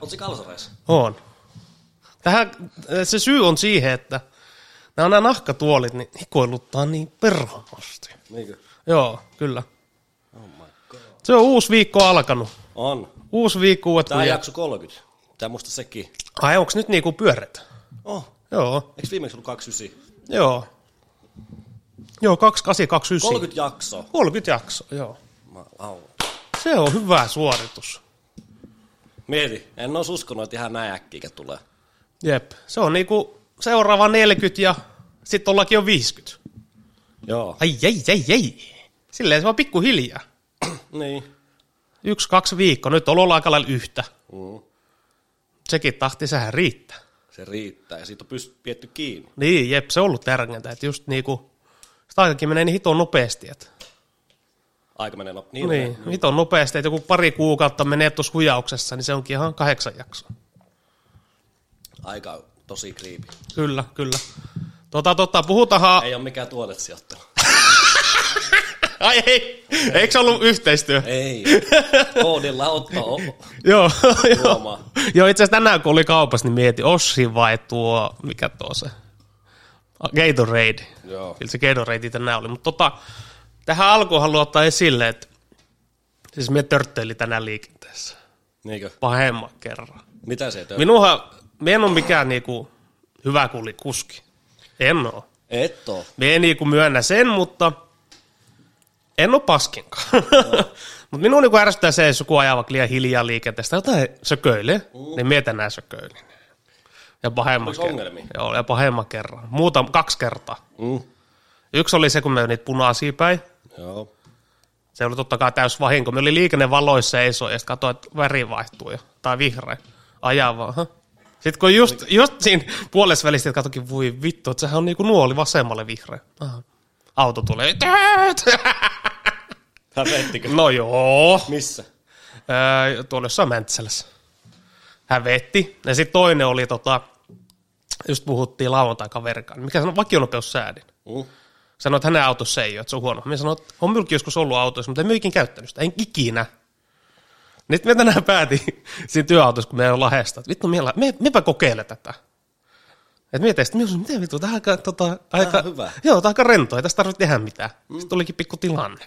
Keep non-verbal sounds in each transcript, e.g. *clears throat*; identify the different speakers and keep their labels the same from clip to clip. Speaker 1: Oletko kalsareissa?
Speaker 2: On. Tähän, äh, se syy on siihen, että nämä, nämä nahkatuolit niin hikoiluttaa niin perhamasti.
Speaker 1: Niinkö?
Speaker 2: Joo, kyllä.
Speaker 1: Oh my god.
Speaker 2: Se on uusi viikko alkanut.
Speaker 1: On.
Speaker 2: Uusi viikko uudet
Speaker 1: Tää on
Speaker 2: kujat.
Speaker 1: jakso 30. Tää musta sekin.
Speaker 2: Ai onks nyt niinku pyörät?
Speaker 1: Oh.
Speaker 2: Joo,
Speaker 1: Eikö viimeksi ollut 29?
Speaker 2: joo. Joo, 2829.
Speaker 1: 30 jaksoa.
Speaker 2: 30 jakso, joo.
Speaker 1: Mä laulan.
Speaker 2: Se on hyvä suoritus.
Speaker 1: Mieti, en olisi uskonut, että ihan näin äkkiä tulee.
Speaker 2: Jep, se on niinku seuraava 40 ja sitten ollakin jo 50.
Speaker 1: Joo.
Speaker 2: Ai ei, ei, ei. Silleen se on pikkuhiljaa.
Speaker 1: Niin.
Speaker 2: Yksi, kaksi viikkoa. Nyt on ollut aika lailla yhtä.
Speaker 1: Mm.
Speaker 2: Sekin tahti, sehän riittää.
Speaker 1: Se riittää ja siitä on pyst- pietty kiinni.
Speaker 2: Niin, jep, se on ollut tärkeintä. Että just niinku, sitä aikakin menee niin hitoon nopeasti. Että,
Speaker 1: Aika menee loppuun. Niin,
Speaker 2: niin,
Speaker 1: menee.
Speaker 2: hitoon nopeasti. Että joku pari kuukautta menee tuossa hujauksessa, niin se onkin ihan kahdeksan jaksoa.
Speaker 1: Aika on tosi kriipi.
Speaker 2: Kyllä, kyllä. Tota, tota, puhutaanhan...
Speaker 1: Ei ole mikään tuotesijoittelu.
Speaker 2: Ai *laughs* ei, eikö se ollut yhteistyö?
Speaker 1: *laughs* Ei. Koodilla ottaa o-
Speaker 2: Joo, *laughs* joo.
Speaker 1: Huomaa.
Speaker 2: joo itse asiassa tänään kun oli kaupassa, niin mietin Ossi vai tuo, mikä tuo se, Ah, Gatorade.
Speaker 1: Joo.
Speaker 2: Kyllä se Gatorade tänään oli, mutta tota, tähän alkuun haluan ottaa esille, että siis me törtteili tänään liikenteessä
Speaker 1: Niinkö?
Speaker 2: pahemman kerran.
Speaker 1: Mitä se töi?
Speaker 2: Minuhan, me en ole mikään niinku hyvä kuli kuski. En oo.
Speaker 1: Et oo.
Speaker 2: Me en niinku myönnä sen, mutta en ole paskinkaan. *laughs* mutta minua niinku ärsyttää se, jos joku ajaa vaikka liian hiljaa liikenteestä, jotain sököilee, mm. niin mietä nää sököilin. Ja pahemman
Speaker 1: Oliko ongelmia?
Speaker 2: kerran. Joo, ja pahemman kerran. Muuta, kaksi kertaa.
Speaker 1: Mm.
Speaker 2: Yksi oli se, kun me niitä punaisia päin.
Speaker 1: Joo.
Speaker 2: Se oli totta kai täys vahinko. Me oli liikennevaloissa seiso ja sitten katsoin, että väri vaihtuu jo. Tai vihreä. Ajaa vaan. hä? Sitten kun just, just siinä puolessa välistä katsokin, voi vittu, että sehän on niinku nuoli vasemmalle vihreä. Aha. Auto tulee. Tääät!
Speaker 1: Hävettikö?
Speaker 2: *laughs* No joo.
Speaker 1: Missä?
Speaker 2: Öö, tuolla jossain Mäntsälässä. Hän vetti. Ja sitten toinen oli tota, just puhuttiin lauantai kaverikaan. Mikä sanoi vakionopeussäädin.
Speaker 1: Mm.
Speaker 2: Sanoi, että hänen autossa ei ole, että se on huono. Minä sanoin, että on minullakin joskus ollut autoissa, mutta en minä ikinä käyttänyt sitä, en ikinä. Nyt me tänään päätin *laughs* siinä työautossa, kun me on lahesta, että vittu, minä, me, mepä kokeile tätä. Et mietin, että minä miten vittu, tämä on aika, tota, aika,
Speaker 1: on hyvä.
Speaker 2: Joo, tämä on aika rento, ei tästä tarvitse tehdä mitään. Mm. Sitten tulikin pikku tilanne.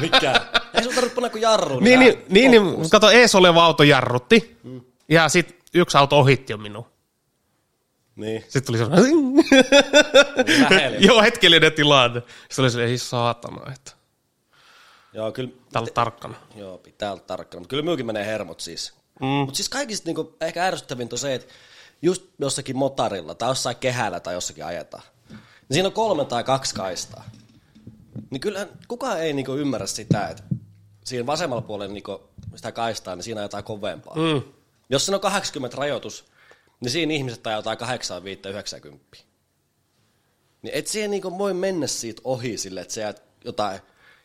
Speaker 1: Mikä? Ei sun tarvitse panna kuin jarru.
Speaker 2: niin,
Speaker 1: nää
Speaker 2: niin, niin, niin kato, ees oleva auto jarrutti, mm. ja sitten yksi auto ohitti jo minun.
Speaker 1: Niin.
Speaker 2: Sitten tuli sellainen,
Speaker 1: Lähelle.
Speaker 2: *laughs* joo, hetkellinen tilanne. Sitten oli sellainen, ei saatana, että
Speaker 1: Joo, kyllä.
Speaker 2: täällä on tarkkana.
Speaker 1: Joo, pitää olla tarkkana. Mutta kyllä minunkin menee hermot siis. Mm.
Speaker 2: Mm.
Speaker 1: Mutta siis kaikista niinku, ehkä ärsyttävintä on se, että just jossakin motarilla tai jossain kehällä tai jossakin ajetaan, niin siinä on kolme tai kaksi kaistaa. Niin kyllä kukaan ei niinku ymmärrä sitä, että siinä vasemmalla puolella niinku sitä kaistaa, niin siinä ajetaan kovempaa. Mm.
Speaker 2: Mm.
Speaker 1: Jos siinä on 80 rajoitus, niin siinä ihmiset ajaa jotain 8, 5, 90. Niin et siihen niinku voi mennä siitä ohi sille, että sä jäät jotain,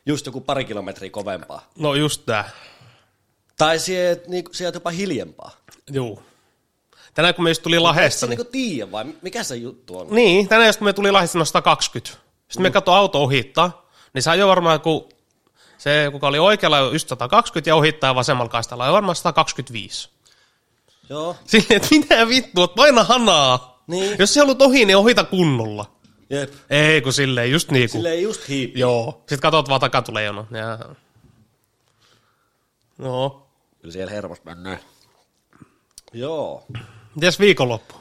Speaker 1: just joku pari kilometriä kovempaa.
Speaker 2: No just tää.
Speaker 1: Tai sieltä niinku, sielt jopa hiljempaa.
Speaker 2: Juu. Tänään kun me just tuli lahesta,
Speaker 1: Sä
Speaker 2: niin...
Speaker 1: niinku tiedä vai mikä se juttu on?
Speaker 2: Niin, tänään just kun me tuli lahesta no 120. Sitten me katso auto ohittaa, niin se ajoi varmaan kun se, kuka oli oikealla ajoi just 120 ja ohittaa vasemmalla kaistalla ajoi varmaan 125.
Speaker 1: Joo,
Speaker 2: *laughs* Silleen, että mitä vittua, että paina hanaa.
Speaker 1: Niin.
Speaker 2: Jos sä haluat ohi, niin ohita kunnolla.
Speaker 1: jep.
Speaker 2: Ei kun silleen, just niin kuin.
Speaker 1: Silleen just hiipi.
Speaker 2: Joo. Sitten katot vaan takatulejono. Jaha. No.
Speaker 1: Kyllä siellä hermos mennään. Joo,
Speaker 2: Mites viikonloppu?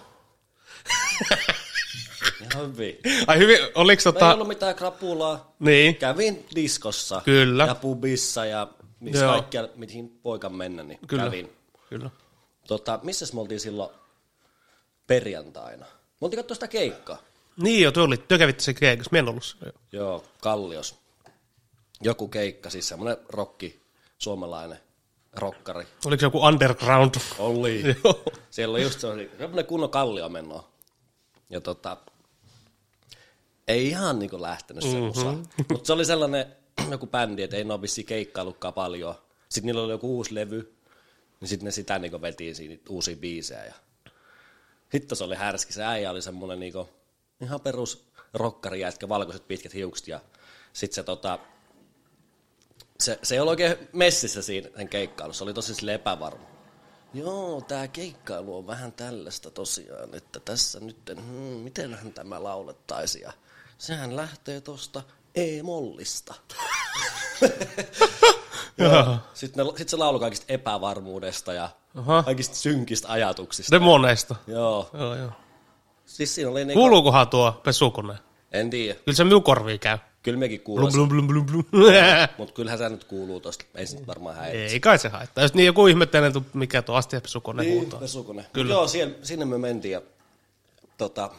Speaker 1: ihan hyvin.
Speaker 2: Ai hyvin, oliks
Speaker 1: Me ei
Speaker 2: tota...
Speaker 1: ollut mitään krapulaa.
Speaker 2: Niin.
Speaker 1: Kävin diskossa.
Speaker 2: Kyllä.
Speaker 1: Ja pubissa ja missä
Speaker 2: Joo.
Speaker 1: kaikkia, mihin poikan mennä, niin Kyllä.
Speaker 2: Kyllä.
Speaker 1: kävin.
Speaker 2: Kyllä.
Speaker 1: Tota, missäs me oltiin silloin perjantaina? Me oltiin katsoa sitä keikkaa.
Speaker 2: Niin joo, te, olit, te kävitte se keikassa, minä en ollut siellä.
Speaker 1: Joo, Kallios. Joku keikka, siis semmoinen rokki, suomalainen rokkari.
Speaker 2: Oliko se joku underground?
Speaker 1: Oli.
Speaker 2: Joo.
Speaker 1: *laughs* Siellä oli just semmoinen kunnon kallio menoa. Ja tota, ei ihan niinku lähtenyt se mm-hmm. Mutta se oli sellainen *clears throat* joku bändi, että ei ne ole vissiin keikkaillutkaan paljon. Sitten niillä oli joku uusi levy, niin sitten ne sitä niinku veti siinä niitä uusia biisejä. Ja... Hitto se oli härski, se äijä oli semmoinen niinku ihan perus rokkarijätkä, valkoiset pitkät hiukset ja sitten se tota, se, se ei ollut oikein messissä siinä sen keikkailussa, se oli tosi sille epävarma. Joo, tämä keikkailu on vähän tällaista tosiaan, että tässä nyt, hmm, mitenhän tämä laulettaisi. Ja sehän lähtee tuosta E-mollista.
Speaker 2: *laughs* Joo.
Speaker 1: Sitten ne, sit se laulu kaikista epävarmuudesta ja
Speaker 2: Aha.
Speaker 1: kaikista synkistä
Speaker 2: siis-
Speaker 1: ajatuksista.
Speaker 2: Demoneista.
Speaker 1: Joo,
Speaker 2: Joo, joo.
Speaker 1: siis siinä oli niinku,
Speaker 2: Kuuluukohan tuo pesukone?
Speaker 1: en tiedä,
Speaker 2: Kyllä se minun korviin käy.
Speaker 1: kyllä mekin
Speaker 2: Blum,
Speaker 1: kuulosti,
Speaker 2: blum, blum, blum, blum.
Speaker 1: mutta kyllähän se nyt kuuluu tosta, ei se nyt varmaan häiritse.
Speaker 2: *laughs* Ei kai se haittaa. Jos niin joku ihmettelee, tu- mikä tuo astiapesukone niin. huutaa.
Speaker 1: pesukone.
Speaker 2: Kyllä.
Speaker 1: Kyllä. Joo, siellä, sinne me mentiin ja tota,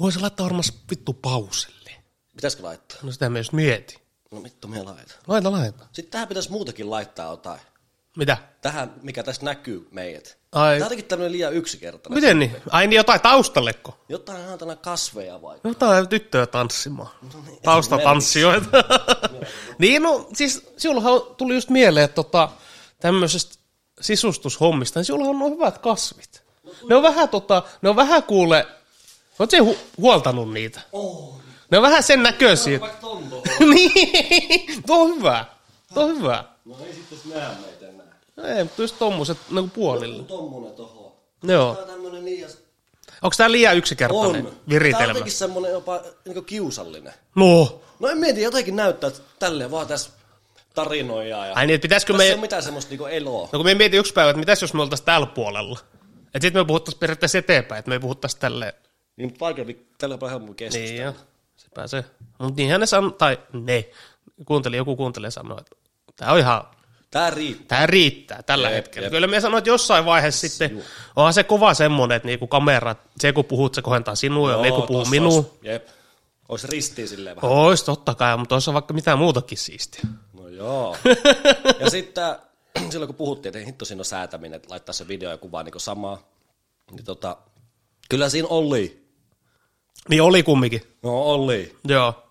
Speaker 2: Voisi laittaa varmaan vittu pauselle.
Speaker 1: pitäisikö laittaa?
Speaker 2: No sitä me just mieti.
Speaker 1: No vittu, me laita.
Speaker 2: Laita, laita.
Speaker 1: Sitten tähän pitäisi muutakin laittaa jotain.
Speaker 2: Mitä?
Speaker 1: Tähän, mikä tässä näkyy meidät. Tämä
Speaker 2: Ai,
Speaker 1: on jotenkin tämmöinen liian yksinkertainen.
Speaker 2: miten niin? Ai niin jotain taustalleko?
Speaker 1: Jotain haatana kasveja vaikka.
Speaker 2: Jotain tyttöä tanssimaan.
Speaker 1: No niin.
Speaker 2: Taustatanssijoita. *laughs* niin, no siis sinullahan tuli just mieleen, että tota, tämmöisestä sisustushommista, niin sinullahan on nuo hyvät kasvit. Ne on vähän tota, ne on vähän kuule, oot se hu- huoltanut niitä?
Speaker 1: Oh,
Speaker 2: Ne on vähän sen näköisiä. *laughs*
Speaker 1: vaikka tonto.
Speaker 2: niin, tuo on hyvä. Tuo on hyvä.
Speaker 1: No ei sitten näe meitä enää.
Speaker 2: No Ei, mutta just tommoset niinku puolille.
Speaker 1: Tommonen tohon. Tämä
Speaker 2: No Joo.
Speaker 1: on tämmöinen liian...
Speaker 2: Onko tää liian yksinkertainen
Speaker 1: On. Tämä on
Speaker 2: viritelmä?
Speaker 1: jotenkin semmoinen jopa niin kiusallinen.
Speaker 2: No.
Speaker 1: No en mieti, jotenkin näyttää, että tälleen vaan tässä tarinoidaan. Ja...
Speaker 2: Ai niin, että pitäisikö
Speaker 1: Tässä ei
Speaker 2: me...
Speaker 1: ole mitään semmoista niinku eloa.
Speaker 2: No kun me mietin yksi päivä, että mitäs jos me oltais tällä puolella? Että sit me puhuttais periaatteessa eteenpäin, että me ei puhuttais tälleen.
Speaker 1: Niin, mutta vaikeampi, tällä on helpompi keskustella.
Speaker 2: Niin joo, sepä se. Mut niinhän ne sanoo, tai ne, kuunteli, joku kuuntelee sanoo, että tää on ihan,
Speaker 1: Tää riittää.
Speaker 2: tää riittää tällä
Speaker 1: Jep,
Speaker 2: hetkellä.
Speaker 1: jep.
Speaker 2: Kyllä me sanoin, että jossain vaiheessa sitten, onhan se kova semmonen, että niinku kamera, se kun puhut, se kohentaa sinua, ja ne kun puhuu
Speaker 1: tossa
Speaker 2: minuun.
Speaker 1: Ois, jep. Ois ristiin silleen vähän.
Speaker 2: Ois totta kai, mutta olisi vaikka mitään muutakin siistiä.
Speaker 1: No joo. ja sitten *clears throat* silloin kun puhuttiin, että hitto siinä on säätäminen, että laittaa se video ja kuvaa niin samaa, niin tota, kyllä siinä oli.
Speaker 2: Niin oli kumminkin.
Speaker 1: No oli.
Speaker 2: Joo.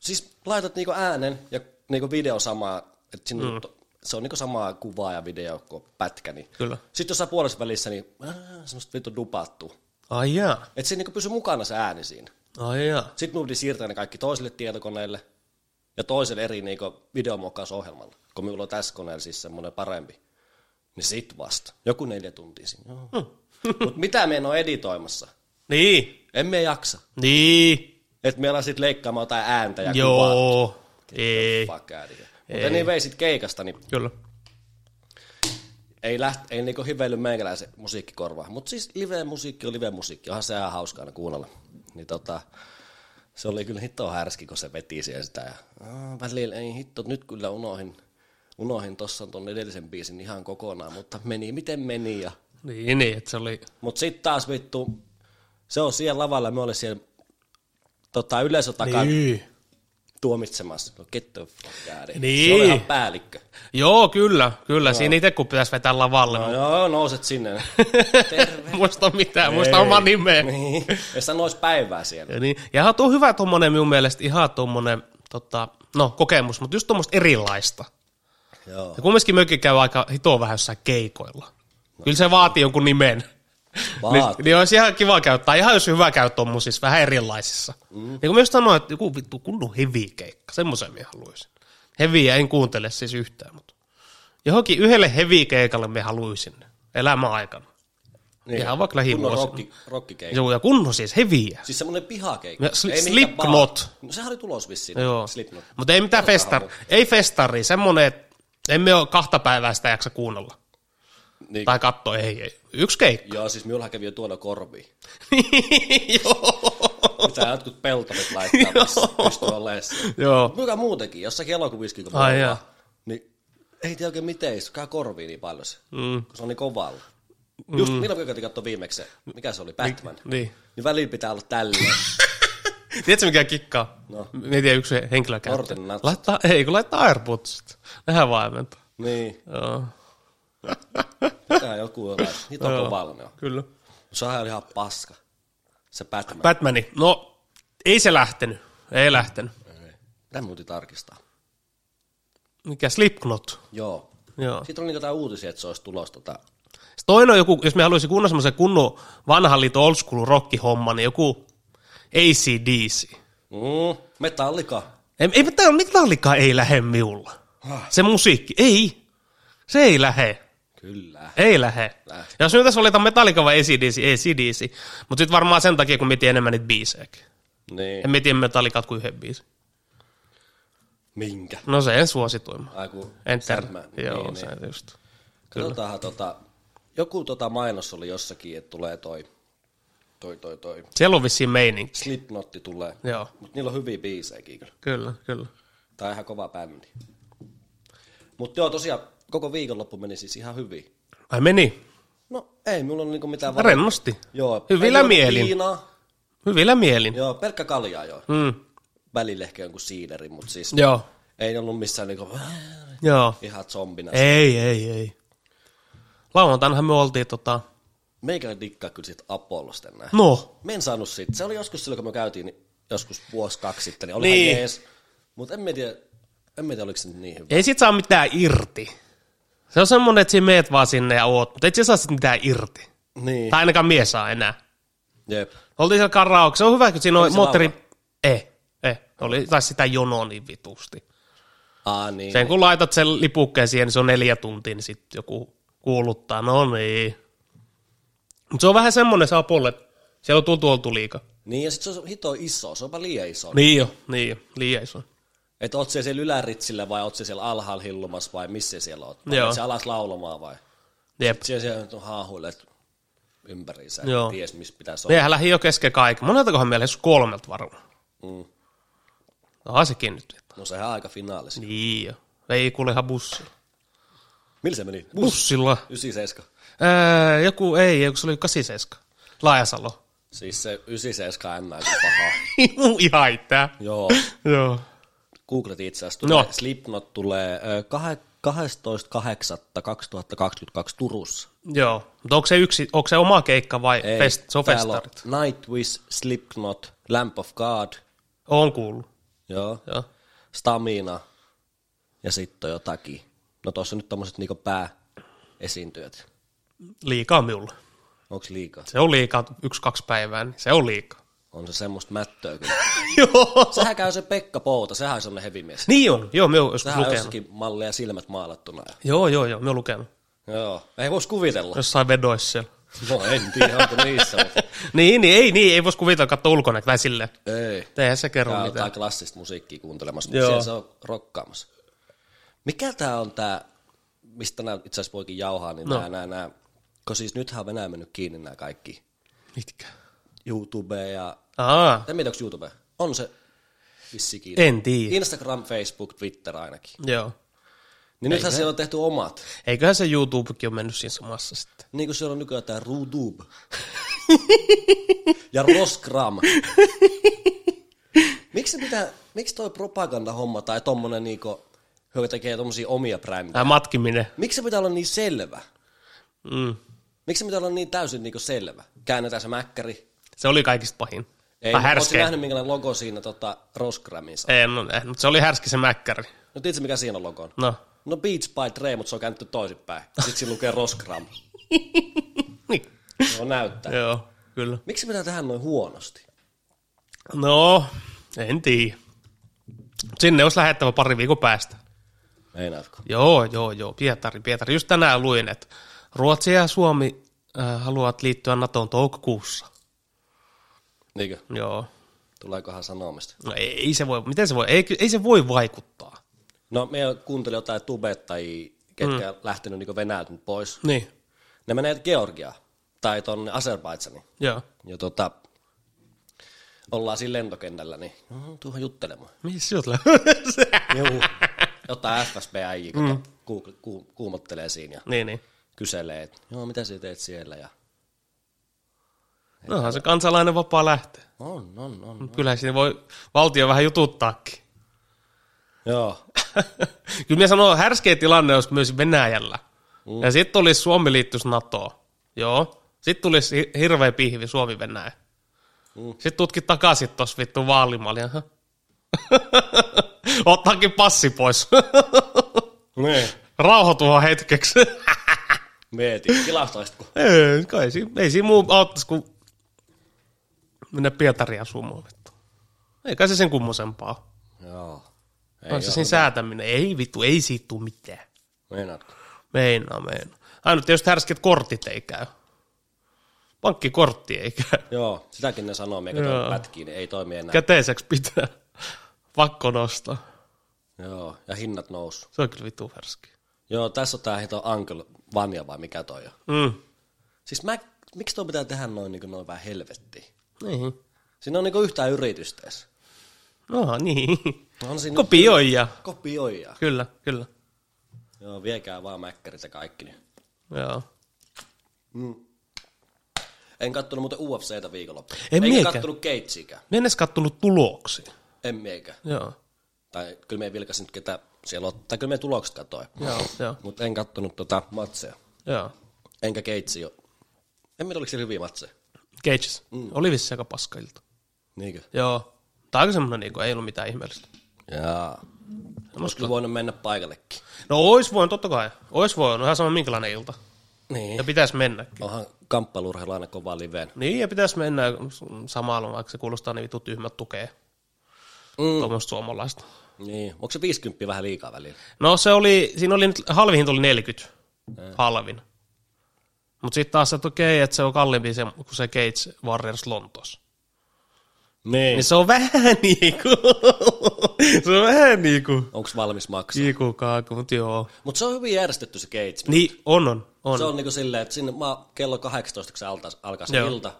Speaker 1: Siis laitat niinku äänen ja niinku video samaa, että sinun mm. se on niinku samaa kuvaa ja video kuin pätkä. Niin.
Speaker 2: Kyllä.
Speaker 1: Sitten jossain puolessa välissä, niin äh, semmoista vittu dupattu.
Speaker 2: Ai jaa.
Speaker 1: Että se niinku pysyi mukana se ääni siinä.
Speaker 2: Ai jaa.
Speaker 1: Sitten minun piti siirtää ne kaikki toiselle tietokoneelle ja toiselle eri niin videomuokkausohjelmalle, kun minulla on tässä koneella siis semmoinen parempi. Niin sit vasta. Joku neljä tuntia siinä.
Speaker 2: Hmm.
Speaker 1: *laughs* Mutta mitä me en ole editoimassa?
Speaker 2: Niin.
Speaker 1: Emme jaksa.
Speaker 2: Niin.
Speaker 1: Että me ollaan sitten leikkaamaan jotain ääntä ja kuvaa.
Speaker 2: Joo. Ei.
Speaker 1: Mutta niin veisit keikasta, niin
Speaker 2: Kyllä.
Speaker 1: ei, läht, ei niinku hiveily meikäläisen musiikkikorvaa. Mutta siis live-musiikki on live-musiikki, onhan se ihan hauska aina kuunnella. Niin tota, se oli kyllä hitto härski, kun se veti siellä sitä. Ja, "Aa, välillä ei hitto, nyt kyllä unohin, unohin tossan ton edellisen biisin ihan kokonaan, mutta meni miten meni. Ja,
Speaker 2: Niin, niin, että se oli...
Speaker 1: mut sit taas vittu, se on siellä lavalla, me olin siellä tota, yleisön takaa niin.
Speaker 2: Niin.
Speaker 1: tuomitsemassa. No get the fuck out of here. Se
Speaker 2: Niin.
Speaker 1: on ihan päällikkö.
Speaker 2: Joo, kyllä, kyllä. Siinä itse kun pitäisi vetää lavalle.
Speaker 1: No
Speaker 2: *laughs* No.
Speaker 1: joo, nouset sinne. *laughs* Terve.
Speaker 2: Muista mitään, muista omaa nimeä.
Speaker 1: Niin. Ja sanois päivää siellä.
Speaker 2: Ja, niin. ja tuo on hyvä tuommoinen minun mielestä ihan tuommoinen tota, no, kokemus, mutta just tuommoista erilaista.
Speaker 1: Joo.
Speaker 2: Ja kumminkin mökki käy aika hitoa vähän jossain keikoilla. Kyllä se vaatii jonkun nimen. Niin,
Speaker 1: Vaatii.
Speaker 2: niin olisi ihan kiva käyttää, ihan jos hyvä käy tommosissa siis vähän erilaisissa. Mm. Niin kuin mä just sanoin, että joku vittu kunnon hevikeikka, semmoisen minä haluaisin. Heviä en kuuntele siis yhtään, mutta johonkin yhdelle hevikeikalle me haluaisin elämän aikana.
Speaker 1: Niin.
Speaker 2: ihan vaikka
Speaker 1: Kunnon
Speaker 2: lähivuosina.
Speaker 1: rokki, rokkikeikka.
Speaker 2: Joo, ja kunnon siis heviä.
Speaker 1: Siis semmonen pihakeikka.
Speaker 2: Ja sli-
Speaker 1: Ei mihinkään baari.
Speaker 2: Slipknot.
Speaker 1: No sehän oli tulos vissiin.
Speaker 2: Joo.
Speaker 1: Slipknot.
Speaker 2: Mutta ei mitään festar, ei festari, semmoinen, että emme ole kahta päivää sitä jaksa kuunnella.
Speaker 1: Niin.
Speaker 2: Tai katsoa, ei, ei. Yksi keikka. *laughs*
Speaker 1: Joo, siis minulla kävi jo tuolla korvi.
Speaker 2: Joo.
Speaker 1: Mitä jotkut peltomet laittaa, missä
Speaker 2: *laughs*
Speaker 1: pystyy olemaan siellä.
Speaker 2: Joo.
Speaker 1: Mikä muutenkin, jossakin elokuvissakin, kun
Speaker 2: Ai
Speaker 1: me
Speaker 2: jaa.
Speaker 1: ollaan, niin ei tiedä oikein miten, se käy korviin niin paljon se, mm. kun se on niin kovalla. Just milloin me käytiin katsoa viimeksi se, mikä se oli, Batman.
Speaker 2: Mm. Niin.
Speaker 1: Niin välillä pitää olla tälleen.
Speaker 2: Tiedätkö mikä kikkaa? No.
Speaker 1: No.
Speaker 2: Mietin yksi henkilö käyttää.
Speaker 1: Norten natsat.
Speaker 2: Laittaa, ei kun laittaa Airpodsit. Nehän vaimentaa.
Speaker 1: niin,
Speaker 2: Joo,
Speaker 1: pitää joku olla, hito kovalla ne on.
Speaker 2: kyllä.
Speaker 1: Se on ihan paska. Se Batman.
Speaker 2: Batmani. No, ei se lähtenyt. Ei lähtenyt.
Speaker 1: Tämä muuti tarkistaa.
Speaker 2: Mikä Slipknot.
Speaker 1: Joo.
Speaker 2: Joo.
Speaker 1: Sitten on niin jotain uutisia, että se olisi tulossa tota...
Speaker 2: Sitten toinen on joku, jos me haluaisin kunnon semmoisen kunnon vanhan liiton old school rockihomma, niin joku ACDC.
Speaker 1: Mm, metallika.
Speaker 2: Ei, ei Ah. mitään, mitään liikaa ei lähe miulla. Se musiikki, ei. Se ei lähe.
Speaker 1: Kyllä.
Speaker 2: Ei lähe.
Speaker 1: Lähe.
Speaker 2: Ja Jos nyt tässä oli Metallica vai ACDC, ACDC. Mutta sitten varmaan sen takia, kun mietin enemmän niitä biisejäkin.
Speaker 1: Niin.
Speaker 2: En mietin Metallicat kuin yhden biisin.
Speaker 1: Minkä?
Speaker 2: No se en suosituimma.
Speaker 1: Aiku
Speaker 2: Enter. Joo,
Speaker 1: Joo, niin,
Speaker 2: se
Speaker 1: niin.
Speaker 2: just.
Speaker 1: Katsotaanhan tota, joku tota mainos oli jossakin, että tulee toi, toi, toi, toi.
Speaker 2: Siellä on vissiin meininki.
Speaker 1: Slipknotti tulee.
Speaker 2: Joo,
Speaker 1: Mutta niillä on hyviä biisejäkin kyllä.
Speaker 2: kyllä, kyllä.
Speaker 1: Tää on ihan kova bändi. Mutta joo, tosiaan koko viikonloppu meni siis ihan hyvin.
Speaker 2: Ai meni.
Speaker 1: No ei, mulla on niinku mitään varo-
Speaker 2: Rennosti.
Speaker 1: Joo,
Speaker 2: Hyvillä
Speaker 1: ei ollut
Speaker 2: mielin.
Speaker 1: Viinaa.
Speaker 2: Hyvillä mielin.
Speaker 1: Joo, pelkkä kaljaa joo.
Speaker 2: Mm.
Speaker 1: Välillä ehkä jonkun siideri, mutta siis
Speaker 2: Joo.
Speaker 1: ei ollut missään niinku
Speaker 2: Joo.
Speaker 1: ihan zombina.
Speaker 2: Ei, ei, ei. Lauantainahan me oltiin tota...
Speaker 1: Meikä dikkaa kyllä siitä Apollosta enää.
Speaker 2: No.
Speaker 1: Mä en saanut siitä. Se oli joskus silloin, kun me käytiin niin joskus vuosi kaksi sitten, niin olihan
Speaker 2: Niin.
Speaker 1: niin. jees. Mutta en mä tiedä, en mä tiedä, oliko se nyt niin hyvä.
Speaker 2: Ei sit saa mitään irti. Se on semmonen, että sä meet vaan sinne ja oot, mutta et sä saa sit mitään irti.
Speaker 1: Niin.
Speaker 2: Tai ainakaan mies saa enää.
Speaker 1: Jep.
Speaker 2: Oltiin siellä karaoke. Se on hyvä, kun siinä on
Speaker 1: se
Speaker 2: moottori... Ei, ei. Oli, tai sitä jonoa niin vitusti.
Speaker 1: Aa, niin.
Speaker 2: Sen kun laitat sen lipukkeen siihen, niin se on neljä tuntia, niin sitten joku kuuluttaa, no niin. Mutta se on vähän semmoinen se Apollo, että siellä on tultu oltu liika.
Speaker 1: Niin, ja sit se on hito iso, se onpa liian iso. Niin.
Speaker 2: Niin jo, niin jo, liian iso.
Speaker 1: Et oot sä siellä yläritsillä vai oot sä siellä alhaalla hillumassa vai missä siellä oot? Vai
Speaker 2: Joo.
Speaker 1: oot sä alas laulamaan vai?
Speaker 2: Jep.
Speaker 1: Siellä siellä nyt on haahuilet ympäriinsä,
Speaker 2: Joo.
Speaker 1: Joo. ties missä pitäisi olla.
Speaker 2: Meihän lähi jo kesken kaiken. Moneltakohan meillä joskus kolmelta varmaan.
Speaker 1: Mm.
Speaker 2: Onhan sekin nyt. että-
Speaker 1: No sehän on aika finaalissa. Niin.
Speaker 2: Niin jo. Ei kuule ihan bussi.
Speaker 1: Millä se meni?
Speaker 2: Bussilla.
Speaker 1: 97.
Speaker 2: Öö, joku ei, joku se oli 87. Laajasalo. *laughs*
Speaker 1: Siis se 97 enää paha.
Speaker 2: ihan itää.
Speaker 1: Joo.
Speaker 2: Joo.
Speaker 1: Googletin itse asiassa. Tulee.
Speaker 2: No.
Speaker 1: No. Slipknot tulee ö, kahe- 12.8.2022 Turussa.
Speaker 2: Joo. Mutta onko se, yksi, onko se oma keikka vai Ei, fest, se on
Speaker 1: täällä on
Speaker 2: festarit?
Speaker 1: Nightwish, Slipknot, Lamp of God,
Speaker 2: On kuullut.
Speaker 1: joo,
Speaker 2: Joo.
Speaker 1: Stamina ja sitten jotakin. No tuossa on nyt tommoset niinku pääesiintyjät.
Speaker 2: Liikaa minulle.
Speaker 1: Onks liikaa?
Speaker 2: Se on liikaa yksi-kaksi päivää, niin se on liikaa. *laughs*
Speaker 1: On se semmoista mättöä kyllä.
Speaker 2: Joo.
Speaker 1: Sehän käy se Pekka Pouta, sehän on semmonen hevimies.
Speaker 2: Niin on. Joo, me oon joskus
Speaker 1: Sehän on
Speaker 2: lukenut.
Speaker 1: jossakin malleja silmät maalattuna.
Speaker 2: Joo, joo, joo, me oon lukenut.
Speaker 1: Joo, ei vois kuvitella.
Speaker 2: Jossain vedoissa siellä. *laughs*
Speaker 1: No en tiedä, onko niissä, mutta
Speaker 2: niin, niin, ei, niin, ei voisi kuvitella katsoa ulkona tai silleen.
Speaker 1: *laughs* ei. No,
Speaker 2: Eihän se kerro
Speaker 1: Tää on
Speaker 2: mitään.
Speaker 1: jotain klassista musiikkia kuuntelemassa, mutta
Speaker 2: Joo.
Speaker 1: siellä se on rokkaamassa. Mikä tää on tää, mistä nää itse asiassa voikin jauhaa, niin no. nää, nää, nää, kun siis nythän on Venäjä mennyt kiinni nämä kaikki.
Speaker 2: Mitkä?
Speaker 1: YouTube ja,
Speaker 2: Aa,
Speaker 1: en tiedä onko YouTube, on se vissi kiinni.
Speaker 2: en tiedä.
Speaker 1: Instagram, Facebook, Twitter ainakin.
Speaker 2: Joo.
Speaker 1: Niin nythän siellä on tehty omat.
Speaker 2: Eiköhän se YouTubekin on mennyt siinä samassa sitten.
Speaker 1: Niin kuin siellä on nykyään tää Rudub. ja Rosgram. Miksi pitää, miksi toi propagandahomma tai tommonen niinku, joka tekee tommosia omia brändejä,
Speaker 2: Tämä Äh, matkiminen.
Speaker 1: miksi se pitää olla niin selvä?
Speaker 2: Mm.
Speaker 1: Miksi se pitää olla niin täysin niinku selvä? Käännetään se mäkkäri.
Speaker 2: Se oli kaikista pahin. Ei,
Speaker 1: Ei,
Speaker 2: tai
Speaker 1: ootko
Speaker 2: härskein.
Speaker 1: nähnyt minkälainen logo siinä tota, Rosgramissa?
Speaker 2: Ei, no, eh, mutta se oli härski se mäkkäri.
Speaker 1: No tiedätkö mikä siinä on logo?
Speaker 2: No.
Speaker 1: No Beach by Dre, mutta se on käännetty toisinpäin. Sitten siinä lukee Rosgram.
Speaker 2: Niin.
Speaker 1: No näyttää.
Speaker 2: Joo, kyllä.
Speaker 1: Miksi pitää tehdä noin huonosti?
Speaker 2: No, en tiedä. Sinne olisi lähettävä pari viikon päästä.
Speaker 1: Meinaatko?
Speaker 2: Joo, joo, joo. Pietari, Pietari. Just tänään luin, että Ruotsi ja Suomi äh, haluavat liittyä NATOon toukokuussa.
Speaker 1: Niinkö?
Speaker 2: Joo.
Speaker 1: Tuleekohan sanomista?
Speaker 2: No ei, ei se voi, miten se voi, ei, ky- ei se voi vaikuttaa.
Speaker 1: No me kuuntelin jotain tubettajia, ketkä mm. lähtenyt niin Venäjältä nyt pois.
Speaker 2: Niin.
Speaker 1: Ne menee Georgiaan tai tuonne Azerbaidsaniin.
Speaker 2: Joo.
Speaker 1: Ja tota, ollaan siinä lentokentällä, niin mm, tuuhan juttelemaan.
Speaker 2: Mihin sieltä
Speaker 1: Juu. *laughs* Jotain fsb äijä mm. ku, ku, kuumottelee siinä ja
Speaker 2: *laughs* Niin, niin.
Speaker 1: kyselee, että joo, mitä sä teet siellä ja
Speaker 2: No onhan se kansalainen vapaa lähtee.
Speaker 1: on, on, on.
Speaker 2: Kyllä siinä voi valtio vähän jututtaakin.
Speaker 1: Joo,
Speaker 2: Kyllä minä sanon, härskeä tilanne olisi myös Venäjällä. Mm. Ja sitten tulisi Suomi liittyisi NATOon. Joo. Sitten tulisi hi- hirveä pihvi Suomi-Venäjä. Mm.
Speaker 1: Mm.
Speaker 2: Sitten tutkit takaisin tuossa vittu vaalimalja. *laughs* Ottaakin passi pois. *laughs*
Speaker 1: niin.
Speaker 2: Rauhoitua hetkeksi. *laughs*
Speaker 1: Mieti, tilastoisitko?
Speaker 2: ei, kai siinä, ei siinä muu auttaisi kuin mennä Pietaria asumaan. vittu. Ei kai se sen kummosempaa.
Speaker 1: Joo.
Speaker 2: Ei se siinä säätäminen. Ei vittu, ei siitä tule mitään.
Speaker 1: Meinaatko?
Speaker 2: Meinaa, meinaa. Ainut tietysti härskit kortit ei käy. Pankkikortti ei käy.
Speaker 1: Joo, sitäkin ne sanoo, mikä
Speaker 2: Joo.
Speaker 1: tuo pätkiin, niin ei toimi enää.
Speaker 2: Käteiseksi pitää. Pakko nostaa.
Speaker 1: Joo, ja hinnat noussut.
Speaker 2: Se on kyllä vitu härski.
Speaker 1: Joo, tässä on tää hito Uncle Vanja vai mikä toi on.
Speaker 2: Mm.
Speaker 1: Siis mä, miksi tuo pitää tehdä noin, niin noin vähän helvettiin?
Speaker 2: Niin.
Speaker 1: Siinä on niin yhtään yritystä edes.
Speaker 2: No niin.
Speaker 1: On siinä
Speaker 2: Kopioija.
Speaker 1: kopioija.
Speaker 2: Kyllä, kyllä.
Speaker 1: Joo, viekää vaan mäkkärit ja kaikki. niin.
Speaker 2: Joo.
Speaker 1: En kattonut muuten UFCtä viikonloppuna.
Speaker 2: En
Speaker 1: Enkä
Speaker 2: miekään.
Speaker 1: kattonut Gatesikään.
Speaker 2: Me en edes kattonut tuloksia.
Speaker 1: En miekään.
Speaker 2: Joo.
Speaker 1: Tai kyllä me ei vilkasin ketä siellä on. Tai kyllä me tulokset katoi.
Speaker 2: Joo, joo,
Speaker 1: Mutta en kattonut tota matseja.
Speaker 2: joo.
Speaker 1: Enkä Gatesi ole. En tiedä, oliko siellä hyviä matseja.
Speaker 2: Cages. Mm. Oli vissi aika paska ilta.
Speaker 1: Niinkö?
Speaker 2: Joo. Tämä on aika semmoinen, niin kuin, ei ollut mitään ihmeellistä.
Speaker 1: Jaa. Olisiko voinut mennä paikallekin?
Speaker 2: No ois voinut, totta kai. Ois voinut, ihan sama minkälainen ilta.
Speaker 1: Niin.
Speaker 2: Ja pitäisi mennäkin.
Speaker 1: Onhan kamppailurheilu aina kovaa liveen.
Speaker 2: Niin, ja pitäisi mennä samalla, vaikka se kuulostaa niin vitu tyhmät tukee. Mm. Tuommoista suomalaista.
Speaker 1: Niin. Onko se 50 vähän liikaa välillä?
Speaker 2: No se oli, siinä oli nyt, halvihin tuli 40, halvin. Mutta sitten taas, että okei, että se on kalliimpi se, kuin se Cage Warriors Lontos.
Speaker 1: Niin.
Speaker 2: Niin se on vähän niinku, *laughs* se on vähän niinku,
Speaker 1: Onko valmis maksaa?
Speaker 2: kiiku kaaku, mut joo.
Speaker 1: Mutta se on hyvin järjestetty se Gates.
Speaker 2: Niin, on, on, on.
Speaker 1: Se on niinku silleen, että sinne mä kello 18, kun se alta, alkaa se
Speaker 2: Joo.
Speaker 1: ilta,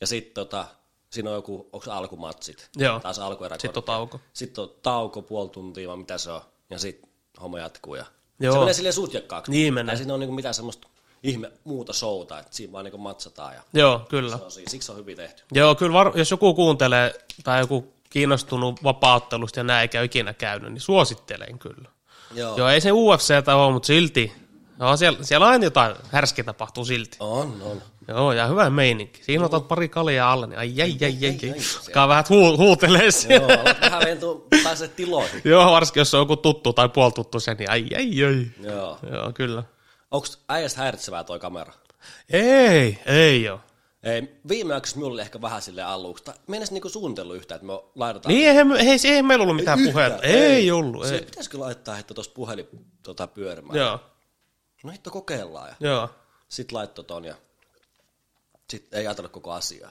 Speaker 1: ja sitten tota, siinä on joku, onko alkumatsit?
Speaker 2: Joo.
Speaker 1: Taas alkuerä.
Speaker 2: Sitten on tauko.
Speaker 1: Sitten on tauko puoli tuntia, vai mitä se on, ja sitten homma jatkuu. Ja
Speaker 2: Joo.
Speaker 1: Se menee silleen sutjakkaaksi.
Speaker 2: Niin menee.
Speaker 1: Tai siinä on niinku mitään semmoista ihme muuta showta, että siinä vaan niinku matsataan, ja
Speaker 2: Joo, kyllä.
Speaker 1: se on siinä. siksi se on hyvin tehty.
Speaker 2: Joo, kyllä var- jos joku kuuntelee tai joku kiinnostunut vapauttelusta ja näin eikä ole ikinä käynyt, niin suosittelen kyllä.
Speaker 1: Joo.
Speaker 2: Joo, ei se UFC ole, mutta silti. No, siellä, siellä aina jotain härski tapahtuu silti.
Speaker 1: On, on.
Speaker 2: Joo, ja hyvä meininki. Siinä otat pari kaljaa alle, niin ai jäi, jäi, jäi, jäi. Kaa vähän huu- huutelee
Speaker 1: Joo,
Speaker 2: siellä.
Speaker 1: olet vähän ventu, pääset tiloihin.
Speaker 2: *laughs* Joo, varsinkin jos on joku tuttu tai puoltuttu sen, niin ai jäi, jäi.
Speaker 1: Joo.
Speaker 2: Joo, kyllä.
Speaker 1: Onko äijästä häiritsevää toi kamera?
Speaker 2: Ei, ei ole.
Speaker 1: Ei, viime aikoissa minulla oli ehkä vähän sille aluksi. Tai Mä en edes niinku suunnitellut yhtään, että me laitetaan.
Speaker 2: Niin, eihän, me- ei, ei meillä ollut mitään puhetta. Ei, ei ollut,
Speaker 1: Se
Speaker 2: ei.
Speaker 1: pitäisikö laittaa, että tuossa puhelin tota, pyörimään.
Speaker 2: Joo,
Speaker 1: No hitto kokeillaan. Ja.
Speaker 2: joo.
Speaker 1: Sitten laittoi ton ja sitten ei ajatellut koko asiaa.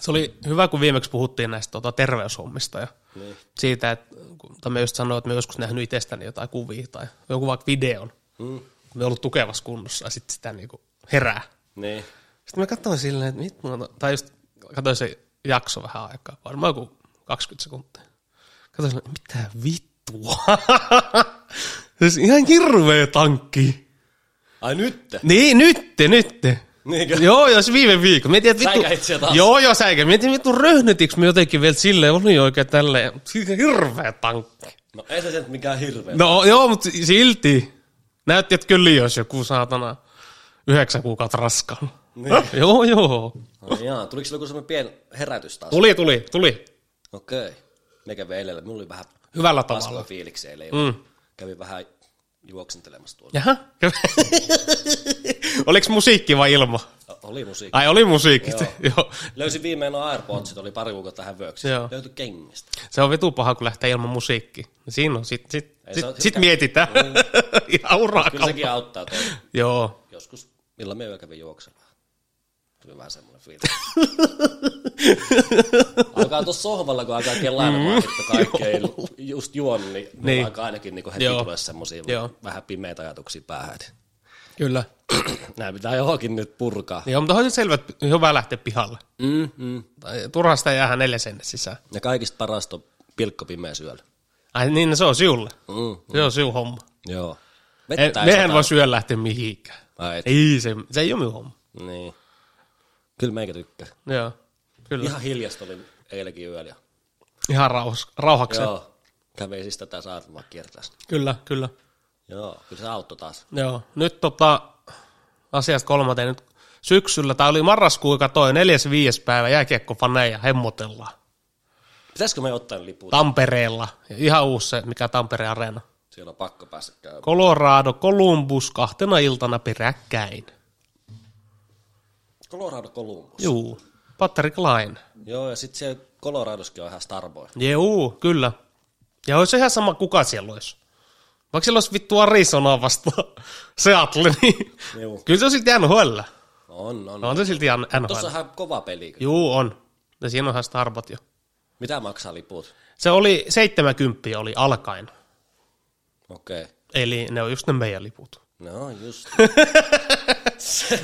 Speaker 2: Se oli hyvä, kun viimeksi puhuttiin näistä tota, terveyshommista ja niin. siitä, että kun- tai me just sanoin, että me joskus nähnyt itsestäni jotain kuvia tai joku vaikka videon. Mm. Me ollut tukevassa kunnossa ja sitten sitä niinku herää.
Speaker 1: Niin.
Speaker 2: Sitten mä katsoin silleen, että mit mä, oon- tai just katsoin se jakso vähän aikaa, varmaan joku 20 sekuntia. Katsoin silleen, mitä vittua. *laughs* siis ihan hirveä tankki.
Speaker 1: Ai nyt?
Speaker 2: Niin, nytte, nytte.
Speaker 1: Niinkö?
Speaker 2: Joo, jos viime viikko. Mietin, että vittu...
Speaker 1: Säikähit siellä taas.
Speaker 2: Joo, joo, säikä. Mietin, vittu röhnytiks me jotenkin vielä silleen, oli oikein tälleen. Siitä hirveä tankki.
Speaker 1: No ei se sen mikään hirveä.
Speaker 2: No joo, mutta silti. Näytti, että kyllä jos joku saatana yhdeksän kuukautta raskaana. Niin. *laughs* joo, joo.
Speaker 1: No jaa, tuliko sillä joku semmoinen pieni herätys taas?
Speaker 2: Tuli, tuli, tuli.
Speaker 1: Okei. Okay. Me kävi eilen, mulla oli vähän
Speaker 2: Hyvällä
Speaker 1: paskoja
Speaker 2: tavalla.
Speaker 1: fiiliksi eilen. Mm. Kävin vähän juoksentelemassa tuolla.
Speaker 2: Jaha. *laughs* Oliks musiikki vai ilma?
Speaker 1: Oli musiikki.
Speaker 2: Ai, oli musiikki. Joo. *laughs* joo.
Speaker 1: Löysin viimein nuo Airpodsit, oli pari kuukautta tähän vöksi.
Speaker 2: Joo.
Speaker 1: Löytyi kengistä.
Speaker 2: Se on vitu paha, kun lähtee ilman musiikki. Siinä on, sit, sit,
Speaker 1: Ei se
Speaker 2: sit,
Speaker 1: ole
Speaker 2: sit
Speaker 1: sitä- Niin.
Speaker 2: mietitään. *laughs* Ihan uraa
Speaker 1: Kyllä sekin auttaa toi.
Speaker 2: Joo.
Speaker 1: Joskus, milloin me yö kävin juoksemaan. Tuli vähän semmoinen fiilis. alkaa tuossa sohvalla, kun alkaa kelailemaan, mm. että kaikki ei lu- just juon, niin,
Speaker 2: Niin.
Speaker 1: niin. alkaa ainakin niin heti
Speaker 2: Joo.
Speaker 1: tulee semmoisia
Speaker 2: Joo.
Speaker 1: vähän pimeitä ajatuksia päähän. että *clears throat*
Speaker 2: Kyllä.
Speaker 1: Nämä pitää johonkin nyt purkaa.
Speaker 2: Joo, mutta on nyt selvä, että hyvä lähteä pihalle.
Speaker 1: Mm,
Speaker 2: Niin.
Speaker 1: mm.
Speaker 2: Tai Turhasta ei jäähän neljä senne sisään.
Speaker 1: Ja kaikista parasta on pilkko pimeä syöllä.
Speaker 2: Ai niin, se on siulle.
Speaker 1: Mm,
Speaker 2: Se on siun homma.
Speaker 1: joo.
Speaker 2: Ei,
Speaker 1: Vettä ei
Speaker 2: mehän
Speaker 1: sataa.
Speaker 2: voi syödä lähteä mihinkään.
Speaker 1: Ai et.
Speaker 2: Ei, se, se ei ole minun homma.
Speaker 1: Niin. Kyllä meikä tykkää.
Speaker 2: Joo, kyllä. Ihan,
Speaker 1: Ihan hiljasta oli eilenkin yöllä. ja-
Speaker 2: Ihan rauhas, rauhaksi.
Speaker 1: Joo. Kävi siis tätä saarmaa kiertäessä.
Speaker 2: Kyllä, kyllä.
Speaker 1: Joo, kyllä se auttoi taas.
Speaker 2: Joo, nyt tota, asiasta kolmanteen nyt syksyllä, tai oli marraskuun, joka toi neljäs viides päivä jääkiekkofaneja hemmotellaan
Speaker 1: Pitäisikö me ottaa ne liput?
Speaker 2: Tampereella. Ja Ihan uusi se, mikä Tampereen areena.
Speaker 1: Siellä on pakko päästä käymään.
Speaker 2: Colorado, Columbus kahtena iltana peräkkäin.
Speaker 1: Colorado Columbus.
Speaker 2: Juu, Patrick Laine.
Speaker 1: Joo, ja sitten siellä Coloradoskin on ihan starboy.
Speaker 2: Juu, kyllä. Ja olisi ihan sama, kuka siellä olisi. Vaikka sillä olisi vittu Arizonaa vastaan *laughs* Seattle, niin
Speaker 1: Juu.
Speaker 2: kyllä se on silti NHL.
Speaker 1: On, on.
Speaker 2: No on se silti NHL.
Speaker 1: Tuossa on ihan kova peli. kyllä.
Speaker 2: Juu, on. Ja siinä onhan Starbot jo.
Speaker 1: Mitä maksaa liput?
Speaker 2: Se oli 70 oli alkaen.
Speaker 1: Okei. Okay.
Speaker 2: Eli ne on just ne meidän liput.
Speaker 1: No just.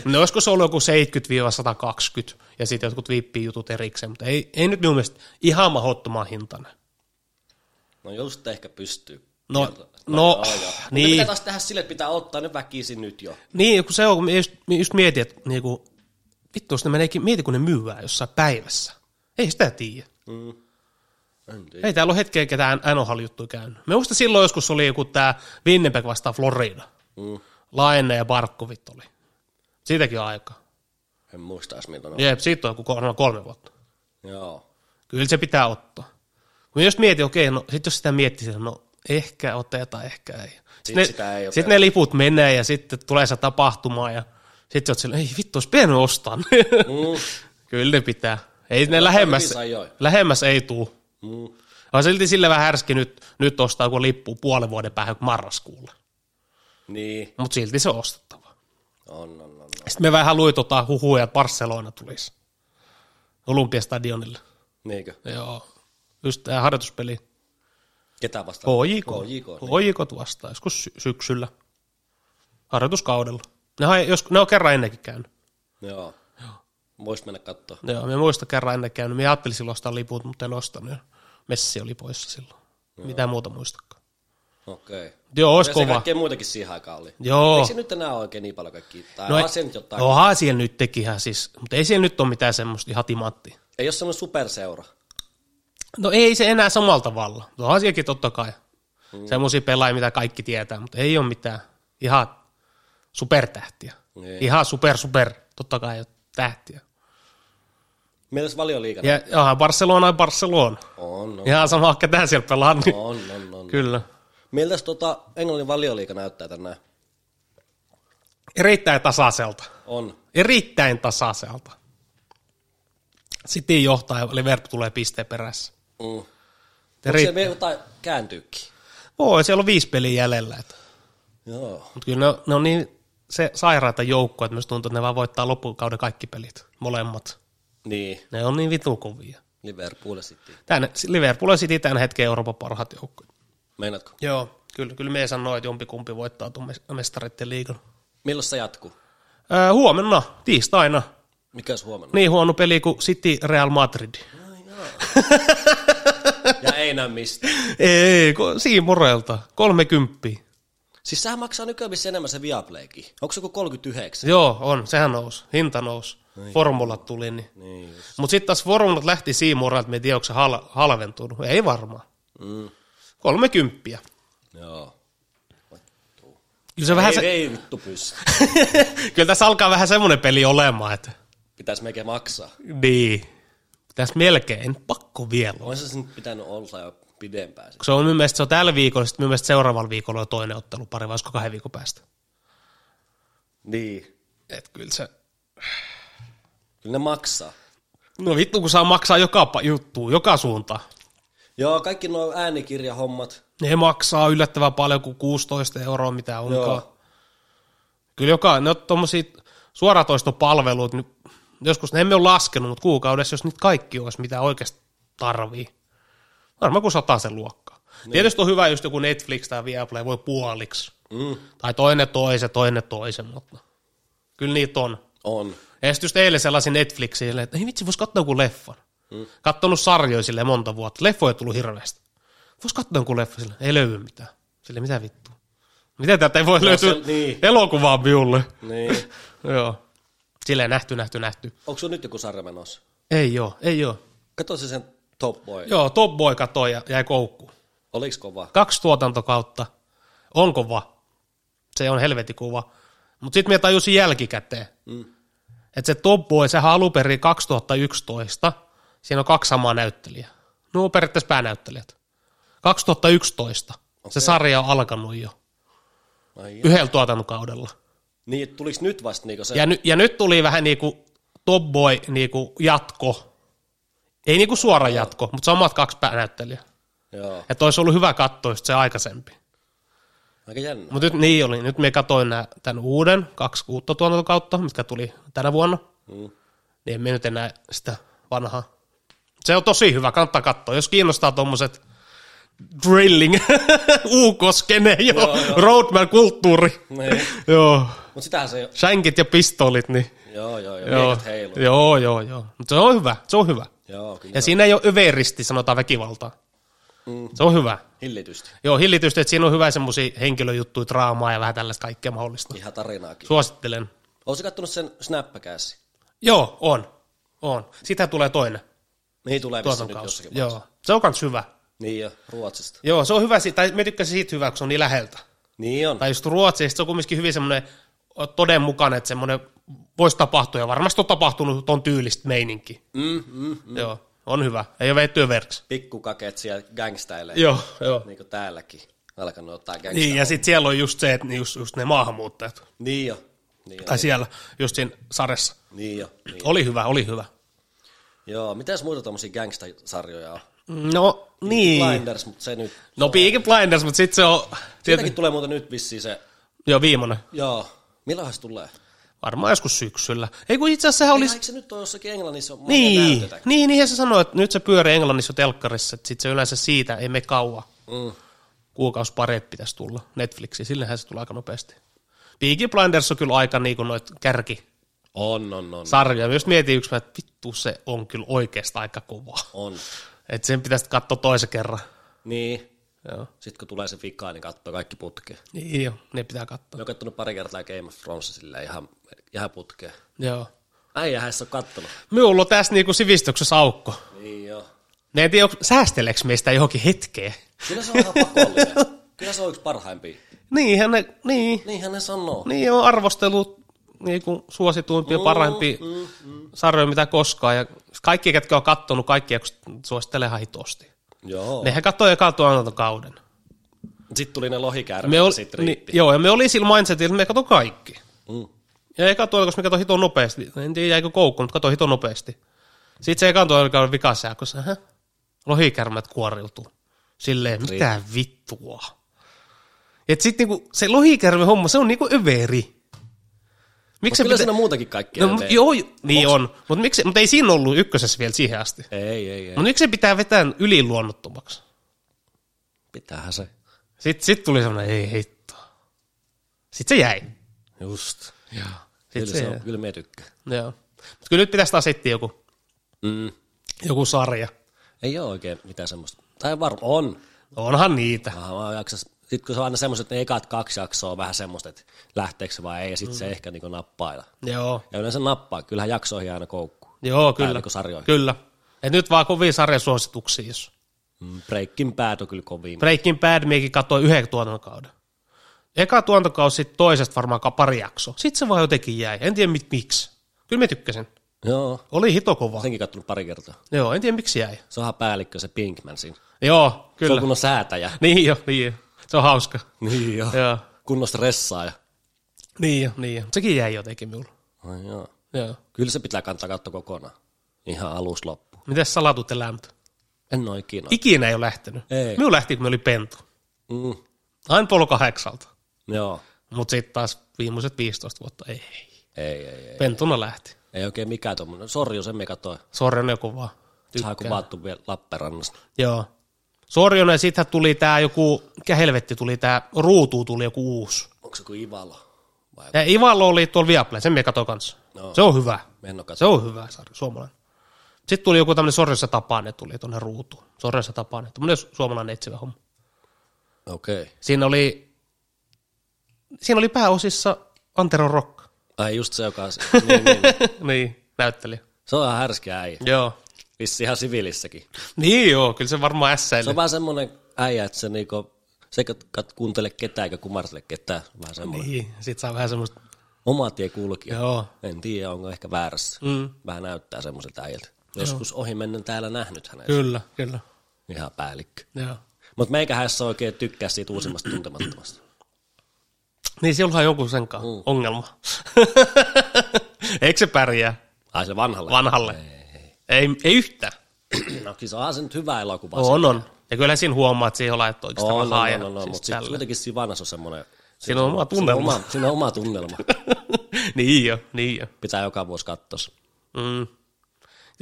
Speaker 2: No olisiko se ollut joku 70-120 ja sitten jotkut vippijutut erikseen, mutta ei, ei nyt minun mielestä ihan mahottoman hintainen.
Speaker 1: No just ehkä pystyy.
Speaker 2: No,
Speaker 1: Joo,
Speaker 2: no,
Speaker 1: joo, joo. Mutta
Speaker 2: niin,
Speaker 1: Mitä taas tehdä sille, että pitää ottaa ne väkisin nyt jo.
Speaker 2: niin, kun se on, kun minä just, minä just mietin, että niinku, vittu, jos ne meneekin, mieti kun ne myyvää jossain päivässä. Ei sitä tiedä.
Speaker 1: En tiedä.
Speaker 2: Ei täällä ole hetkeä ketään nhl juttu käynyt. Me muista silloin joskus oli joku tää Winnipeg vastaan Florida.
Speaker 1: Mm.
Speaker 2: Laine ja Barkovit oli. Siitäkin on aika.
Speaker 1: En muista edes milloin on.
Speaker 2: Jep, siitä on joku ko- no, kolme vuotta.
Speaker 1: Joo.
Speaker 2: Kyllä se pitää ottaa. Kun jos mietin, okei, no sit jos sitä miettii, no ehkä otetaan, ehkä ei.
Speaker 1: Sit
Speaker 2: Sitten ne,
Speaker 1: sitä ei
Speaker 2: sit
Speaker 1: oteta.
Speaker 2: ne liput menee ja sitten tulee se tapahtuma ja sitten oot silleen, ei vittu, olisi pitänyt ostaa. ne."
Speaker 1: Mm.
Speaker 2: *laughs* Kyllä ne pitää. Ei ne lähemmäs,
Speaker 1: hyvissä ajoin.
Speaker 2: lähemmäs ei tuu.
Speaker 1: Mm.
Speaker 2: On silti sillä vähän härski nyt, nyt ostaa, kun lippu puolen vuoden päähän marraskuulla.
Speaker 1: Niin.
Speaker 2: Mutta silti se on ostettava.
Speaker 1: On, on, on. on.
Speaker 2: Sitten me vähän luin tota huhuja, että Barcelona tulisi Olympiastadionille.
Speaker 1: Niinkö?
Speaker 2: Joo, just tämä harjoituspeli.
Speaker 1: Ketä vastaan?
Speaker 2: HJK.
Speaker 1: HJK. niin.
Speaker 2: HJK vastaa joskus sy- syksyllä. Harjoituskaudella. Ne, hai, jos, ne on kerran ennenkin käynyt.
Speaker 1: Joo. Voisi mennä katsoa.
Speaker 2: Joo, me muista kerran ennen käynyt. Me ajattelin silloin ostaa liput, mutta en ostanut. Messi oli poissa silloin. Mitä muuta muistakaan.
Speaker 1: Okei. Okay.
Speaker 2: Joo, olisi
Speaker 1: Ja se
Speaker 2: kova.
Speaker 1: kaikkea muitakin siihen aikaan oli.
Speaker 2: Joo.
Speaker 1: Eikö se nyt enää ole oikein niin paljon kaikki? Tai no,
Speaker 2: ei-
Speaker 1: onhan se nyt jotain. No.
Speaker 2: Onhan siellä nyt tekihän siis, mutta ei siellä nyt ole mitään semmoista ihan timanttia.
Speaker 1: Ei ole semmoinen superseura.
Speaker 2: No ei se enää samalla tavalla. No asiakin totta kai. Mm. Semmoisia pelaajia, mitä kaikki tietää, mutta ei ole mitään ihan supertähtiä.
Speaker 1: Niin.
Speaker 2: Ihan super, super, totta kai ei ole tähtiä.
Speaker 1: Meillä olisi valioliiga.
Speaker 2: Ja aha, Barcelona on Barcelona.
Speaker 1: On, on,
Speaker 2: Ihan sama, ketä siellä pelaa. Niin.
Speaker 1: on, on, on.
Speaker 2: Kyllä.
Speaker 1: Miltäs tota Englannin valioliiga näyttää tänään?
Speaker 2: Erittäin tasaiselta.
Speaker 1: On.
Speaker 2: Erittäin tasaiselta. City johtaa ja Liverpool tulee pisteen perässä.
Speaker 1: Mm. Onko
Speaker 2: Eri...
Speaker 1: siellä vielä jotain kääntyykin?
Speaker 2: Voi, siellä on viisi peliä jäljellä. Että.
Speaker 1: Joo.
Speaker 2: Mutta kyllä ne on, ne on niin se sairaita joukkoja, että myös tuntuu, että ne vaan voittaa loppukauden kaikki pelit, molemmat.
Speaker 1: Niin.
Speaker 2: Ne on niin vitukovia.
Speaker 1: Liverpool ja City.
Speaker 2: Tän, Liverpool ja City tämän hetken Euroopan parhaat joukkoja.
Speaker 1: Meinaatko?
Speaker 2: Joo, kyllä, kyllä me sanoo, että jompikumpi voittaa tuon mes- mestareiden liigan.
Speaker 1: Milloin se jatkuu?
Speaker 2: Öö, huomenna, tiistaina,
Speaker 1: Mikä se
Speaker 2: *laughs*
Speaker 1: huomenna?
Speaker 2: niin huono peli kuin City Real Madrid.
Speaker 1: Ja ei näy mistään.
Speaker 2: *laughs* Ei, ko- Siimurelta, 30.
Speaker 1: Siis sehän maksaa nykyään missä enemmän se Viaplaykin. Onko se joku 39?
Speaker 2: Joo, on, sehän nousi, hinta nousi, formulat tuli. Niin.
Speaker 1: Niin just.
Speaker 2: Mutta sitten taas formulat lähti Siimurelta, me en tiedä, onko se hal- halventunut. Ei varmaan.
Speaker 1: Mm.
Speaker 2: 30.
Speaker 1: Joo.
Speaker 2: Kyllä, se vähän
Speaker 1: ei,
Speaker 2: se,
Speaker 1: ei vittu pysty.
Speaker 2: kyllä tässä alkaa vähän semmoinen peli olemaan, että
Speaker 1: Pitäis meikä maksaa.
Speaker 2: niin, tässä melkein, pakko vielä. olla.
Speaker 1: Olisi se nyt pitänyt olla jo pidempään. sit.
Speaker 2: Kun Se on mun mielestä, se on tällä viikolla, sitten mun mielestä seuraavalla viikolla on toinen ottelu pari, vai olisiko kahden viikon päästä.
Speaker 1: Niin.
Speaker 2: Et kyllä se,
Speaker 1: Kyllä ne maksaa.
Speaker 2: no vittu kun saa maksaa joka pa- juttu, joka suuntaan.
Speaker 1: Joo, kaikki nuo äänikirjahommat.
Speaker 2: Ne maksaa yllättävän paljon kuin 16 euroa, mitä onkaan.
Speaker 1: Joo.
Speaker 2: Kyllä joka, ne on tommosia suoratoistopalveluita, nyt- joskus ne emme ole laskenut, mutta kuukaudessa, jos niitä kaikki olisi, mitä oikeasti tarvii, varmaan kuin sataa sen luokkaa. Niin. Tietysti on hyvä, just joku Netflix tai Viaplay voi puoliksi,
Speaker 1: Mm.
Speaker 2: tai toinen toisen, toinen toisen, mutta kyllä niitä on.
Speaker 1: On.
Speaker 2: Ja sitten just eilen sellaisen Netflixiin, että ei vitsi, vois katsoa joku leffan. Mm. Kattonut sarjoja sille monta vuotta, leffoja ei tullut hirveästi. Vois katsoa joku leffa sille, ei löydy mitään. Sille mitä vittu. Miten täältä ei voi no, löytyä
Speaker 1: se- niin.
Speaker 2: elokuvaa miulle?
Speaker 1: Niin.
Speaker 2: *laughs* Joo. Silleen nähty, nähty, nähty.
Speaker 1: Onko sun nyt joku sarja menossa?
Speaker 2: Ei joo, ei joo.
Speaker 1: Kato se sen Top Boy. Joo.
Speaker 2: Joo, Top Boy katoi ja jäi koukkuun.
Speaker 1: Oliks kova?
Speaker 2: Kaksi tuotantokautta. On kova. Se on helvetin kuva. Mutta sitten minä tajusin jälkikäteen,
Speaker 1: Mm.
Speaker 2: että se Top Boy, sehän alun perin 2011, siinä on kaksi samaa näyttelijää. No on periaatteessa päänäyttelijät. 2011 okay. se sarja on alkanut jo
Speaker 1: Ai,
Speaker 2: yhdellä tuotantokaudella.
Speaker 1: niin, et tuliks nyt vasta niinku se?
Speaker 2: Ja, ny, ja nyt tuli vähän niin kuin Top Boy niinku jatko. Ei niinku suora jatko, mutta samat kaksi päänäyttelijää.
Speaker 1: Joo.
Speaker 2: Että olisi ollut hyvä katsoa just se aikaisempi.
Speaker 1: Aika jännä.
Speaker 2: Mutta nyt niin oli. Nyt me katoin nää, tämän uuden, kaksi uutta tuotantokautta, mitkä tuli tänä vuonna. Mm. Niin en me nyt enää sitä vanhaa. Se on tosi hyvä, kannattaa katsoa. Jos kiinnostaa tommoset drilling, *laughs* uukoskene, joo, joo, joo. roadman kulttuuri.
Speaker 1: Niin.
Speaker 2: joo.
Speaker 1: Mutta sitähän se,
Speaker 2: Sänkit ja pistoolit, niin.
Speaker 1: joo joo joo,
Speaker 2: Joo.
Speaker 1: joo. heilu. Joo.
Speaker 2: joo, joo, joo. Mutta se on hyvä, se on hyvä.
Speaker 1: joo, kyllä.
Speaker 2: Ja siinä ei ole överisti, sanotaan väkivaltaa. Mm. Se on hyvä.
Speaker 1: Hillitysti.
Speaker 2: Joo, hillitysti, että siinä on hyvä semmoisia henkilöjuttuja, draamaa ja vähän tällaista kaikkea mahdollista.
Speaker 1: Ihan tarinaakin.
Speaker 2: Suosittelen.
Speaker 1: Oletko kattonut sen Snappäkäsi?
Speaker 2: Joo, on. On. Sitä tulee toinen
Speaker 1: Niin tulee vissiin nyt
Speaker 2: tuotantokausi.
Speaker 1: jossakin.
Speaker 2: Joo. Se on kans hyvä.
Speaker 1: Niin jo, Ruotsista.
Speaker 2: Joo, se on hyvä, si- tai me tykkäsin siitä hyvä, kun se on niin läheltä.
Speaker 1: Niin on.
Speaker 2: Tai just Ruotsista se on kumminkin hyvin semmoinen todenmukainen, että semmoinen voisi tapahtua, ja varmasti on tapahtunut ton tyylistä meininki.
Speaker 1: Mm, mm, mm.
Speaker 2: Mm. Joo, on hyvä. Ei ole vedetty överiksi.
Speaker 1: Pikkukaket siellä gangstailee.
Speaker 2: Joo, joo.
Speaker 1: Niin kuin täälläkin. Alkanut ottaa gangsta.
Speaker 2: Niin, ja sitten siellä on just se, että just, just ne maahanmuuttajat,
Speaker 1: Niin jo. Niin jo.
Speaker 2: tai siellä just siinä sarjassa.
Speaker 1: Niin jo. Niin.
Speaker 2: Oli hyvä, oli hyvä.
Speaker 1: Joo, mitäs muita tommosia gangsta-sarjoja on?
Speaker 2: No, niin.
Speaker 1: Blinders, mutta se nyt...
Speaker 2: No Peaky Blinders, mutta sitten se on,
Speaker 1: Siitäkin tulee muuten nyt vissiin se...
Speaker 2: joo viimeinen.
Speaker 1: Joo. Milloinhan se tulee?
Speaker 2: Varmaan joskus syksyllä. Ei kun itse asiassa sehän
Speaker 1: Olis...
Speaker 2: olisi...
Speaker 1: Eikö se nyt ole jossakin Englannissa? Mä en
Speaker 2: Niin,
Speaker 1: näytetä.
Speaker 2: niin, niin se sanoi, että nyt se pyörii Englannissa jo telkkarissa, että sitten se yleensä siitä ei me kauan.
Speaker 1: Mm.
Speaker 2: Kuukaus pareet pitäisi tulla Netflixiin, sillähän se tulee aika nopeasti. Peaky Blinders on kyllä aika niin kuin noit kärki
Speaker 1: On, on, on.
Speaker 2: sarja. Myös mietin yksi, päivä, että vittu se on kyllä oikeastaan aika kova.
Speaker 1: on.
Speaker 2: Että sen pitäisi katsoa toisen kerran.
Speaker 1: Niin.
Speaker 2: Joo.
Speaker 1: Sitten kun tulee se vika, niin katsoo kaikki putkeen.
Speaker 2: Niin, joo, ne pitää katsoa.
Speaker 1: Mä oon kattonut pari kertaa Game of Thrones silleen ihan, ihan putkeen.
Speaker 2: Joo.
Speaker 1: Äijähän se on kattonut.
Speaker 2: Minulla on tässä niinku sivistyksessä aukko.
Speaker 1: Niin joo.
Speaker 2: Ne en tiedä, onko- säästeleekö meistä johonkin hetkeen.
Speaker 1: Kyllä se on ihan pakollinen. Kyllä se on yksi parhaimpia.
Speaker 2: Niinhän ne, niin.
Speaker 1: Niinhän ne sanoo.
Speaker 2: Niin on arvostelut niinku suosituimpia, mm, parhaimpia mm, mm. sarjoja mitä koskaan. Ja kaikki, ketkä on kattonut, kaikki suosittelee ihan hitosti.
Speaker 1: Joo. Ne.
Speaker 2: Nehän katsoi ekaa tuotantokauden.
Speaker 1: Sitten tuli ne lohikäärmeet
Speaker 2: Me
Speaker 1: ja
Speaker 2: ol,
Speaker 1: sit
Speaker 2: niin,
Speaker 1: riitti.
Speaker 2: joo, ja me oli sillä mindsetillä, että me katso kaikki.
Speaker 1: Mm.
Speaker 2: Ja eka tuolla, koska me katsoin hiton nopeasti. En tiedä, jäikö koukku, mutta katsoin hiton nopeasti. Sitten se eka tuolla vikasää, kun se, hä? lohikärmät kuoriutuu. Silleen, mitä vittua. Et sit niinku, se lohikärme homma, se on niinku överi. Miksi
Speaker 1: Mut kyllä siinä on muutakin kaikkea.
Speaker 2: no, mut
Speaker 1: tehdä.
Speaker 2: joo, niin on. Mutta miksi, mut ei siinä ollut ykkösessä vielä siihen asti.
Speaker 1: Ei, ei, ei.
Speaker 2: Mutta miksi se pitää vetää yliluonnottomaksi?
Speaker 1: Pitäähän se.
Speaker 2: Sitten sit tuli semmoinen, ei hitto. Sitten se jäi.
Speaker 1: Just.
Speaker 2: Joo. Sitten
Speaker 1: Kyllä,
Speaker 2: se,
Speaker 1: se
Speaker 2: jäi.
Speaker 1: on, kyllä me tykkään.
Speaker 2: Joo. Mutta kyllä nyt pitäisi taas etsiä joku,
Speaker 1: Mm.
Speaker 2: joku sarja.
Speaker 1: Ei ole oikein mitään semmoista. Tai varmaan on.
Speaker 2: Onhan niitä.
Speaker 1: Aha, mä jaksas. Sitten kun se on aina semmoiset, että ne ekat kaksi jaksoa on vähän semmoista, että lähteekö se vai ei, ja sitten mm. se ehkä niin nappailla.
Speaker 2: Joo.
Speaker 1: Ja yleensä nappaa, kyllähän jaksoihin aina koukkuu.
Speaker 2: Joo,
Speaker 1: Kyllä.
Speaker 2: kyllä.
Speaker 1: Niin sarjoihin.
Speaker 2: Kyllä. Et nyt vaan kovia sarjasuosituksia, jos.
Speaker 1: Mm, Breakin päät on kyllä kovin.
Speaker 2: Breaking Bad miekin katsoi yhden tuotantokauden. Eka tuotantokausi sitten toisesta varmaan ka- pari jaksoa. Sitten se vaan jotenkin jäi. En tiedä mit, miksi. Kyllä mä tykkäsin.
Speaker 1: Joo.
Speaker 2: Oli hitokova.
Speaker 1: Senkin kattonut pari kertaa.
Speaker 2: Joo, en tiedä miksi jäi.
Speaker 1: Se onhan päällikkö se Pinkman siinä.
Speaker 2: Joo,
Speaker 1: Kyllä. Se on
Speaker 2: kyllä.
Speaker 1: kunnon säätäjä.
Speaker 2: Niin jo, niin jo. Se on hauska.
Speaker 1: *laughs* Niin joo.
Speaker 2: Joo.
Speaker 1: Kunnon stressaaja.
Speaker 2: Ah. Niin jo, niin jo. Sekin jäi jotenkin minulla.
Speaker 1: Ai joo.
Speaker 2: Joo.
Speaker 1: Kyllä se pitää kantaa katto kokonaan. Ihan alus loppu.
Speaker 2: Mites salatut elämät?
Speaker 1: En ole ikinä.
Speaker 2: Ikinä ei ole lähtenyt.
Speaker 1: Ei.
Speaker 2: Minun lähti, kun me oli pentu.
Speaker 1: Mm.
Speaker 2: Aina puoli kahdeksalta.
Speaker 1: Joo.
Speaker 2: Mutta sitten taas viimeiset 15 vuotta ei.
Speaker 1: Ei, ei, ei.
Speaker 2: Pentuna lähti.
Speaker 1: Ei oikein mikään tuommoinen. Sorju, sen me katsoin.
Speaker 2: Sorjonen joku vaan.
Speaker 1: Saa kuvattu vielä Lappeenrannasta.
Speaker 2: Joo. Sorjonen, ja sitten tuli tämä joku, mikä helvetti tuli tämä, ruutu tuli joku uusi.
Speaker 1: Onko se kuin Ivalo? Vai
Speaker 2: Ja Ivalo oli tuolla Viaplay, sen me katsoin kanssa.
Speaker 1: No.
Speaker 2: Se on hyvä.
Speaker 1: me en ole
Speaker 2: Se
Speaker 1: katsonut.
Speaker 2: on hyvä sarja, suomalainen. Sitten tuli joku tämmöinen Sorjossa Tapane tuli tuonne ruutuun. Sorjossa Tapane, tämmöinen su- suomalainen etsivä homma.
Speaker 1: Okei. Okay.
Speaker 2: Siinä oli, siinä oli pääosissa Antero Rock. *laughs*
Speaker 1: Ai just se, joka... *laughs* niin, niin.
Speaker 2: niin, näyttelijä.
Speaker 1: Se on ihan härskiä äijä.
Speaker 2: Joo.
Speaker 1: Vissi ihan siviilissäkin.
Speaker 2: Niin joo, kyllä se varmaan
Speaker 1: Se
Speaker 2: ässäilee.
Speaker 1: on vähän semmoinen äijä, että se niinku, se ei kat- kuuntele ketään eikä kumartele ketään. Vähän semmoinen. Niin.
Speaker 2: Niin, sit saa vähän semmoista,
Speaker 1: Oma tie kulkija.
Speaker 2: joo.
Speaker 1: En tiedä, onko ehkä väärässä.
Speaker 2: Mm.
Speaker 1: Vähän näyttää semmoiselta äijältä. Joskus ohi mennen täällä nähnyt hänet.
Speaker 2: Kyllä, kyllä.
Speaker 1: Ihan päällikkö.
Speaker 2: Joo.
Speaker 1: Mutta meikähän se oikein tykkää siitä
Speaker 2: Mm.
Speaker 1: uusimmasta tuntemattomasta.
Speaker 2: Niin, silloinhan joku senkaan mm. ongelma. *laughs* Eikö se pärjää
Speaker 1: Ai se vanhalle.
Speaker 2: vanhalle? Ei, ei yhtään.
Speaker 1: no siis onhan se nyt hyvä elokuva.
Speaker 2: On, on. Ja kyllä siinä huomaa, että siihen laittoi oikeastaan
Speaker 1: No, no,
Speaker 2: rahaa.
Speaker 1: no,
Speaker 2: ja
Speaker 1: no, no,
Speaker 2: siis
Speaker 1: mutta sitten
Speaker 2: tällä.
Speaker 1: kuitenkin siinä vanhassa on semmoinen...
Speaker 2: Siinä on oma
Speaker 1: Siinä on
Speaker 2: tunnelma.
Speaker 1: oma, siinä on oma tunnelma.
Speaker 2: *laughs* niin jo, niin jo.
Speaker 1: Pitää joka vuosi katsoa se.
Speaker 2: Mm.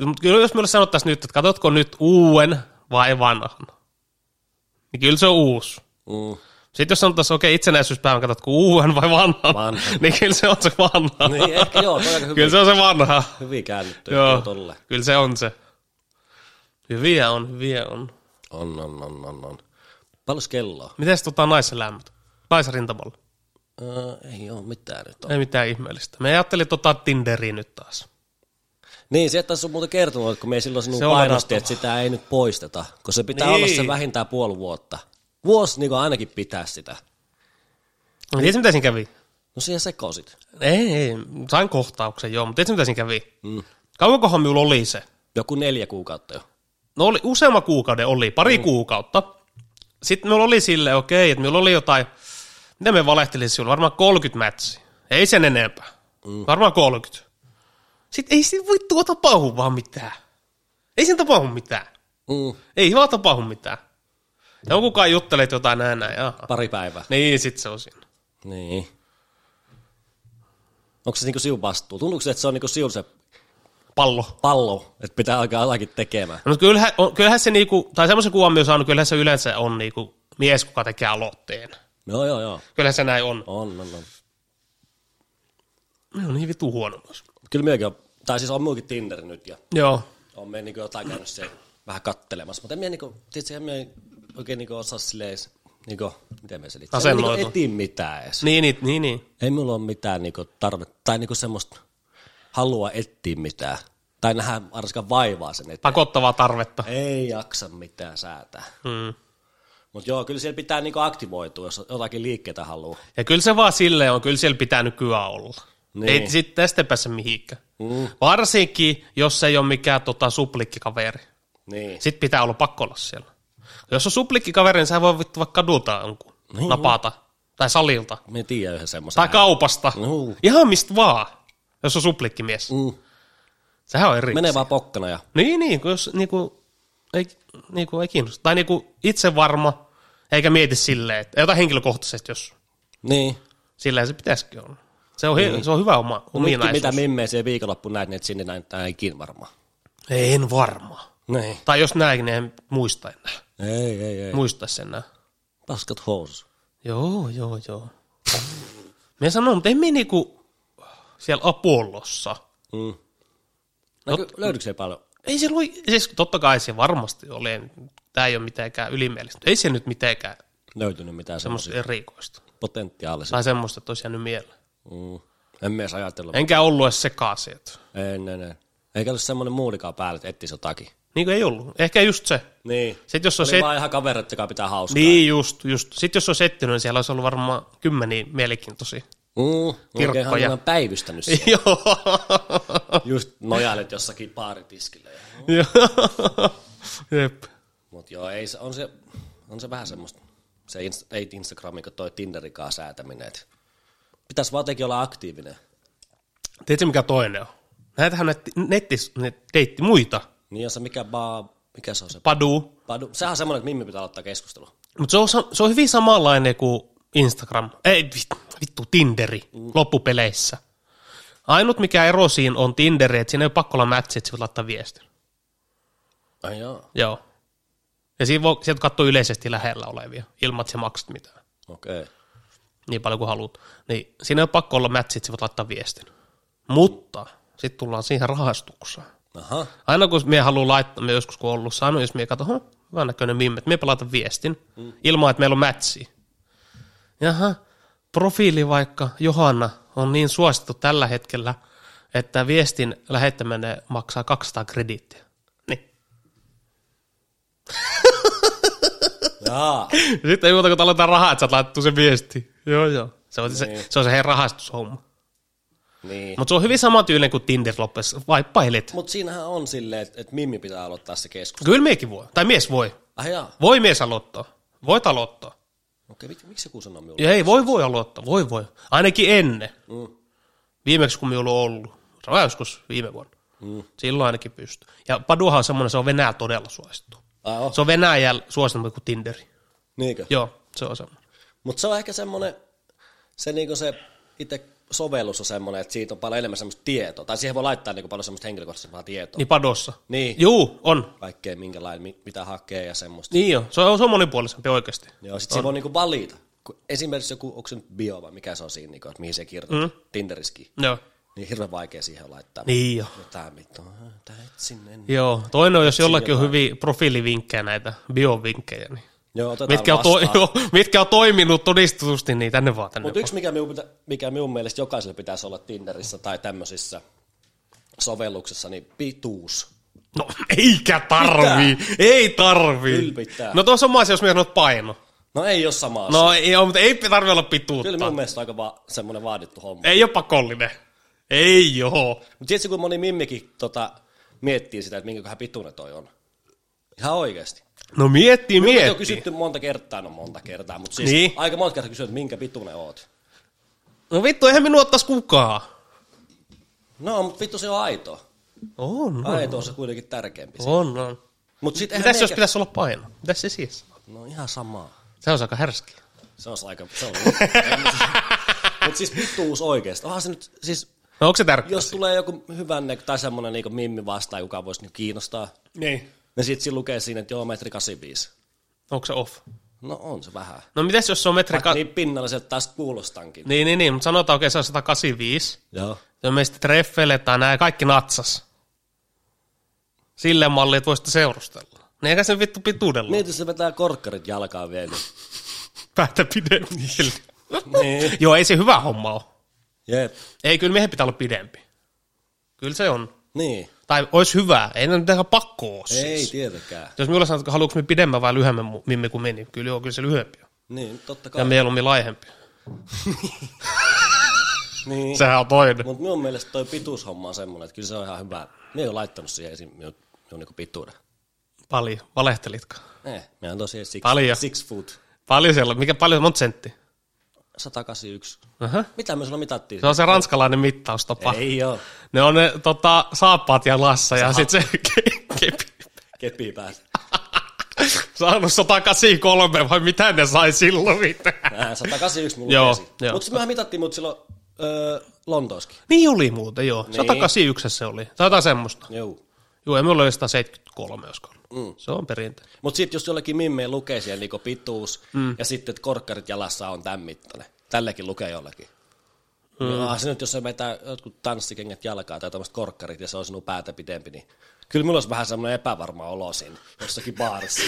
Speaker 2: Mutta kyllä jos meille sanottaisiin nyt, että katsotko nyt uuden vai vanhan, niin kyllä se on uusi.
Speaker 1: Mm.
Speaker 2: Sitten jos sanottaisiin, okei, itsenäisyyspäivän katsotko uuden vai vanhan,
Speaker 1: Vanhan.
Speaker 2: *laughs* niin kyllä se on se vanha.
Speaker 1: Niin, ehkä joo, toi on aika
Speaker 2: kyllä
Speaker 1: hyvin,
Speaker 2: se on se vanha.
Speaker 1: hyvin käännetty.
Speaker 2: Joo,
Speaker 1: Joo. Tolle.
Speaker 2: kyllä se on se. Hyviä on, hyviä on.
Speaker 1: On, on, on, on, on. Paljon kelloa?
Speaker 2: Mites tota naiselämät? Naisrintamalla?
Speaker 1: Öö, ei ole mitään nyt. On.
Speaker 2: Ei mitään ihmeellistä. Me ajattelin tota Tinderiä nyt taas.
Speaker 1: Niin, se, että tässä on muuten kertonut, kun me ei silloin sinun
Speaker 2: Se on
Speaker 1: painosti,
Speaker 2: verrattava.
Speaker 1: että sitä ei nyt poisteta, kun se pitää
Speaker 2: Niin.
Speaker 1: niin. olla se vähintään puoli vuotta. Vuosi niin ainakin pitää sitä.
Speaker 2: Mm. Tiedätkö mitä siinä kävi?
Speaker 1: No siihen sekoisit.
Speaker 2: Ei, ei, sain kohtauksen joo, mutta tiedätkö mitä siinä kävi? Mm. Kauankohan minulla oli se?
Speaker 1: Joku neljä kuukautta jo.
Speaker 2: No oli useamman kuukauden, oli pari mm. kuukautta. Sitten minulla oli sille okei, okay, että minulla oli jotain, mitä me valehtelin sinulle, varmaan 30 mätsiä. Ei sen enempää, mm. varmaan 30. Sitten ei siinä vittua tapahdu vaan mitään. Ei siinä tapahdu mitään.
Speaker 1: Mm,
Speaker 2: Ei vaan tapahdu mitään. Ja on kukaan juttelee että jotain näin näin, jaha.
Speaker 1: pari päivää.
Speaker 2: Niin, sit se on siinä.
Speaker 1: Niin. Onko se niinku siun vastuu? Tuntuuko se, että se on niinku siun se
Speaker 2: Pallo.
Speaker 1: pallo, että pitää alkaa jotakin tekemään?
Speaker 2: No, mutta kyllähän, on, kyllähän se niinku, tai semmoisen kuvan myös saanut, kyllähän se yleensä on niinku mies, kuka tekee aloitteen.
Speaker 1: No joo, joo.
Speaker 2: Kyllähän se näin on.
Speaker 1: On, on, on.
Speaker 2: Ne on niin vittu huono myös.
Speaker 1: Kyllä myökin on, tai siis on muukin Tinder nyt ja
Speaker 2: Joo.
Speaker 1: on me niinku jotain käynyt se vähän kattelemassa, mutta en mie niinku, tiiätkö, en mie oikein niinku osaa silleen, edes niinku, miten me selitän? En mie
Speaker 2: Asennoitu.
Speaker 1: niinku eti mitään edes.
Speaker 2: Niin, niin, niin. niin.
Speaker 1: Ei mulla ole mitään niinku tarvetta, tai niinku semmoista halua etsiä mitään, tai nähdä varsinkaan vaivaa sen eteen.
Speaker 2: Pakottavaa tarvetta.
Speaker 1: Ei jaksa mitään säätää.
Speaker 2: Mm.
Speaker 1: Mutta joo, kyllä siellä pitää niinku aktivoitua, jos jotakin liikkeitä haluaa.
Speaker 2: Ja kyllä se vaan silleen on, kyllä siellä pitää nykyään olla. Niin.
Speaker 1: Niin.
Speaker 2: Ei sit tästä pääse mihinkään.
Speaker 1: Mm.
Speaker 2: Varsinkin, jos ei ole mikään tota, suplikkikaveri.
Speaker 1: Niin.
Speaker 2: Sitten pitää olla pakko olla siellä. Jos on suplikkikaveri, niin sä voi vittu vaikka kadulta jonkun niin. napata. Tai salilta.
Speaker 1: Me tiedän yhden semmoisen.
Speaker 2: Tai kaupasta.
Speaker 1: Juu.
Speaker 2: Ihan mistä vaan, jos on suplikkimies.
Speaker 1: Mm.
Speaker 2: Sehän on eri.
Speaker 1: Menee vaan pokkana ja
Speaker 2: Niin, niin, kun jos niinku, ei, niinku, ei kiinnosta. Tai niinku itse varma, eikä mieti silleen, että jotain henkilökohtaisesti, jos
Speaker 1: niin.
Speaker 2: silleen se pitäisikin olla. Se on, niin. se on hyvä oma,
Speaker 1: Mikki,
Speaker 2: ominaisuus.
Speaker 1: No, mitä mimmejä siihen viikonloppuun näet, niin et sinne näyttää ikin varmaan.
Speaker 2: Ei, en varma.
Speaker 1: Niin.
Speaker 2: Tai jos näin, niin en muista enää.
Speaker 1: Ei, ei, ei.
Speaker 2: Muista sen enää.
Speaker 1: Paskat housus.
Speaker 2: Joo, joo, joo. Me sanon, mutta emme niinku siellä Apollossa.
Speaker 1: Mm. Näky, löytyykö se paljon?
Speaker 2: Ei siellä ole, siis totta kai se varmasti oli, tämä ei ole mitenkään ylimielistä. Ei se nyt mitenkään
Speaker 1: Löytynyt mitään semmoista
Speaker 2: semmoista erikoista.
Speaker 1: potentiaalisia.
Speaker 2: Tai semmoista tosiaan nyt mieleen.
Speaker 1: Mm. En mies ajatellut.
Speaker 2: Enkä ollut edes sekaisin. että-
Speaker 1: En, en, en. Eikä ole semmoinen muulikaan päälle, että etsisi jotakin.
Speaker 2: Niin kuin ei ollut. Ehkä just se.
Speaker 1: Niin.
Speaker 2: Sitten jos on
Speaker 1: Oli
Speaker 2: se...
Speaker 1: vaan ihan kaverit, joka pitää hauskaa.
Speaker 2: Niin just, just. Sitten jos on settynyt, niin siellä olisi ollut varmaan kymmeniä mielenkiintoisia. *laughs*
Speaker 1: Mm,
Speaker 2: Kirkkoja. Niin.
Speaker 1: kirkkoja. Oikein päivystänyt siellä.
Speaker 2: Joo.
Speaker 1: Just nojailet jossakin baaritiskille.
Speaker 2: Joo. Jep.
Speaker 1: Mutta joo, ei, se- on, se, on se vähän semmoista, se inst, ei Instagramin kuin toi Tinderikaan säätäminen. Et pitäisi vaan jotenkin olla aktiivinen.
Speaker 2: Tiedätkö mikä toinen on? Näitähän net, nettis, net, deitti muita.
Speaker 1: Niin jos se mikä vaan, mikä se on se?
Speaker 2: Padu.
Speaker 1: Padu. Sehän on semmoinen, että Mimmi pitää aloittaa keskustelu.
Speaker 2: Mutta se on, sa- se on hyvin samanlainen kuin Instagram. Ei, vit- vittu, Tinderi loppupeleissä. Ainut mikä ero siinä on Tinderi, että siinä ei ole pakko olla matchi, että sä voit laittaa viestin.
Speaker 1: Ai joo,
Speaker 2: Joo. Ja siinä voi, sieltä katsoo yleisesti lähellä olevia, ilman että sä maksat mitään.
Speaker 1: okei. Okay.
Speaker 2: Niin paljon kuin haluat. Niin siinä on pakko olla matchit, sä voit laittaa viestin. Mutta sitten tullaan siihen rahastukseen.
Speaker 1: Aha,
Speaker 2: Aina kun me haluan laittaa, me joskus kun on ollut saanut, jos me katson, huh, hyvän näköinen mimme, että me laitan viestin, mm. ilman että meillä on matchi. Jaha, profiili vaikka Johanna on niin suosittu tällä hetkellä, että viestin lähettäminen maksaa 200 krediittiä. Niin.
Speaker 1: jaa.
Speaker 2: Sitten ei muuta kuin aletaan rahaa, että sä oot laittanut sen viesti. Joo, joo. Se on se, se, on se heidän rahastushomma.
Speaker 1: Niin.
Speaker 2: Mutta se on hyvin samantyylinen kuin Tinder loppes vaippailet.
Speaker 1: Mutta siinähän on silleen, että et Mimmi pitää aloittaa se keskustelu.
Speaker 2: Kyllä meikin voi. Tai mies voi.
Speaker 1: Ai jaa,
Speaker 2: Voi mies aloittaa. Voit aloittaa.
Speaker 1: okei, mik, miksi joku sanoo minulle?
Speaker 2: Ja ei, voi voi aloittaa. Voi voi. Ainakin ennen.
Speaker 1: Mm.
Speaker 2: Viimeksi kun minulla on ollut. Se on joskus viime vuonna. Mm. Silloin ainakin pystyy. Ja Paduhan on semmoinen, se on Venäjä todella suosittu.
Speaker 1: Ai on.
Speaker 2: Se on Venäjällä suositumpi kuin Tinderi.
Speaker 1: Niinkö?
Speaker 2: Joo, se on semmoinen.
Speaker 1: Mutta se on ehkä semmoinen, se, niinku se itse sovellus on semmoinen, että siitä on paljon enemmän semmoista tietoa. Tai siihen voi laittaa niinku paljon semmoista henkilökohtaisempaa tietoa.
Speaker 2: Niin padossa.
Speaker 1: Niin.
Speaker 2: Juu, on.
Speaker 1: Kaikkea minkälainen, mi- mitä hakee ja semmoista.
Speaker 2: Niin jo. Se on, se on monipuolisempi oikeasti.
Speaker 1: Joo, sit se voi niinku valita. Kun esimerkiksi joku, onko se nyt bio vai mikä se on siinä, niinku, että mihin se kirjoittaa, mm. Tinderiskin.
Speaker 2: Joo.
Speaker 1: Niin hirveän vaikea siihen on laittaa.
Speaker 2: Niin jo.
Speaker 1: Jotain vittu, äh, No tää et sinne. en-
Speaker 2: Joo, toinen on, jos jollakin on hyviä profiilivinkkejä näitä biovinkkejä, niin
Speaker 1: Joo, otetaan
Speaker 2: mitkä on, to-
Speaker 1: vastaan.
Speaker 2: joo, *laughs* mitkä on toiminut todistetusti, niin tänne vaan tänne.
Speaker 1: Mutta yksi, mikä minun, pitä- mikä minun mielestä jokaisella pitäisi olla Tinderissä tai tämmöisissä sovelluksessa, niin pituus.
Speaker 2: No eikä tarvii, ei tarvii.
Speaker 1: Kyllä pitää.
Speaker 2: No tuossa on sama asia, jos minä sanot paino.
Speaker 1: No ei ole sama asia.
Speaker 2: No ei ole, mutta ei tarvi olla pituutta.
Speaker 1: Kyllä minun mielestä aika va- semmoinen vaadittu homma.
Speaker 2: Ei ole pakollinen. Ei joo.
Speaker 1: Mutta tiedätkö, kun moni mimmikin tota, miettii sitä, että minkäköhän pituinen toi on. Ihan oikeasti.
Speaker 2: No miettii,
Speaker 1: Tätä on
Speaker 2: miettii.
Speaker 1: kysytty monta kertaa, no monta kertaa, mutta siis
Speaker 2: Niin.
Speaker 1: niin. aika monta kertaa kysytty, että minkä pituinen oot.
Speaker 2: No vittu, eihän minua ottais kukaan.
Speaker 1: No, mutta vittu se on aito.
Speaker 2: On, on,
Speaker 1: Aito on se kuitenkin tärkeämpi.
Speaker 2: on. on.
Speaker 1: Mut sit eihän
Speaker 2: Mitäs jos
Speaker 1: meikä-
Speaker 2: pitäisi olla paino? Mitäs se siis?
Speaker 1: No ihan samaa.
Speaker 2: Se on aika härski.
Speaker 1: Se on aika... Se on... *laughs* Mutta siis pituus oikeesti. Onhan se nyt, siis
Speaker 2: No onko se tärkeä?
Speaker 1: jos tulee joku hyvän näkö tai semmoinen niinku mimmi vastaan, joka voisi niinku kiinnostaa,
Speaker 2: Niin.
Speaker 1: niin sit siinä lukee siinä, että joo, metri 85.
Speaker 2: Onko se off?
Speaker 1: No on se vähän.
Speaker 2: No mitäs jos se on metri... Ka-
Speaker 1: Ka- niin pinnalliselta taas kuulostankin.
Speaker 2: niin, niin, niin, mutta sanotaan okei, se on 185.
Speaker 1: Joo.
Speaker 2: Ja meistä treffeille tai nämä kaikki natsas. Sille malli, että voisitte seurustella. Niin eikä sen vittu pituudella niin.
Speaker 1: Mietin, se vetää korkkarit jalkaan vielä.
Speaker 2: *laughs* päätä pidemmille. *laughs*
Speaker 1: niin.
Speaker 2: Joo, ei se hyvä homma ole.
Speaker 1: Jep.
Speaker 2: Ei, kyllä miehen pitää olla pidempi. Kyllä se on.
Speaker 1: Niin.
Speaker 2: Tai olisi hyvä. Ei ne nyt ihan pakko ole
Speaker 1: Ei
Speaker 2: siis.
Speaker 1: tietenkään.
Speaker 2: Jos minulla sanotaan, että haluatko me pidemmän vai lyhyemmän mu- mimmi kuin meni, kyllä joo, kyllä se lyhyempi on.
Speaker 1: Niin, totta kai.
Speaker 2: Ja mieluummin laihempi.
Speaker 1: Niin.
Speaker 2: Sehän on toinen.
Speaker 1: Mutta minun mielestä toi pituushomma on semmoinen, että kyllä se on ihan hyvä. Minä en ole laittanut siihen esim. minun, minun niinku pituuden.
Speaker 2: Paljon. Valehtelitko?
Speaker 1: Eh, minä on tosiaan six,
Speaker 2: Paljon.
Speaker 1: six foot.
Speaker 2: Paljon siellä. Mikä paljon? Monta sentti?
Speaker 1: 181.
Speaker 2: Aha.
Speaker 1: Mitä me sulla mitattiin?
Speaker 2: Se on se ranskalainen mittaustapa.
Speaker 1: Ei joo,
Speaker 2: Ne on ne tota, saappaat ja lassa ja sitten se ke- kepi.
Speaker 1: kepi
Speaker 2: *laughs*
Speaker 1: päässä. Äh,
Speaker 2: Saanut 183 vai mitä ne sai silloin mitään.
Speaker 1: Äh, 181 mulla
Speaker 2: Joo,
Speaker 1: joo,
Speaker 2: joo.
Speaker 1: Mutta mehän mitattiin mut silloin öö, Lontooskin.
Speaker 2: Niin oli muuten, joo. Niin. 181 se oli. Tai jotain semmoista.
Speaker 1: Joo.
Speaker 2: Joo, ja minulla oli 173, olisiko mm. Se on perinteinen.
Speaker 1: Mutta sitten jos jollekin mimmeen lukee siellä niinku pituus mm. ja sitten, että korkkarit jalassa on tämän mittainen. Tälläkin lukee jollakin. Mm. No, se nyt, jos se vetää jotkut tanssikengät jalkaa tai tämmöiset korkkarit ja se on sinun päätä pitempi, niin kyllä minulla olisi vähän semmoinen epävarma olo siinä jossakin
Speaker 2: *laughs*
Speaker 1: baarissa.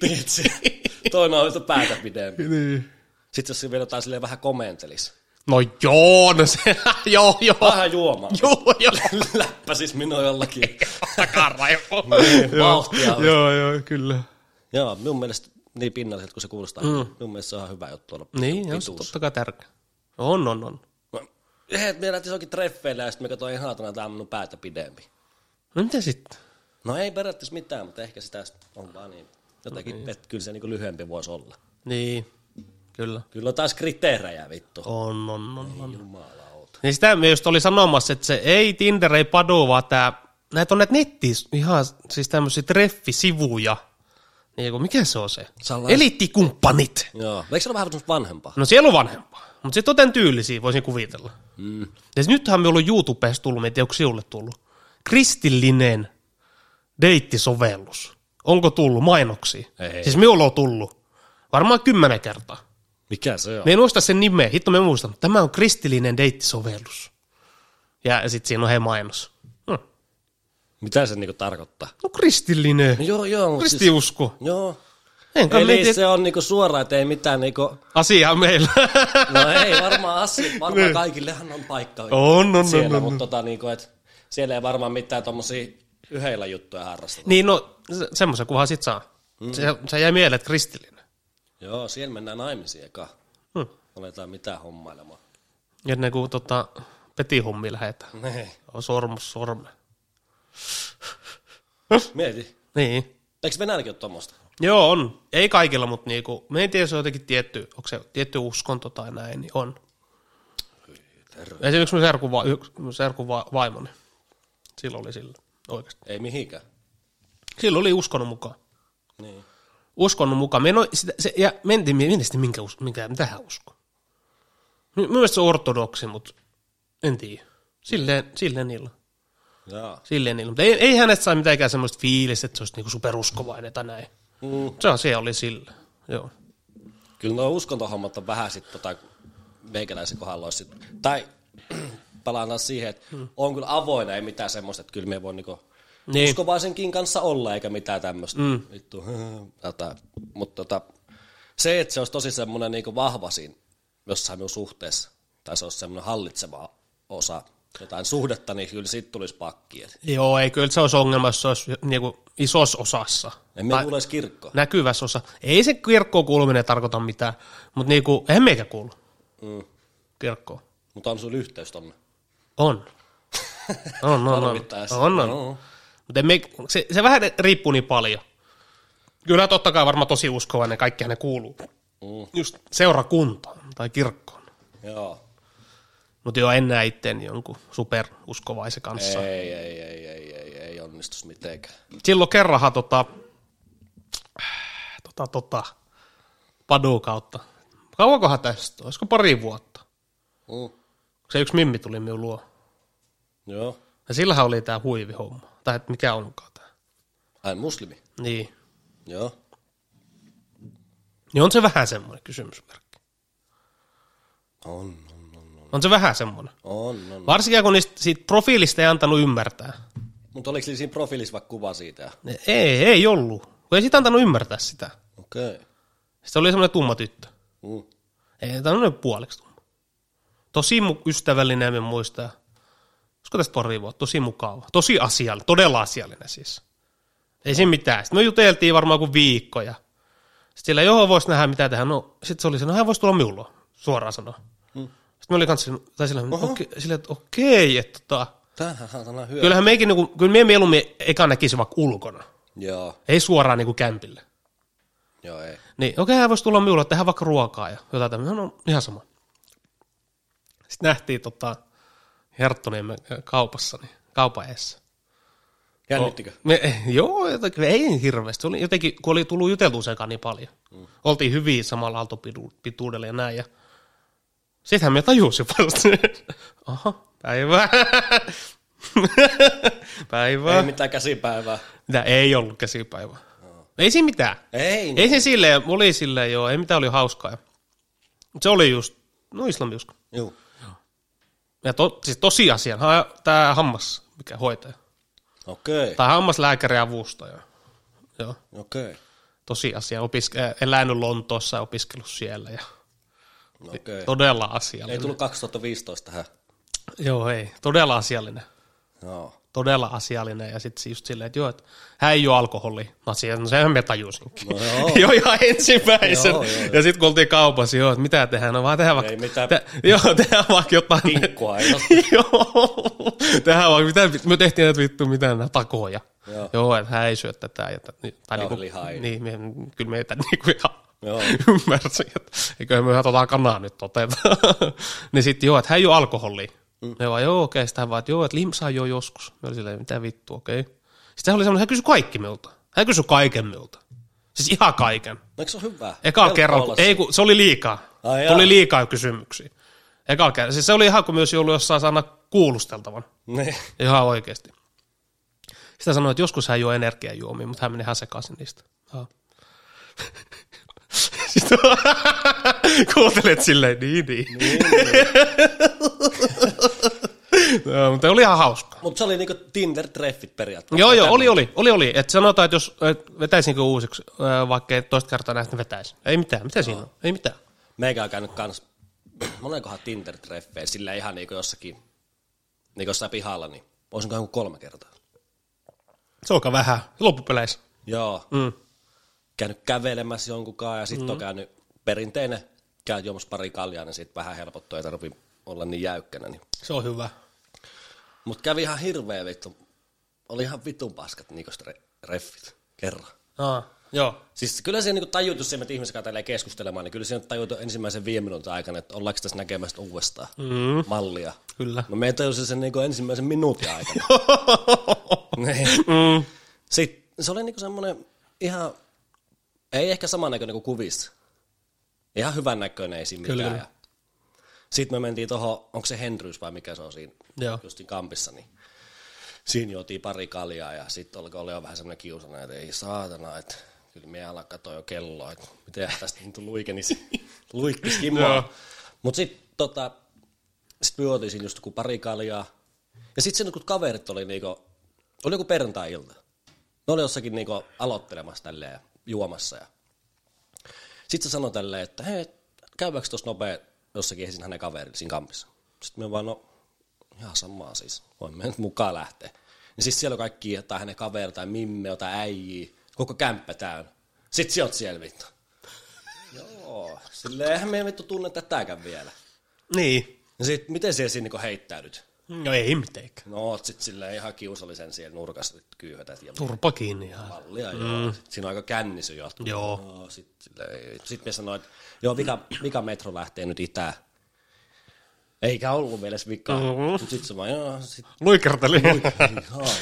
Speaker 1: Tiedätkö? Toinen on sitä päätä pidempi.
Speaker 2: Niin.
Speaker 1: Sitten jos se vielä jotain silleen vähän komentelis.
Speaker 2: No joo, no se, *laughs* joo, joo.
Speaker 1: Vähän juomaa.
Speaker 2: Joo, joo.
Speaker 1: *laughs* Läppä siis minua jollakin.
Speaker 2: Takaraivo.
Speaker 1: vauhtia
Speaker 2: Niin, joo,
Speaker 1: olisi.
Speaker 2: joo, joo, kyllä.
Speaker 1: Joo, minun mielestä niin pinnalliset kuin se kuulostaa. Mm. Minun mielestä se on ihan hyvä juttu olla
Speaker 2: Niin, on se
Speaker 1: pituus.
Speaker 2: totta kai tärkeä. On, on, on.
Speaker 1: Ehet, me lähti johonkin treffeille ja sitten me katsoin ihan tämä on minun päätä pidempi.
Speaker 2: No mitä sitten?
Speaker 1: No ei periaatteessa mitään, mutta ehkä sitä on vaan niin jotenkin, mm. että kyllä se niin lyhyempi voisi olla.
Speaker 2: Niin, kyllä.
Speaker 1: Kyllä on taas kriteerejä vittu.
Speaker 2: On, on, on, on.
Speaker 1: Jumalauta.
Speaker 2: Niin sitä me just oli sanomassa, että se ei Tinder, ei Padu, vaan tää, näitä on näitä nettis, ihan siis tämmöisiä treffisivuja. Niin kuin, mikä se on se?
Speaker 1: Salais-
Speaker 2: Eliittikumppanit.
Speaker 1: Joo, eikö se ole vähän semmoista vanhempaa?
Speaker 2: No siellä on vanhempaa, mutta sitten on tämän tyylisiä, voisin kuvitella. Mm. Ja siis nythän me ollut YouTubessa tullut, mä en tiedä, onko sinulle tullut. Kristillinen deittisovellus. Onko tullut mainoksia?
Speaker 1: Ei.
Speaker 2: Siis minulla on tullut. Varmaan kymmenen kertaa.
Speaker 1: Mikä se on?
Speaker 2: Me en muista sen nimeä, hitto me muistan. Tämä on kristillinen deittisovellus. Ja sitten siinä on hei mainos. No,
Speaker 1: Mitä se niinku tarkoittaa?
Speaker 2: no kristillinen,
Speaker 1: No joo, joo, mutta siis,
Speaker 2: kristiusko.
Speaker 1: joo.
Speaker 2: Enkä
Speaker 1: Eli
Speaker 2: mieti, se...
Speaker 1: se on niinku suoraan, että ei mitään niinku,
Speaker 2: asia on meillä. *laughs*
Speaker 1: no ei varmaan asia, varmaan kaikillehan on paikka
Speaker 2: Niin. on, on, on,
Speaker 1: siellä,
Speaker 2: on.
Speaker 1: mutta tota niinku, et siellä ei varmaan mitään tommosia yhdellä juttuja harrasteta.
Speaker 2: Niin no, se- semmoisen kuvan sit saa.
Speaker 1: Mm.
Speaker 2: Se, se jäi mieleen, että kristillinen.
Speaker 1: Joo, siellä mennään naimisiin eka.
Speaker 2: Hmm.
Speaker 1: Aletaan mitään hommailemaan. *laughs*
Speaker 2: Ja ne kun tota, petihommiin lähetään.
Speaker 1: Niin.
Speaker 2: On sormus sorme.
Speaker 1: Mieti,
Speaker 2: Niin.
Speaker 1: eikö Venäjälläkin ole tuommoista?
Speaker 2: Joo, on. Ei kaikilla, mutta niinku, me en tiedä, jos on jotenkin tietty, onko se tietty uskonto tai näin, niin on. Esimerkiksi mun serkun, va- yks- mun serkun va- vaimoni. Silloin oli sillä, oikeasti.
Speaker 1: Ei mihinkään.
Speaker 2: Silloin oli uskonut mukaan.
Speaker 1: Niin.
Speaker 2: Uskonut mukaan. Me en oo sitä, se, ja mentiin, minä sitten minkä, us- mikä, mitähän usko. Mi- Mun mielestä se on ortodoksi, mutta en tiedä. Silleen, silleen niillä.
Speaker 1: Joo.
Speaker 2: Silleen niillä. Mutta ei, ei hänestä saa mitenkään semmoista fiilistä, että se olisi niinku superuskovainen tai näin.
Speaker 1: Mm.
Speaker 2: Se asia oli sillä. Joo.
Speaker 1: Kyllä nuo uskontohommat on vähän sitten tota, meikäläisen kohdalla olisi sit, tai *clears throat* palaan taas siihen, että hmm. on kyllä avoina, ei mitään semmoista, että kyllä me voi niinku
Speaker 2: Niin.
Speaker 1: niin. uskovaisenkin kanssa olla, eikä mitään tämmöistä. Mm. Vittu. *laughs* Tätä. Mutta tota, se, että se olisi tosi semmoinen niinku vahva siinä jossain minun suhteessa, tai se olisi semmoinen hallitseva osa jotain suhdetta, niin kyllä siitä tulisi pakki. Et
Speaker 2: Joo, ei kyllä se olisi ongelma, jos se olisi niinku isossa osassa.
Speaker 1: En me kuule edes kirkko.
Speaker 2: Näkyvässä osa. Ei se kirkkoon kuuluminen tarkoita mitään, mutta niinku, eihän meikä kuulu
Speaker 1: Mm.
Speaker 2: kirkkoon.
Speaker 1: Mutta on sun yhteys tonne.
Speaker 2: On. On, on, on.
Speaker 1: Tarvittaessa.
Speaker 2: On, on.
Speaker 1: Joo.
Speaker 2: Mutta me, se, se vähän riippuu niin paljon. Kyllä totta kai varmaan tosi uskovainen, kaikkihan ne kuuluu.
Speaker 1: Mm.
Speaker 2: Just seurakuntaan tai kirkkoon.
Speaker 1: Joo.
Speaker 2: Mutta joo, en näe itteen jonkun superuskovaisen kanssa.
Speaker 1: Ei,
Speaker 2: Ei.
Speaker 1: ei, ei, ei, ei, ei onnistus mitenkään.
Speaker 2: Silloin kerranhan tota, tota, tota, padu kautta. Kauankohan tästä? on? Olisiko pari vuotta?
Speaker 1: Mm.
Speaker 2: Kun Se yksi mimmi tuli minun luo.
Speaker 1: Joo.
Speaker 2: Ja sillähän oli tämä huivihomma. Tai et mikä onkaan tämä.
Speaker 1: Ai muslimi.
Speaker 2: Niin.
Speaker 1: Joo.
Speaker 2: Niin on se vähän semmoinen kysymysmerkki.
Speaker 1: On, on, on,
Speaker 2: On se vähän semmoinen.
Speaker 1: on. on.
Speaker 2: Varsinkin kun niistä, siitä profiilista ei antanut ymmärtää.
Speaker 1: Mutta oliko siinä profiilissa vaikka kuva siitä?
Speaker 2: Ei, ei ollut. Kun ei sitä antanut ymmärtää sitä.
Speaker 1: Okei. Okay.
Speaker 2: Sitten oli semmoinen tumma tyttö.
Speaker 1: Mm.
Speaker 2: Ei, tämmöinen puoliksi tumma. Tosi mu- ystävällinen, me muistaa. Olisiko tästä pari vuotta? Tosi mukava. Tosi asiallinen, todella asiallinen siis. Ei siinä mitään. Sitten me juteltiin varmaan kuin viikkoja. Sitten sillä, joo, voisi nähdä mitä tehdään. No, sitten se oli se, no hän voisi tulla minulla, suoraan sanoa.
Speaker 1: Mm.
Speaker 2: Sitten me oli kanssa, tai sillä, okei, sillä, että okei, että tota,
Speaker 1: Tämähän on hyvä.
Speaker 2: Kyllähän meikin, niinku, kyllä mie mieluummin eka näkisi vaikka ulkona,
Speaker 1: Joo,
Speaker 2: ei suoraan niinku kämpille.
Speaker 1: joo ei.
Speaker 2: Niin, okei, okay, hän voisi tulla minulle, tehdä vaikka ruokaa ja jotain tämmöistä. No, ihan sama. Sitten nähtiin tota, Herttoniemen kaupassa, niin, kaupan eessä.
Speaker 1: Jännittikö?
Speaker 2: Me, eh, joo, jotenkin, ei hirveästi. Se Oli jotenkin, kun oli tullut juteltua sekaan niin paljon. Mm. Oltiin hyviä samalla aaltopituudella ja näin. Ja... Sittenhän me tajusin *laughs* vasta. Aha, *laughs* päivää. päivää.
Speaker 1: Ei
Speaker 2: Äh.
Speaker 1: mitään käsipäivää.
Speaker 2: Mitä ei ollut käsipäivää. Ei siinä mitään.
Speaker 1: Ei. niin-
Speaker 2: Ei siinä silleen, oli silleen joo, ei mitään oli hauskaa. Mut se oli just, no islamiusko.
Speaker 1: Joo.
Speaker 2: Ja to, siis tosiasian, ha, tämä hammas, mikä hoitaja.
Speaker 1: Okei, okay.
Speaker 2: Tai hammaslääkäri avustaja. Joo,
Speaker 1: okei, okay.
Speaker 2: tosiasia. Opiske- äh, elänyt Lontoossa ja opiskellut siellä. Ja
Speaker 1: okei. Okay.
Speaker 2: todella
Speaker 1: Ei
Speaker 2: asiallinen.
Speaker 1: tullut 2015 tähän.
Speaker 2: Joo, ei. Todella asiallinen.
Speaker 1: Joo.
Speaker 2: Todella asiallinen. Ja sitten just silleen, että joo, että hän ei ole alkoholi. Mä siihen, no sehän me tajusinkin.
Speaker 1: No joo.
Speaker 2: *laughs* joo, ihan ensimmäisen.
Speaker 1: Joo, joo, joo.
Speaker 2: ja sitten kun oltiin kaupassa, joo, että mitä tehdään, no vaan tehdään vaikka...
Speaker 1: Ei mitään.
Speaker 2: Te, joo, tehdään vaikka jotain...
Speaker 1: Kinkkua ei ole.
Speaker 2: *laughs* joo, tehdään vaikka mitään, me tehtiin näitä vittu mitään näitä takoja. Joo.
Speaker 1: Joo.
Speaker 2: joo, että hän ei syö tätä. Ja tätä, tai
Speaker 1: Joo,
Speaker 2: niinku,
Speaker 1: lihaa ei.
Speaker 2: Niin, me, kyllä meitä *laughs* niinku ihan
Speaker 1: Joo.
Speaker 2: ymmärsin, että eiköhän me ihan tota kanaa nyt oteta. *laughs* niin sitten joo, että hän ei ole alkoholi. Mm. Ne vaan, joo, okei, sitten hän vaan, että joo, että limsaa joo joskus. Me oli silleen, mitä vittu, okei. Sitten hän oli semmoinen, hän kysyi kaikki minulta. Hän kysyi kaiken minulta. Siis ihan kaiken.
Speaker 1: No eikö se ole hyvä?
Speaker 2: Eka
Speaker 1: Helppo
Speaker 2: kerran,
Speaker 1: olla
Speaker 2: kun, ei kun, se oli liikaa.
Speaker 1: Ai jaa.
Speaker 2: Tuli liikaa kysymyksiä. Eka kerran. Siis se oli ihan kuin myös ollut jossain sana kuulusteltavan.
Speaker 1: Niin.
Speaker 2: Ihan oikeasti. Sitä sanoi, että joskus hän juo energiajuomia, mutta hän meni ihan sekaisin niistä. *laughs* Aa. Sitten *laughs* kuuntelet silleen, niin, niin. *laughs* no, mutta oli ihan hauska.
Speaker 1: Mutta se oli niinku Tinder-treffit periaatteessa.
Speaker 2: Joo, joo, oli, oli, oli, oli. Että sanotaan, että jos et vetäisinkö uusiksi, ö, vaikka ei toista kertaa näistä, niin vetäisin. Ei mitään, mitä siinä on? Ei mitään.
Speaker 1: Meikä on käynyt kans monenkohan Tinder-treffejä, sillä ihan niinku jossakin, niinku jossain pihalla, niin olisin käynyt kolme kertaa.
Speaker 2: Se onkaan vähän. Loppupeleissä.
Speaker 1: Joo,
Speaker 2: Mm.
Speaker 1: käynyt kävelemässä jonkunkaan ja sitten mm. on käynyt perinteinen, käy juomassa pari kaljaa, niin sitten vähän helpottuu, ei tarvi olla niin jäykkänä. Niin.
Speaker 2: Se on hyvä.
Speaker 1: Mutta kävi ihan hirveä vittu, oli ihan vitun paskat niikosta re- reffit kerran.
Speaker 2: Aa, joo.
Speaker 1: Siis kyllä se niinku tajutu se, että ihmisen kanssa keskustelemaan, niin kyllä se tajutu ensimmäisen viiden minuutin aikana, että ollaanko tässä näkemästä uudestaan mm. mallia.
Speaker 2: Kyllä.
Speaker 1: No
Speaker 2: *laughs*
Speaker 1: me tajusin sen niinku ensimmäisen minuutin aikana. niin. mm. Sitten se oli niinku semmoinen ihan, ei ehkä samannäköinen kuin kuvissa. Ihan hyvän näköinen esim.
Speaker 2: Kyllä,
Speaker 1: mitään.
Speaker 2: kyllä.
Speaker 1: Ja Sitten me mentiin tuohon, onko se Henryys vai mikä se on siinä,
Speaker 2: Joo.
Speaker 1: justin kampissa, niin siinä juotiin pari kaljaa ja sitten oli, oli jo vähän semmoinen kiusana, että ei saatana, että kyllä me ala katsoa jo kelloa, että miten tästä nyt luikenisi,
Speaker 2: *laughs*
Speaker 1: luikkisi
Speaker 2: Joo.
Speaker 1: kimmoa. Mutta sitten tota, sit me juotiin siinä just joku pari kaljaa. Ja sitten siinä kun kaverit oli niinku, oli joku perjantai-ilta. Ne oli jossakin niinku aloittelemassa tälleen ja juomassa. Ja... Sitten se sanoi tälleen, että hei, käydäänkö tuossa nopea jossakin esin hänen kaverille siinä kampissa. Sitten me vaan, no ihan samaa siis, voin me nyt mukaan lähteä. Niin siis siellä on kaikki jotain hänen kavereita, tai mimme, jotain äijiä, koko kämppä täynnä. Sitten sä oot siellä vittu. Joo, silleen eihän me vittu tunne tätäkään vielä.
Speaker 2: Niin.
Speaker 1: Ja sit, miten siellä siinä niinku heittäydyt?
Speaker 2: No ei mitenkään.
Speaker 1: No oot sit silleen ihan kiusallisen siellä nurkassa, että kyyhötät ja
Speaker 2: Turpa kiinni ihan.
Speaker 1: mallia. Mm. Joo. Sit Siinä on aika kännisy jatkunut.
Speaker 2: Joo.
Speaker 1: No, sit, silleen, sit me sanoin, että joo, vika, vika metro lähtee nyt itään. Eikä ollut vielä edes vikaa.
Speaker 2: Mhm.
Speaker 1: Mm-hmm. Sitten se vaan, joo, sit
Speaker 2: Luikerteli.
Speaker 1: Ihanaa.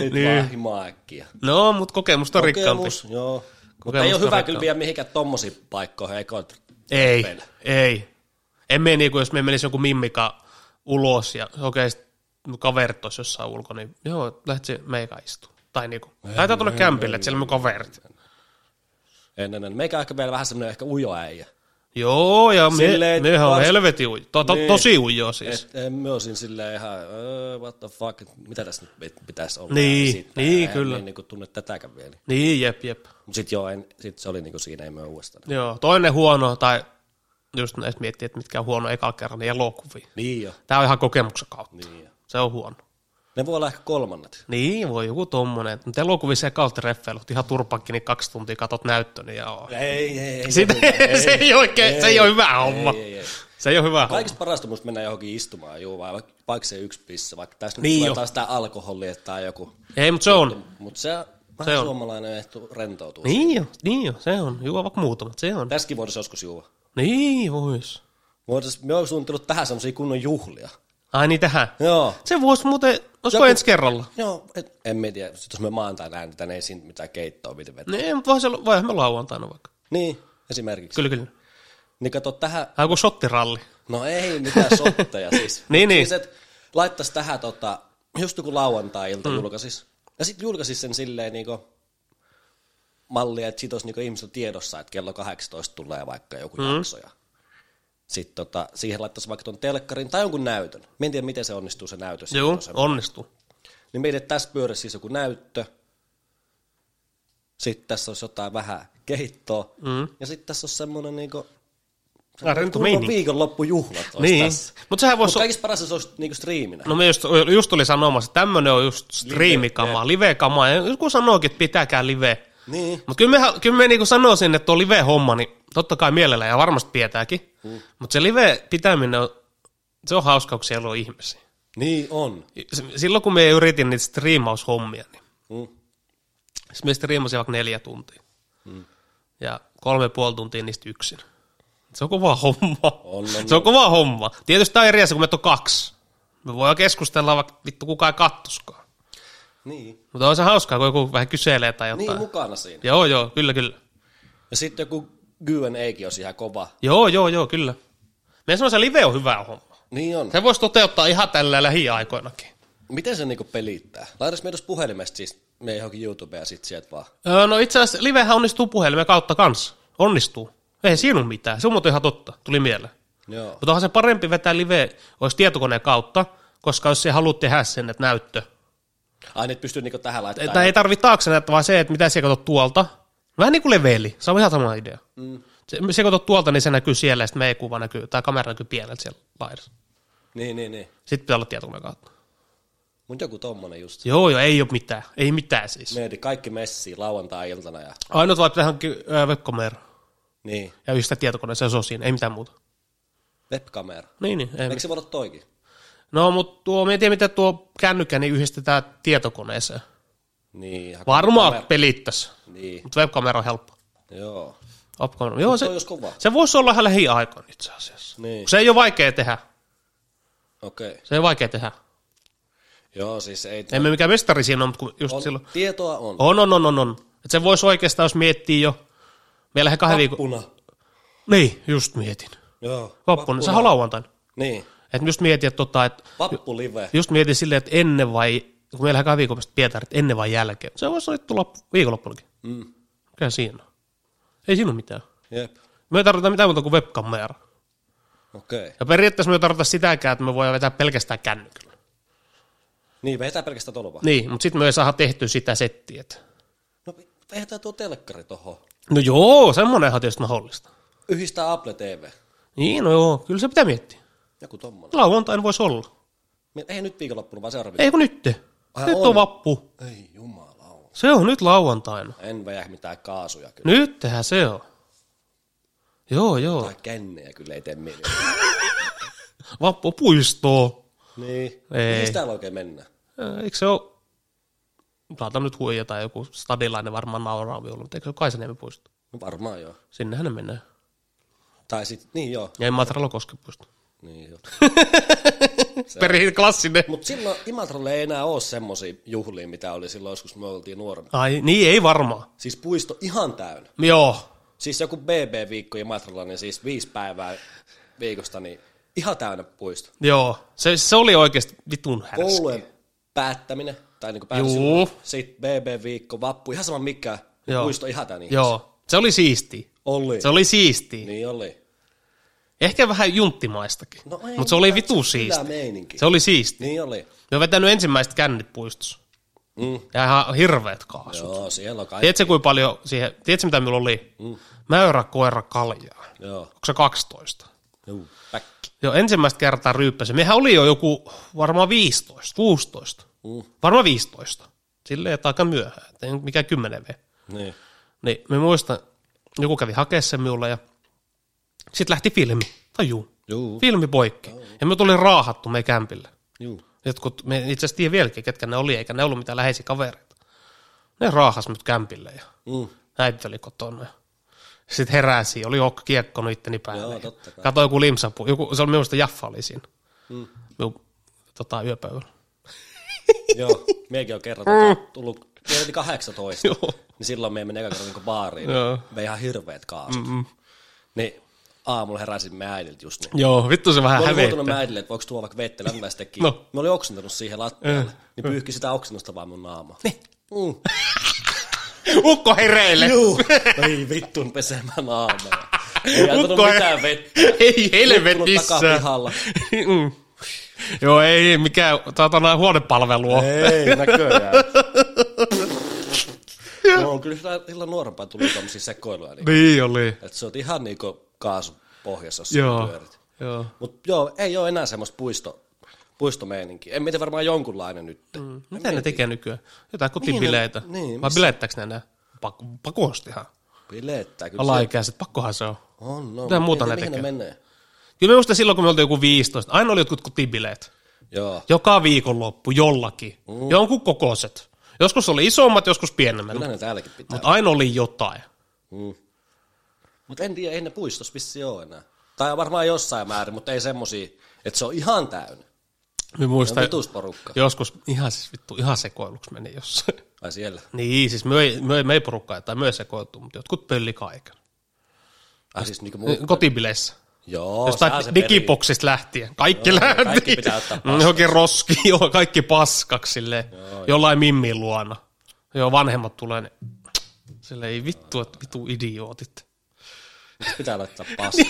Speaker 1: Nyt niin. vaan himaa äkkiä.
Speaker 2: *laughs* No, mutta kokemusta on rikkaampi.
Speaker 1: Kokemus, joo. Mutta
Speaker 2: Kokemusta
Speaker 1: ei ole hyvä
Speaker 2: rikkaampi.
Speaker 1: kyllä vielä mihinkään tommosiin paikkoihin, eikö
Speaker 2: Ei,
Speaker 1: Meillä.
Speaker 2: ei. En mene niinku, jos me menisi joku mimmika ulos ja okei, okay, kaverit olisi jossain ulkona, niin joo, lähdet se meikä istuu. Tai niinku, laitetaan tuonne kämpille, että siellä on mun kaverit.
Speaker 1: ennen. ennen. Meikä on ehkä vielä vähän semmoinen ehkä ujo äijä.
Speaker 2: Joo, ja me,
Speaker 1: Silleen,
Speaker 2: Silleen,
Speaker 1: että
Speaker 2: mehän on
Speaker 1: vars-
Speaker 2: helvetin ujo, to, to,
Speaker 1: Niin.
Speaker 2: tosi ujoa siis.
Speaker 1: Et, en mä olisin silleen ihan, "Öö, what the fuck, et mitä tässä nyt pit- pitäisi olla.
Speaker 2: Niin,
Speaker 1: esittää?"
Speaker 2: niin,
Speaker 1: Eihän
Speaker 2: kyllä.
Speaker 1: Mä en niinku tunne tätäkään vielä.
Speaker 2: Niin, jep, jep.
Speaker 1: Mut sit joo, en, sit se oli niinku siinä, ei mä uudestaan.
Speaker 2: Joo, toinen huono, tai just näistä miettii, että mitkä on huono eka kerran, niin elokuvia.
Speaker 1: Niin jo,
Speaker 2: Tämä on ihan kokemuksen kautta.
Speaker 1: niin jo.
Speaker 2: Se on huono.
Speaker 1: Ne voi olla ehkä kolmannet.
Speaker 2: Niin, voi joku tommonen. että- Mutta elokuvissa ekautta treffeilut, ihan turpankki, niin kaksi tuntia katot näyttö, niin joo. *laughs*
Speaker 1: Ei, ei, ei.
Speaker 2: Sitä, se, ei oikein, se ei ole hyvä homma.
Speaker 1: ei, ei.
Speaker 2: Se ei ole hyvä homma.
Speaker 1: Kaikista parasta musta mennä johonkin istumaan, juu, vai vaikka, vaikka se yksi pisse, vaikka tässä
Speaker 2: Niin
Speaker 1: niin
Speaker 2: jo.
Speaker 1: tulee taas tää alkoholia tai joku.
Speaker 2: Ei, mutta se on.
Speaker 1: Mutta se, vähän
Speaker 2: on.
Speaker 1: suomalainen ehtu rentoutuu. Niin.
Speaker 2: Niin jo, niin jo, se on. Juo vaikka muuta, mutta se on.
Speaker 1: Tässäkin voitaisiin joskus juua.
Speaker 2: Niin, vois.
Speaker 1: Voitais, me ollaan suunnitellut tähän semmosia kunnon juhlia.
Speaker 2: Ai niin, tähän.
Speaker 1: Joo.
Speaker 2: Se voisi muuten, olisiko
Speaker 1: Joku-
Speaker 2: ensi kerralla?
Speaker 1: Joo, et, en mä tiedä, sit jos me maantaina ääntetään, ei siinä mitään keittoa mitä vetää.
Speaker 2: Niin, mutta voisi olla, voihan me lauantaina vaikka.
Speaker 1: Niin, esimerkiksi. Kyllä.
Speaker 2: Kyllä, kyllä.
Speaker 1: Niin kato tähän,
Speaker 2: Tai joku shottiralli.
Speaker 1: no ei mitään
Speaker 2: *laughs*
Speaker 1: sotteja siis.
Speaker 2: Niin, niin.
Speaker 1: Siis, et laittais tähän tota, just joku lauantai-ilta mm. julkaisis. Ja sit julkaisis sen silleen niinku mallia, että sit olisi niinku ihmisillä tiedossa, että kello 18 tulee vaikka joku mm. jakso ja sitten tota, siihen laittaisi vaikka ton telkkarin tai jonkun näytön. Mä en tiedä, miten se onnistuu se näytös.
Speaker 2: Joo, onnistuu.
Speaker 1: Niin meidän tässä pyörässä siis joku näyttö, sitten tässä olisi jotain vähän kehittoa, mm. ja sitten tässä olisi semmoinen niinku,
Speaker 2: Tää on rento
Speaker 1: kunnon
Speaker 2: Ah, meininki.
Speaker 1: viikonloppujuhlat olisi
Speaker 2: Niin,
Speaker 1: tässä.
Speaker 2: mutta sehän
Speaker 1: Mutta
Speaker 2: voisi
Speaker 1: kaikista parasta se olisi niinku striiminä.
Speaker 2: No me just, just oli sanomassa, että tämmönen on just striimikamaa, live-kamaa. Ja joku sanookin, että pitäkää live.
Speaker 1: Niin,
Speaker 2: Mutta kyllä me, kyllä me niinku sanoisin, että tuo live-homma, niin totta kai mielellä ja varmasti pidetääkin. Mm. Mutta se live-pitäminen, on, se on hauska, kun siellä on ihmisiä.
Speaker 1: niin on.
Speaker 2: Se- Silloin kun me yritin niitä striimaushommia, niin
Speaker 1: Mm.
Speaker 2: siis me striimasin vaikka neljä tuntia. Mm. Ja kolme ja puoli tuntia niistä yksin. Se on kova homma.
Speaker 1: On, on,
Speaker 2: se on kova homma. Tietysti tämä on eri asia, kun meitä on kaksi. Me voidaan keskustella, vaikka vittu kukaan ei kattoskaan.
Speaker 1: Niin,
Speaker 2: Mutta on se hauskaa, kun joku vähän kyselee tai jotain.
Speaker 1: niin
Speaker 2: Niin,
Speaker 1: mukana siinä.
Speaker 2: joo, joo, kyllä, kyllä.
Speaker 1: Ja sitten joku Q&Akin olisi ihan kova.
Speaker 2: Joo, joo, joo, kyllä. Meidän sanoin, se live on hyvä homma.
Speaker 1: Niin on.
Speaker 2: Se voisi toteuttaa ihan tällä lähiaikoinakin.
Speaker 1: Miten se niinku pelittää? Laitaisi meidät puhelimesta siis me johonkin YouTubeen ja sitten sieltä vaan.
Speaker 2: Öö, no itse asiassa livehän onnistuu puhelimen kautta kanssa. Onnistuu. Ei siinä ole mitään. Se on muuten ihan totta. Tuli mieleen.
Speaker 1: Joo.
Speaker 2: Mutta onhan se parempi vetää live, olisi tietokoneen kautta, koska jos sä haluat tehdä sen, että näyttö.
Speaker 1: Ai nyt pystyy niinku tähän laittamaan.
Speaker 2: Tai ei tarvitse taakse näyttää, vaan se, että mitä sä katsot tuolta. Vähän niin kuin leveli. Se on ihan sama idea. Mm. Se, sä katsot tuolta, niin se näkyy siellä, ja sitten meidän kuva näkyy, tai kamera näkyy pieneltä siellä laidassa.
Speaker 1: Niin, niin, niin.
Speaker 2: Sitten pitää olla tietokoneen kautta.
Speaker 1: Mut joku tommonen just.
Speaker 2: Joo, joo, ei ole mitään. Ei mitään siis.
Speaker 1: Meidän kaikki messiin lauantai-iltana ja
Speaker 2: Ainut vaan pitää hankkia öö, webkamera
Speaker 1: niin,
Speaker 2: ja yhdistää tietokoneen, se on siinä, ei mitään muuta.
Speaker 1: webkamera.
Speaker 2: Niin, niin. Ei.
Speaker 1: Eikö se voi olla toikin?
Speaker 2: No, mutta tuo, mä en tiedä, miten tuo kännykkä niin yhdistetään tietokoneeseen.
Speaker 1: Niin, ihan
Speaker 2: Varmaan
Speaker 1: kamera.
Speaker 2: pelittäisi,
Speaker 1: Niin,
Speaker 2: mutta webkamera on helppo.
Speaker 1: joo.
Speaker 2: Webkamera. Joo,
Speaker 1: Se
Speaker 2: se,
Speaker 1: on jos kova.
Speaker 2: se voisi olla ihan lähiaikoina itse asiassa.
Speaker 1: Niin,
Speaker 2: Se ei ole vaikea tehdä.
Speaker 1: okei. Okay.
Speaker 2: Se ei ole vaikea tehdä.
Speaker 1: Joo, siis ei...
Speaker 2: Ei me mikään mestari siinä on, mutta kun just
Speaker 1: on,
Speaker 2: silloin.
Speaker 1: tietoa on.
Speaker 2: On, on, on, on, on. Et se voisi oikeastaan, jos miettii jo. Me lähden kahden viikon.
Speaker 1: Vappuna.
Speaker 2: Niin, just mietin.
Speaker 1: Joo.
Speaker 2: Vappuna, sehän on lauantaina.
Speaker 1: Niin.
Speaker 2: Et just mietin, että tota, et,
Speaker 1: Vappulive.
Speaker 2: just mietin silleen, että ennen vai, kun meillä kahden viikon päästä Pietari, että ennen vai jälkeen. Se voisi olla tulla viikonloppunakin.
Speaker 1: Mm.
Speaker 2: Mikä siinä on? Ei siinä ole mitään.
Speaker 1: Jep.
Speaker 2: Me ei tarvita mitään muuta kuin webkamera.
Speaker 1: Okei. Okay.
Speaker 2: Ja periaatteessa me ei tarvita sitäkään, että me voidaan vetää pelkästään kännykällä.
Speaker 1: Niin, vetää pelkästään tolvaa.
Speaker 2: Niin, mutta sitten me ei saada tehtyä sitä settiä. Että...
Speaker 1: No, vetää tuo telkkari tohon.
Speaker 2: No joo, semmoinenhan on tietysti mahdollista.
Speaker 1: Yhdistää Apple TV.
Speaker 2: Niin, no joo, kyllä se pitää miettiä.
Speaker 1: Joku tommonen.
Speaker 2: Lauantaina voisi olla.
Speaker 1: Mi- Ei nyt viikonloppuna, vaan seuraava
Speaker 2: Ei kun nyt.
Speaker 1: Ai
Speaker 2: nyt on.
Speaker 1: on.
Speaker 2: vappu.
Speaker 1: viikko. Ei jumala.
Speaker 2: Se on nyt lauantaina.
Speaker 1: En väjä mitään kaasuja kyllä.
Speaker 2: Nyttehän se on. Joo, joo.
Speaker 1: Tai kännejä kyllä ei tee mieli.
Speaker 2: Vappu puistoa.
Speaker 1: niin.
Speaker 2: Ei.
Speaker 1: Mihin täällä oikein mennä?
Speaker 2: Eikö se ole... Saatan nyt huijata joku stadilainen varmaan nauraa minulle, mutta eikö se ole Kaisaniemi puisto?
Speaker 1: No varmaan joo.
Speaker 2: Sinnehän ne menee.
Speaker 1: Tai sit, niin joo.
Speaker 2: Ja Imatralokosken puisto.
Speaker 1: Niin joo.
Speaker 2: Perin klassinen.
Speaker 1: Mut silloin Imatralle ei enää ole semmosia juhlia, mitä oli silloin joskus me oltiin nuorempi.
Speaker 2: Ai, niin ei varmaan.
Speaker 1: Siis puisto ihan täynnä.
Speaker 2: Joo.
Speaker 1: Siis joku BB-viikko Imatralla, niin siis viisi päivää viikosta, niin ihan täynnä puisto.
Speaker 2: Joo. Se, se oli oikeasti vitun härski.
Speaker 1: Koulujen päättäminen, tai niinku
Speaker 2: Juu.
Speaker 1: päätös, sitten BB-viikko, vappu, ihan sama mikä,
Speaker 2: Joo.
Speaker 1: puisto ihan täynnä. ihmisiä.
Speaker 2: Joo. Se oli siisti.
Speaker 1: Oli.
Speaker 2: Se oli siisti.
Speaker 1: Niin oli.
Speaker 2: Ehkä vähän junttimaistakin.
Speaker 1: No ei,
Speaker 2: mutta se oli
Speaker 1: mutta
Speaker 2: vitu
Speaker 1: se on
Speaker 2: siisti.
Speaker 1: hyvä meininki.
Speaker 2: Se oli siisti.
Speaker 1: Niin oli.
Speaker 2: Me on vetänyt ensimmäiset kännit puistossa.
Speaker 1: Mm.
Speaker 2: Ja ihan hirveet kaasut.
Speaker 1: Joo, siellä on kaikki.
Speaker 2: Tiedätkö, kuinka paljon siihen, tiedätkö mitä minulla oli? Mm. Mäyrä koira kaljaa.
Speaker 1: Joo.
Speaker 2: Onko se 12?
Speaker 1: Juu, päkki.
Speaker 2: Joo, ensimmäistä kertaa ryyppäsin. Mehän oli jo joku varmaan 15, 16.
Speaker 1: Mm.
Speaker 2: Varmaan 15. Silleen, että aika myöhään. Että ei mikään 10 vielä.
Speaker 1: Niin.
Speaker 2: Niin, me muistan, joku kävi hakea sen minulle ja sitten lähti filmi. Tajuu.
Speaker 1: Juu.
Speaker 2: Filmi poikki. Ja me tuli raahattu me kämpille.
Speaker 1: Juu.
Speaker 2: Jotkut, me itse asiassa tiedä vieläkin, ketkä ne oli, eikä ne ollut mitään läheisiä kavereita. Ne raahas mut kämpille ja
Speaker 1: Mm.
Speaker 2: äiti oli kotona. Sitten heräsi, oli ok, kiekko itteni päälle.
Speaker 1: Joo, totta kai.
Speaker 2: Kato joku limsapu, joku, se oli minusta Jaffa oli siinä.
Speaker 1: Mm.
Speaker 2: Minun, tota, yöpäivällä.
Speaker 1: Joo, meikin on kerran tota, tullut kerti 18,
Speaker 2: Joo.
Speaker 1: niin silloin me meni eka kerran niinku baariin,
Speaker 2: Joo.
Speaker 1: niin vei ihan hirveet kaasut. Mm-mm. Niin aamulla heräsin me äidiltä just niin.
Speaker 2: Joo, vittu se vähän
Speaker 1: Mä olin
Speaker 2: hävettää.
Speaker 1: huutanut mä äidille, että voiko tuoda vaikka vettä lämmästäkin.
Speaker 2: No.
Speaker 1: No. Mä olin oksentanut siihen lattialle, niin pyyhki sitä oksennusta vaan mun naamaa. Mm.
Speaker 2: Ukko hereille.
Speaker 1: Juu, ei vittun pesemään naamaa. Ei antanut
Speaker 2: Ukko-
Speaker 1: mitään vettä.
Speaker 2: Ei helvet
Speaker 1: Nukkunut
Speaker 2: missään.
Speaker 1: takapihalla.
Speaker 2: *laughs* Mm. Joo, ei mikään satana huonepalvelua.
Speaker 1: Ei näköjään. no on kyllä sillä, sillä nuorempaa tuli tämmöisiä sekoiluja. Niin,
Speaker 2: Niin oli.
Speaker 1: että se on ihan niinku kaasu pohjassa, jos sä
Speaker 2: Joo.
Speaker 1: pyörit.
Speaker 2: Joo.
Speaker 1: Mut joo, ei ole enää semmoista puisto, puistomeininkiä. En tiedä varmaan jonkunlainen nyt. Mm.
Speaker 2: Mitä ne tekee nykyään? Jotain kotibileitä.
Speaker 1: Niin, ne- niin,
Speaker 2: Vai bileettääkö ne enää? Pak, pakostihan.
Speaker 1: Bilettää kyllä.
Speaker 2: Alaikäiset, pakkohan se on.
Speaker 1: On, no.
Speaker 2: Mitä
Speaker 1: mut
Speaker 2: muuta
Speaker 1: en
Speaker 2: ne
Speaker 1: tiedä, mihin
Speaker 2: tekee?
Speaker 1: ne menee.
Speaker 2: Kyllä me muistan silloin, kun me oltiin joku 15. Aina oli jotkut kotibileet.
Speaker 1: Joo.
Speaker 2: Joka viikonloppu jollakin. Mm. Jonkun kokoiset. Joskus oli isommat, joskus pienemmät.
Speaker 1: Kyllä ne täälläkin pitää.
Speaker 2: Mutta aina oli jotain.
Speaker 1: Mm. Mut en tiedä, ei ne puistossa vissi ole enää. Tai varmaan jossain määrin, mutta ei semmosia, että se on ihan täynnä.
Speaker 2: Me
Speaker 1: Se
Speaker 2: muistan,
Speaker 1: on vitusporukka.
Speaker 2: joskus ihan siis vittu, ihan sekoiluksi meni jossain. *laughs*
Speaker 1: Vai siellä.
Speaker 2: Niin, siis me ei, me ei, me ei porukkaa tai me ei sekoiltu, mutta jotkut pölli kaiken.
Speaker 1: Ah, siis niinku muu...
Speaker 2: Kotibileissä.
Speaker 1: Joo,
Speaker 2: Äh, Jostain
Speaker 1: sehän se peri-
Speaker 2: digiboksista lähtien. Kaikki joo, lähti.
Speaker 1: kaikki pitää ottaa paskaksi.
Speaker 2: Johonkin roski, *laughs* joo, kaikki paskaksi sille. Jollain mimmin luona. Joo, vanhemmat tulee. Ne. Sille ei vittu, että vitu idiootit. *laughs*
Speaker 1: Pitää laittaa paskaa.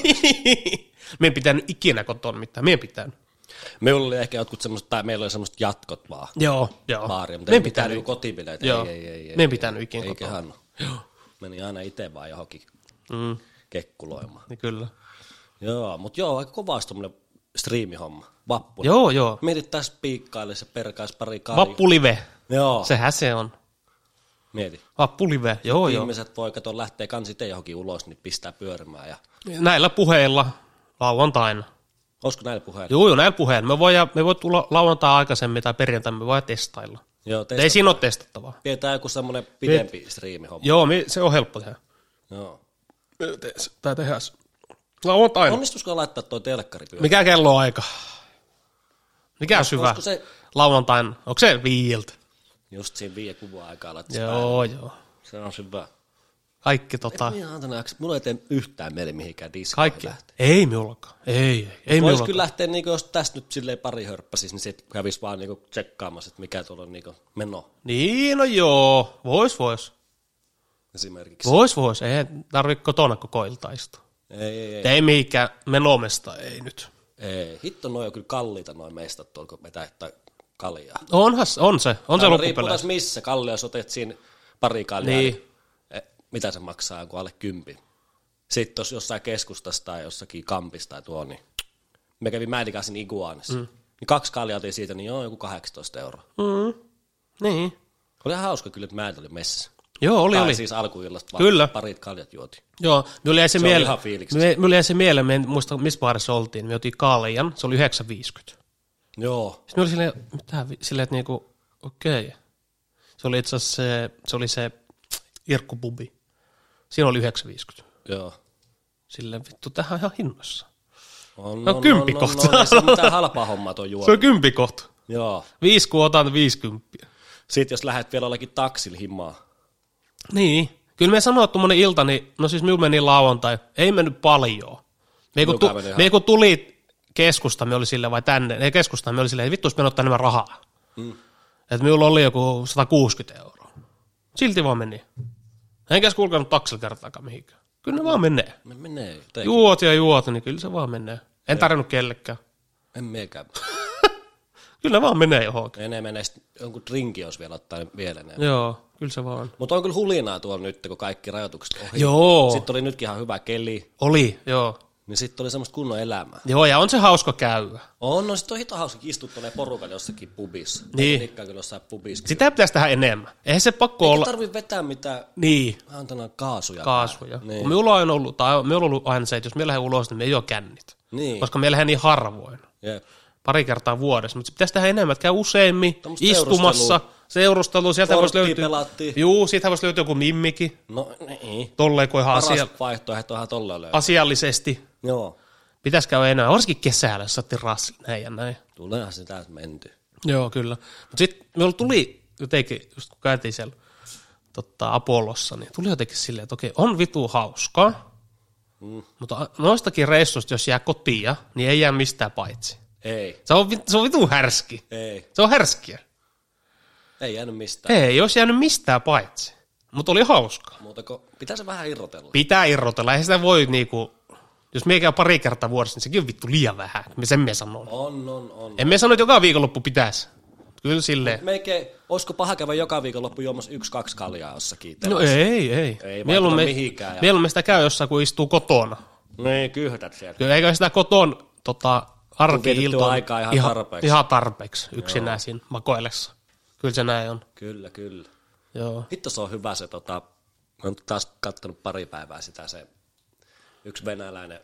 Speaker 2: Me en pitänyt ikinä koton mitään. Me en pitänyt.
Speaker 1: Meillä oli ehkä jotkut semmoiset, tai meillä oli semmoiset jatkot vaan
Speaker 2: Joo, joo.
Speaker 1: baaria, mutta
Speaker 2: Me
Speaker 1: ei
Speaker 2: en
Speaker 1: mitään
Speaker 2: pitänyt.
Speaker 1: niinku kotibileitä.
Speaker 2: Joo.
Speaker 1: Ei, ei, ei, ei,
Speaker 2: Me en pitänyt ikinä
Speaker 1: ei
Speaker 2: kotona.
Speaker 1: kehannut. Meni aina itse vaan johonkin
Speaker 2: Mm,
Speaker 1: kekkuloimaan.
Speaker 2: niin kyllä.
Speaker 1: Joo, mutta joo, aika kovasti tommonen striimihomma. Vappuna. Joo.
Speaker 2: Joo, joo.
Speaker 1: Mietit tässä piikkaille se perkais pari kaljaa.
Speaker 2: Vappulive.
Speaker 1: Joo, se.
Speaker 2: Sehän se on.
Speaker 1: mieti.
Speaker 2: Vappulive, joo joo.
Speaker 1: Ihmiset voi katsoa, lähtee kans itse johonkin ulos, niin pistää pyörimään. Ja...
Speaker 2: Näillä puheilla lauantaina.
Speaker 1: Olisiko näillä puheilla?
Speaker 2: Joo joo, näillä puheilla. Me voidaan, me voi tulla lauantai aikaisemmin tai perjantai, me voidaan testailla.
Speaker 1: Joo,
Speaker 2: Testa. Ei
Speaker 1: teistä
Speaker 2: siinä ole testattavaa.
Speaker 1: pidetään joku semmoinen pidempi striimihomma.
Speaker 2: Joo, me, se on helppo tehdä.
Speaker 1: Joo.
Speaker 2: Tämä tehdään. Lauantaina.
Speaker 1: Onnistuisiko laittaa toi telkkari pyörimään?
Speaker 2: Mikä kello on aika? Mikä on syvä?
Speaker 1: Olisiko se
Speaker 2: Lauantaina. Onko se viieltä?
Speaker 1: just siinä viiden kuvan aikaa laittaa?
Speaker 2: Joo, joo.
Speaker 1: Se on syvä.
Speaker 2: Kaikki tota...
Speaker 1: Ihan antana, äks- mulla ei tee yhtään mieli mihinkään diskoihin
Speaker 2: Kaikki.
Speaker 1: lähteä.
Speaker 2: Ei minullakaan. Ei, ei, ei
Speaker 1: Voisi
Speaker 2: minullakaan.
Speaker 1: kyllä lähteä, niin jos tästä nyt silleen pari hörppäsis, niin sitten kävisi vaan niin tsekkaamassa, että mikä tuolla on niin meno
Speaker 2: Niin, no joo. Vois, vois.
Speaker 1: esimerkiksi.
Speaker 2: Vois, vois. Ei tarvitse kotona koko ilta istua.
Speaker 1: Ei, ei, ei.
Speaker 2: Ei mihinkään menomesta, ei nyt.
Speaker 1: ei. Hitto, noi on kyllä kalliita noin mestat tuolla, kun me täyttää kaljaa.
Speaker 2: Onhan, se- on se. On se
Speaker 1: Tämä riippuu
Speaker 2: loppupeleissä.
Speaker 1: taas missä. Kalle, jos otet siinä pari kaljaa,
Speaker 2: Niin.
Speaker 1: niin. eh, mitä se maksaa, kun alle kympi. Sitten jos jossain keskustassa tai jossakin kampista tai tuo, niin me kävin Mädikasin Iguanissa. Mm. Niin kaksi kaljaa otin siitä, niin joo, joku 18 euroa.
Speaker 2: Mm. Niin.
Speaker 1: Oli ihan hauska kyllä, että Mäet oli messissä.
Speaker 2: Joo, oli,
Speaker 1: Oli, tai
Speaker 2: oli.
Speaker 1: oli. siis alkuillasta vaan
Speaker 2: Kyllä.
Speaker 1: parit kaljat juotiin.
Speaker 2: Joo, minulla jäi se,
Speaker 1: Se oli
Speaker 2: miele-
Speaker 1: ihan fiiliksessä.
Speaker 2: mie- minulla jäi se mieleen, me en muista missä baarissa oltiin, me otin kaljan, se oli 9,50.
Speaker 1: Joo.
Speaker 2: Sitten me oli silleen, mitä, vi- silleen, että niinku, okei. Se oli itse asiassa se, se, oli se Irkkupubi. Siinä oli 9,50.
Speaker 1: Joo.
Speaker 2: Silleen, vittu, tähän on ihan hinnoissa.
Speaker 1: On,
Speaker 2: No, kymppi kohta.
Speaker 1: on, on, ei se on mitään halpaa hommaa tuo
Speaker 2: Se
Speaker 1: juo.
Speaker 2: on kympi kohta.
Speaker 1: Joo.
Speaker 2: Viisi kun otan 50.
Speaker 1: Sitten jos lähdet vielä jollakin taksilla himaa.
Speaker 2: Niin. Kyllä me sanoa tuommoinen ilta, niin, no siis minulla meni lauantai, ei mennyt paljon. Me ei kun, tu,
Speaker 1: Joka meni ihan-
Speaker 2: me ei kun tuli keskusta, me oli silleen, vai tänne, ei keskusta, me oli silleen, vittu, jos me ottaa enemmän rahaa.
Speaker 1: Mm.
Speaker 2: Että minulla oli joku 160 euroa. Silti vaan meni. Enkä edes kulkenut taksilla kertaakaan mihinkään. Kyllä ne vaan menee.
Speaker 1: Me menee jotenkin.
Speaker 2: Juot ja juot, niin kyllä se vaan menee. En tarjonnut kellekään.
Speaker 1: En miekään.
Speaker 2: Kyllä ne vaan menee johonkin.
Speaker 1: Enemmän näistä jonkun drinki, jos vielä ottaa vielä ne.
Speaker 2: Joo, kyllä se vaan.
Speaker 1: Mutta on kyllä hulinaa tuolla nyt, kun kaikki rajoitukset ohi.
Speaker 2: Joo.
Speaker 1: Sitten oli nytkin ihan hyvä keli,
Speaker 2: Oli, joo.
Speaker 1: niin sitten oli semmoista kunnon elämää.
Speaker 2: Joo, ja on se hauska käydä.
Speaker 1: On, no sitten on hito hauska istua tuonne porukan jossakin pubissa.
Speaker 2: Niin.
Speaker 1: Nikkaa kyllä jossain pubissa.
Speaker 2: Sitä pitäisi tehdä enemmän. Eihän se pakko
Speaker 1: Ei
Speaker 2: olla.
Speaker 1: tarvitse vetää mitään
Speaker 2: Niin,
Speaker 1: antana kaasuja.
Speaker 2: kaasuja.
Speaker 1: Niin.
Speaker 2: Niin. Minulla on aina ollut, tai minulla on ollut aina se, että jos me lähden ulos, niin me ei ole kännit.
Speaker 1: Niin.
Speaker 2: Koska me lähden niin harvoin.
Speaker 1: Jep.
Speaker 2: Pari kertaa vuodessa. Mutta se pitäisi tehdä enemmän, että käy useammin
Speaker 1: Tuommoista
Speaker 2: istumassa, seurustelu, sieltä voisi
Speaker 1: Korttia
Speaker 2: löytyä.
Speaker 1: pelattiin.
Speaker 2: Juu, siitä voisi löytyä joku mimmikin,
Speaker 1: No niin.
Speaker 2: tolleen kun ihan asia,
Speaker 1: Paras vaihtoehto ihan tolleen löytyy.
Speaker 2: asiallisesti.
Speaker 1: Joo.
Speaker 2: Pitäisi käydä enää, varsinkin kesällä, jos saatti rassi, näin ja näin.
Speaker 1: Tuleehan se täältä menty.
Speaker 2: Joo, kyllä. Mutta sitten minulla tuli jotenkin, just kun käytiin siellä totta, Apollossa, niin tuli jotenkin silleen, että okei, on vitu hauskaa, mm. mutta noistakin reissuista, jos jää kotia, niin ei jää mistään paitsi.
Speaker 1: Ei.
Speaker 2: Se on, vit- se on vitu härski.
Speaker 1: Ei.
Speaker 2: Se on härskiä.
Speaker 1: Ei jäänyt mistään.
Speaker 2: Ei, olisi jäänyt mistään paitsi. Mutta oli hauskaa.
Speaker 1: Muuta kuin pitää se vähän irrotella.
Speaker 2: Pitää irrotella, eihän sitä voi niinku, jos me käy pari kertaa vuodessa, niin sekin on vittu liian vähän. Me sen me sanon.
Speaker 1: On, on, on.
Speaker 2: En me sano, että joka viikonloppu pitäisi. Kyllä silleen.
Speaker 1: Melkein, olisiko paha käydä joka viikonloppu juomassa yksi, kaksi kaljaa jossakin
Speaker 2: No
Speaker 1: telassa?
Speaker 2: ei, ei.
Speaker 1: Ei
Speaker 2: mieluummin,
Speaker 1: vaikuta mihinkään ja-
Speaker 2: mieluummin sitä käy jossain, kun istuu kotona.
Speaker 1: No ei, kyhätät sieltä.
Speaker 2: Kyllä eikä sitä koton tota,
Speaker 1: vietettyä
Speaker 2: arki-iltaa
Speaker 1: aikaa ihan tarpeeksi.
Speaker 2: Ihan tarpeeksi yksinään siinä makoillessa. Kyllä se näin on.
Speaker 1: Kyllä, kyllä.
Speaker 2: Joo.
Speaker 1: Hitto se on hyvä se, tota, mä oon taas kattonut pari päivää sitä se yksi venäläinen.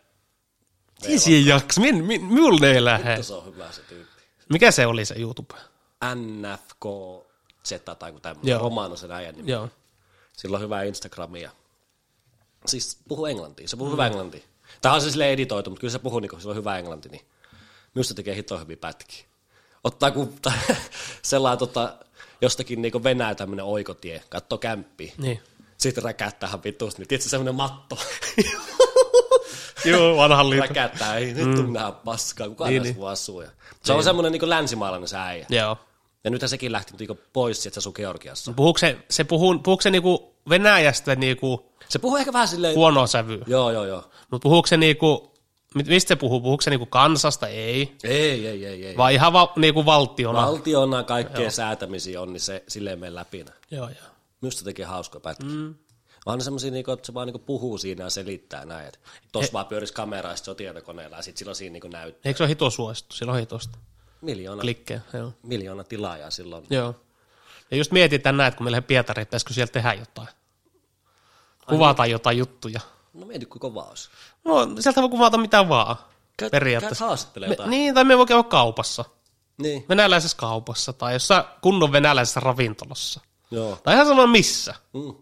Speaker 2: Siis ei jaksa. Min, min, minulle ei lähde.
Speaker 1: Hitto se on hyvä se tyyppi.
Speaker 2: Mikä se oli se YouTube?
Speaker 1: NFK Z tai joku tämmöinen,
Speaker 2: Joo.
Speaker 1: romano sen äijän nimi.
Speaker 2: Joo.
Speaker 1: Sillä on hyvää Instagramia. Siis puhuu englantia, se puhuu mm. hyvää englantia. Tämä on se sille editoitu, mutta kyllä se puhuu, niin kun sillä on hyvä englanti, niin minusta tekee hito hyvin pätkiä. Ottaa kun *laughs* sellainen tota, jostakin niin Venäjä tämmöinen oikotie, katto kämppi.
Speaker 2: Niin.
Speaker 1: Sitten räkättähän vitusti, niin tietysti semmoinen *laughs* matto.
Speaker 2: Joo, vanhan liiton.
Speaker 1: räkättää, ei nyt mm. nähdä paskaa, kukaan niin, niin. asuu. Ja. Se on semmoinen niin länsimaalainen se äijä.
Speaker 2: Joo. No
Speaker 1: Ja nythän sekin lähti niin pois sieltä sun Georgiassa.
Speaker 2: Puhuuko se, se, puhuu, puhuuko se niinku Venäjästä niinku
Speaker 1: Se puhuu ehkä vähän silleen,
Speaker 2: huonoa sävyä?
Speaker 1: joo joo joo.
Speaker 2: Mutta puhuuko se niinku, mit- mistä se puhuu? Puhuuko se niinku kansasta? Ei.
Speaker 1: Ei, ei, ei, ei.
Speaker 2: Vai ihan va, niinku valtiona?
Speaker 1: Valtiona kaikkea Joo. säätämisiä on, niin se silleen menee läpinä.
Speaker 2: Joo, joo.
Speaker 1: Minusta teki hauska pätkä. Mm. Onhan semmoisia, niinku, että se vaan niinku puhuu siinä ja selittää näin. että Tuossa vaan pyörisi kamera ja sitten se on tietokoneella ja sitten silloin siinä niinku näyt
Speaker 2: Eikö se ole hito suosittu? Sillä on hitosta
Speaker 1: No. miljoona, Klik.
Speaker 2: klikkejä. Joo.
Speaker 1: miljoona tilaajaa silloin.
Speaker 2: joo. Ja just mietitään näin, että kun me lähdemme Pietariin, että pitäisikö siellä tehdä jotain. Kuvata
Speaker 1: niin.
Speaker 2: jotain juttuja.
Speaker 1: No mieti, kuinka kova olisi.
Speaker 2: No, sieltä voi kuvata mitä vaan.
Speaker 1: Käyt,
Speaker 2: Periaatteessa.
Speaker 1: Käyt haastattelemaan
Speaker 2: Me,
Speaker 1: jotain.
Speaker 2: niin, tai me voi käydä kaupassa.
Speaker 1: Niin.
Speaker 2: Venäläisessä kaupassa tai jossain kunnon venäläisessä ravintolassa.
Speaker 1: Joo.
Speaker 2: Tai ihan sama missä.
Speaker 1: Mm.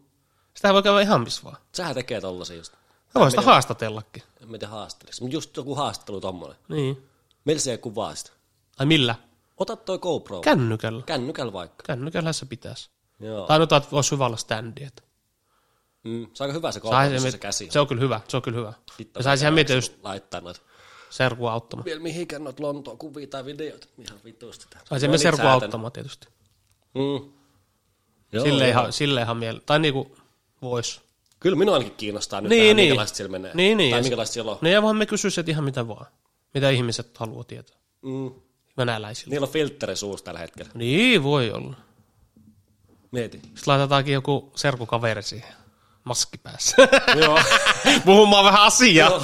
Speaker 2: Sitä voi käydä ihan missä vaan.
Speaker 1: Sähän tekee tollasia just.
Speaker 2: Me voi sitä haastatellakin.
Speaker 1: En mä tiedä haastatteliksi. Mutta just joku haastattelu tommonen.
Speaker 2: Niin.
Speaker 1: Millä se kuvaa sitä?
Speaker 2: Tai millä?
Speaker 1: Ota toi GoPro. Kä-
Speaker 2: Kännykällä.
Speaker 1: Kännykällä vaikka.
Speaker 2: Kännykällä se pitäisi.
Speaker 1: Joo.
Speaker 2: Tai no, että olisi hyvällä olla standi. että
Speaker 1: Mm, se on aika hyvä se GoPro,
Speaker 2: sai
Speaker 1: se,
Speaker 2: mit-
Speaker 1: se käsi.
Speaker 2: se on kyllä hyvä, se on kyllä hyvä.
Speaker 1: Hitto,
Speaker 2: Ja saisi ihan miettiä just
Speaker 1: Laittaa noita.
Speaker 2: serkua auttamaan.
Speaker 1: Vielä mihinkään noita lontoa kuvia tai videoita. Ihan vitusti. tää.
Speaker 2: Saisi
Speaker 1: No
Speaker 2: me
Speaker 1: niin,
Speaker 2: serkua
Speaker 1: säätän.
Speaker 2: auttamaan tietysti.
Speaker 1: Mm. Joo,
Speaker 2: Sille
Speaker 1: joo.
Speaker 2: ihan, sille ihan miele- Tai niinku vois.
Speaker 1: Kyllä minua ainakin kiinnostaa nyt
Speaker 2: Niin,
Speaker 1: vähän,
Speaker 2: niin.
Speaker 1: minkälaista siellä menee.
Speaker 2: Niin, niin.
Speaker 1: Tai minkälaista siellä on.
Speaker 2: No ja vaan me kysyisi, että ihan mitä vaan. Mitä ihmiset haluaa tietää.
Speaker 1: Mm.
Speaker 2: Venäläisillä.
Speaker 1: Niillä on filtteri suussa tällä hetkellä.
Speaker 2: Niin, voi olla.
Speaker 1: Mieti.
Speaker 2: Sitten laitetaankin joku serkukaveri siihen. Maski päässä. *laughs*
Speaker 1: *laughs* Joo.
Speaker 2: Puhumaan vähän asiaa. *laughs*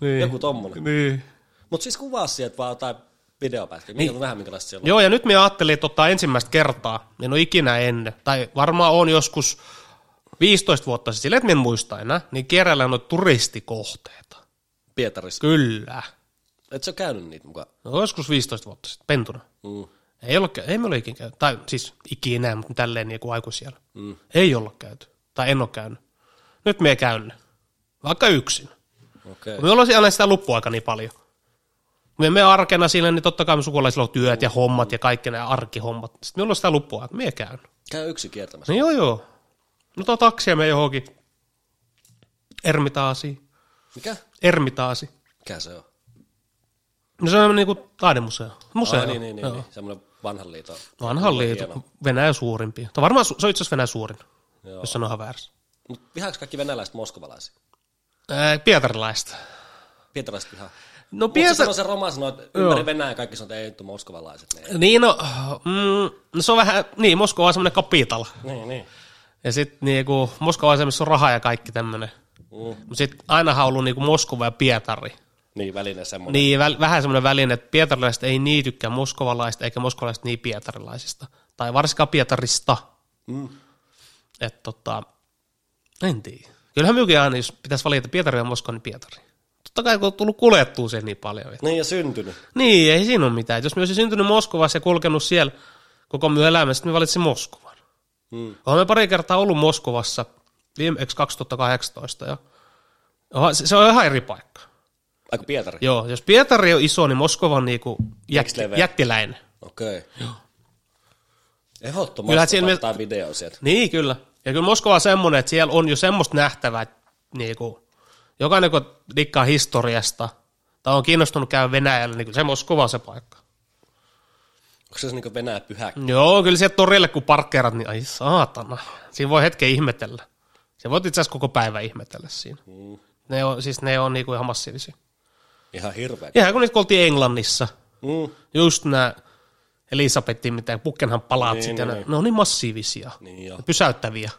Speaker 2: niin.
Speaker 1: Joku tommonen.
Speaker 2: Niin.
Speaker 1: Mutta siis kuvaa sieltä vaan jotain videopätkiä. Niin. Minkä vähän minkälaista siellä on.
Speaker 2: Joo, ja nyt minä ajattelin, että ottaa ensimmäistä kertaa. En ole ikinä ennen. Tai varmaan on joskus 15 vuotta sitten, silleen, että minä en muista enää, niin keräillä noita turistikohteita.
Speaker 1: Pietarissa.
Speaker 2: Kyllä.
Speaker 1: Et sä ole käynyt niitä mukaan.
Speaker 2: No, joskus 15 vuotta sitten, pentuna.
Speaker 1: Mm.
Speaker 2: Ei, olla, ei me ole ikinä käyty. Tai siis ikinä, mutta tälleen niin kuin aikuisiellä. Mm. Ei olla käyty. Tai en ole käynyt. Nyt me käyn. Vaikka yksin.
Speaker 1: Okei. Okay.
Speaker 2: Me ollaan aina sitä luppuaika niin paljon. Me me arkena sille, niin totta kai me sukulaisilla on työt ja hommat ja kaikki nämä arkihommat. Sitten me ollaan sitä luppuaikaa. Me käyn.
Speaker 1: Käy yksi kiertämässä.
Speaker 2: No joo joo. No tää taksia me johonkin. Ermitaasi.
Speaker 1: Mikä?
Speaker 2: Ermitaasi.
Speaker 1: Mikä se on?
Speaker 2: No se on niinku taidemuseo. Museo.
Speaker 1: Ah, niin, niin, niin,
Speaker 2: joo.
Speaker 1: niin. Semmoinen vanhan liiton.
Speaker 2: Vanhan liiton. Venäjän suurimpia. Tai varmaan su- se on itse asiassa Venäjän suurin,
Speaker 1: Joo.
Speaker 2: jos sanohan väärässä.
Speaker 1: Mut vihaaks kaikki venäläiset moskovalaisia?
Speaker 2: Ää, Pietarilaista.
Speaker 1: Pietarista vihaa.
Speaker 2: No
Speaker 1: Mutta
Speaker 2: Pietar...
Speaker 1: se on se roma sanoo, että ympäri Venäjää kaikki sanoo, että ei vittu moskovalaiset. Niin,
Speaker 2: Niin no, mm, no se on vähän, niin Moskova on semmoinen kapital.
Speaker 1: niin. niin.
Speaker 2: Ja sitten niinku, Moskova on se, missä on rahaa ja kaikki tämmöinen.
Speaker 1: Mm.
Speaker 2: Mutta sitten ainahan on ollut niinku Moskova ja Pietari.
Speaker 1: Niin, väline semmoinen.
Speaker 2: Niin, väl, vähän semmoinen väline, että pietarilaiset ei niin tykkää moskovalaista, eikä moskovalaiset niin pietarilaisista. Tai varsinkaan Pietarista.
Speaker 1: Mm.
Speaker 2: Että tota, en tiedä. Kyllähän minunkin aina, jos pitäisi valita Pietari ja Moskova, niin Pietari. Totta kai, kun on tullut kuljettua sen niin paljon. että-
Speaker 1: Niin, ja syntynyt.
Speaker 2: Niin, ei siinä ole mitään. Et jos minä olisin syntynyt Moskovassa ja kulkenut siellä koko minun elämästä, niin minä valitsin Moskovan.
Speaker 1: Mm.
Speaker 2: Olen me pari kertaa ollut Moskovassa, viimeksi 2018. Ja... Oha, se, se on ihan eri paikka.
Speaker 1: Aika Pietari.
Speaker 2: Joo, jos Pietari on iso, niin Moskova on niinku jätti,
Speaker 1: level.
Speaker 2: jättiläinen.
Speaker 1: Okei. Okay. Ehdottomasti
Speaker 2: Kyllähän siellä
Speaker 1: ottaa me... video sieltä.
Speaker 2: Niin, kyllä. Ja kyllä Moskova on semmoinen, että siellä on jo semmoista nähtävää, että niinku, jokainen kun dikkaa historiasta tai on kiinnostunut käydä Venäjällä, niin kyllä se Moskova on se paikka.
Speaker 1: Onko se niinku Venäjä pyhäkki?
Speaker 2: Joo, kyllä siellä torille kun parkkeerat, niin ai saatana. Siinä voi hetken ihmetellä. Se voit itse asiassa koko päivä ihmetellä siinä.
Speaker 1: Mm.
Speaker 2: Ne on, siis ne on niinku ihan massiivisia.
Speaker 1: Ihan hirveä.
Speaker 2: Ihan kun niitä kun oltiin Englannissa,
Speaker 1: Mm.
Speaker 2: just nämä Elisabetin, mitä Pukkenhan palatsit,
Speaker 1: Niin,
Speaker 2: niin, ja
Speaker 1: niin,
Speaker 2: niin, ne on niin massiivisia,
Speaker 1: Niin joo.
Speaker 2: ja pysäyttäviä.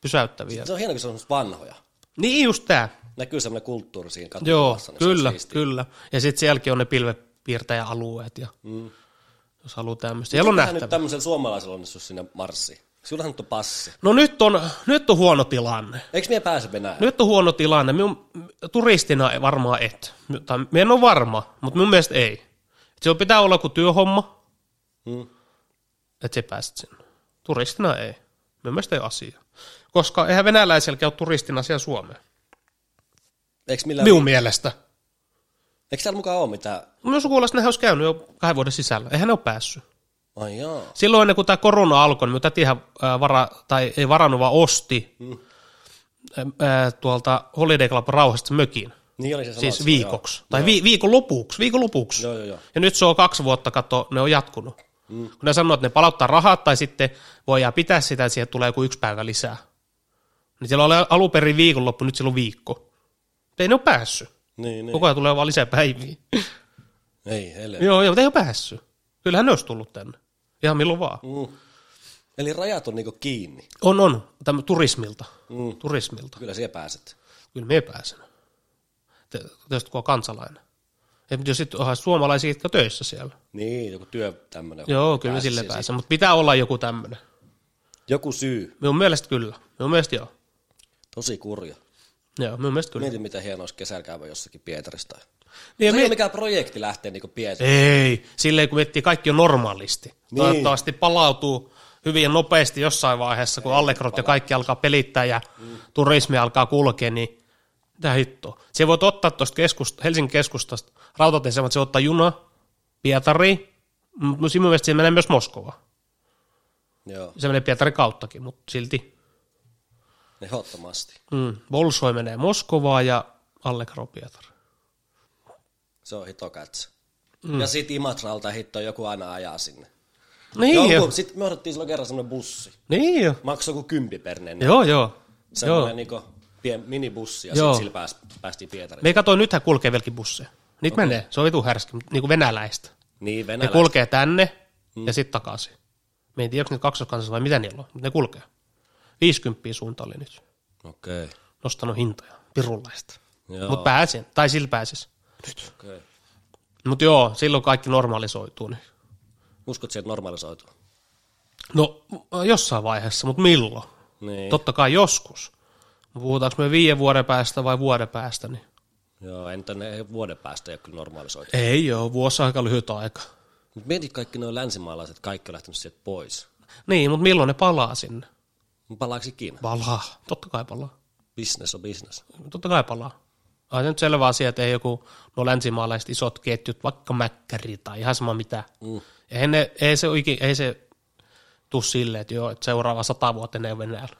Speaker 2: Pysäyttäviä.
Speaker 1: Se on hieno, kun se on semmoista vanhoja.
Speaker 2: Niin just tää.
Speaker 1: Näkyy semmoinen kulttuuri siinä katukuvassa.
Speaker 2: Joo,
Speaker 1: niin se on
Speaker 2: kyllä,
Speaker 1: siistiä.
Speaker 2: kyllä. Ja sitten sielläkin on ne pilvepiirtäjäalueet, ja
Speaker 1: Mm.
Speaker 2: jos haluaa tämmöistä. Siellä on
Speaker 1: Mitähän nyt
Speaker 2: nähtävä.
Speaker 1: tämmöisellä suomalaisella onnistus sinne Marsiin? Sillähän nyt on passi.
Speaker 2: No nyt on, nyt on huono tilanne.
Speaker 1: Eikö mie pääse Venäjään?
Speaker 2: Nyt on huono tilanne. Minun, turistina ei varmaan et. My- Tai minä en ole varma, mutta mun mielestä ei. Et se pitää olla joku työhomma,
Speaker 1: Mm.
Speaker 2: että se pääset sinne. Turistina ei. Minun mielestä ei ole asia. Koska eihän venäläiselläkään ole turistina siellä Suomeen.
Speaker 1: Eikö, millään...
Speaker 2: Minun mielestä.
Speaker 1: Eikö täällä mukaan ole mitään?
Speaker 2: Minun sukulaiset nehän olisi käynyt jo kahden vuoden sisällä. Eihän ne ole päässyt.
Speaker 1: Ai joo.
Speaker 2: Silloin ennen kuin tämä korona alkoi, niin minun tätihän ää, vara, tai ei varannut, vaan osti mm. ää, tuolta Holiday Club Rauhasta mökin.
Speaker 1: Niin oli se sanottu.
Speaker 2: Siis viikoksi. Tai vi, viikon lopuksi. Viikon lopuksi.
Speaker 1: Joo, joo, joo.
Speaker 2: Ja nyt se on kaksi vuotta, kato, ne on jatkunut. Mm. Kun ne sanoo, että ne palauttaa rahat tai sitten voi jää pitää sitä, että siihen tulee joku yksi päivä lisää. Niin siellä oli alun perin viikonloppu, nyt siellä on viikko. Ei ne ole päässyt.
Speaker 1: Niin, niin.
Speaker 2: Koko ajan tulee vaan lisää päiviä.
Speaker 1: Ei, helvetti.
Speaker 2: joo, joo, mutta ei ole päässyt. Kyllähän ne olisi tullut tänne. Ihan milloin vaan.
Speaker 1: Mm. Eli rajat on niinku kiinni.
Speaker 2: On, on. Tämä turismilta.
Speaker 1: Mm.
Speaker 2: Turismilta.
Speaker 1: Kyllä siellä pääset.
Speaker 2: Kyllä me pääsen. Tästä kun on kansalainen. Et jos sitten onhan suomalaisia, jotka töissä siellä.
Speaker 1: Niin, joku työ tämmönen.
Speaker 2: Joo, kyllä me sille
Speaker 1: siihen.
Speaker 2: pääsen, mutta pitää olla joku tämmöinen.
Speaker 1: Joku syy.
Speaker 2: Minun mielestä kyllä. Minun mielestä joo.
Speaker 1: Tosi kurja.
Speaker 2: Joo, minun mielestä kyllä.
Speaker 1: Mietin, mitä hienoa olisi kesällä käydä jossakin Pietarista.
Speaker 2: Niin,
Speaker 1: Ja se ei
Speaker 2: me...
Speaker 1: ole mikään projekti lähteä niinku Pietarista.
Speaker 2: Ei, silleen kun miettii kaikki on normaalisti.
Speaker 1: Niin.
Speaker 2: Niin. Toivottavasti palautuu hyvin ja nopeasti jossain vaiheessa, kun allegrot ja kaikki alkaa pelittää ja turismi alkaa kulkea, niin mitä hittoa. Se voit ottaa tuosta keskust- Helsingin keskustasta rautatieasemalta, se ottaa juna Pietari, mutta siinä mielestä siinä menee myös Moskova.
Speaker 1: Joo,
Speaker 2: Se menee Pietari kauttakin, mutta silti.
Speaker 1: ehdottomasti.
Speaker 2: Mm. Bolshoi menee Moskovaa ja Allegro Pietari.
Speaker 1: Se on hito katse. Mm. Ja sit Imatralta hitto joku aina ajaa sinne.
Speaker 2: Niin
Speaker 1: Joku,
Speaker 2: jo.
Speaker 1: sit me odottiin silloin kerran semmonen bussi.
Speaker 2: Niin jo.
Speaker 1: Maksoi joku kympi per nenä.
Speaker 2: Joo, joo. joo.
Speaker 1: Semmoinen niinku pien minibussi ja
Speaker 2: Joo.
Speaker 1: sit sillä pääs, päästiin Pietariin.
Speaker 2: Me katsoin, nythän kulkee vieläkin busseja. Niitä okay. menee, se on vitu härski, mutta niin kuin venäläistä.
Speaker 1: Niin,
Speaker 2: Ne
Speaker 1: Venäjä. Kul-
Speaker 2: kulkee tänne
Speaker 1: Mm.
Speaker 2: ja sitten takaisin. Me en tiedä, onko ne kaksoskansassa vai mitä niillä on, mutta ne kulkee. 50 suunta oli nyt.
Speaker 1: Okei. Okay.
Speaker 2: Nostanut hintoja, pirullaista.
Speaker 1: Joo.
Speaker 2: Mutta pääsin, tai sillä pääsis.
Speaker 1: Okay.
Speaker 2: Mutta joo, silloin kaikki normalisoituu. Niin.
Speaker 1: Uskot siihen normalisoituu?
Speaker 2: No jossain vaiheessa, mutta milloin?
Speaker 1: Niin. Tot-
Speaker 2: Totta kai joskus. Mut Puhutaanko me viiden vuoden päästä vai vuoden päästä? Niin.
Speaker 1: Joo, entä ne vuoden päästä ei ole kyllä normalisoitu.
Speaker 2: Ei joo, vuosi on aika lyhyt aika.
Speaker 1: Mut mieti kaikki nuo länsimaalaiset, kaikki on lähtenyt sieltä pois.
Speaker 2: Niin, mutta milloin ne palaa sinne?
Speaker 1: Mut Palaako Kiina?
Speaker 2: Palaa, totta kai palaa.
Speaker 1: Business on business.
Speaker 2: Totta kai palaa. On se nyt selvä asia, että ei joku no länsimaalaiset isot ketjut, vaikka mäkkäri tai ihan sama mitä. Mm. Eihän ne, ei se, oikein, ei se tuu silleen, että joo, että seuraava sata vuotta ne ei ole Venäjällä.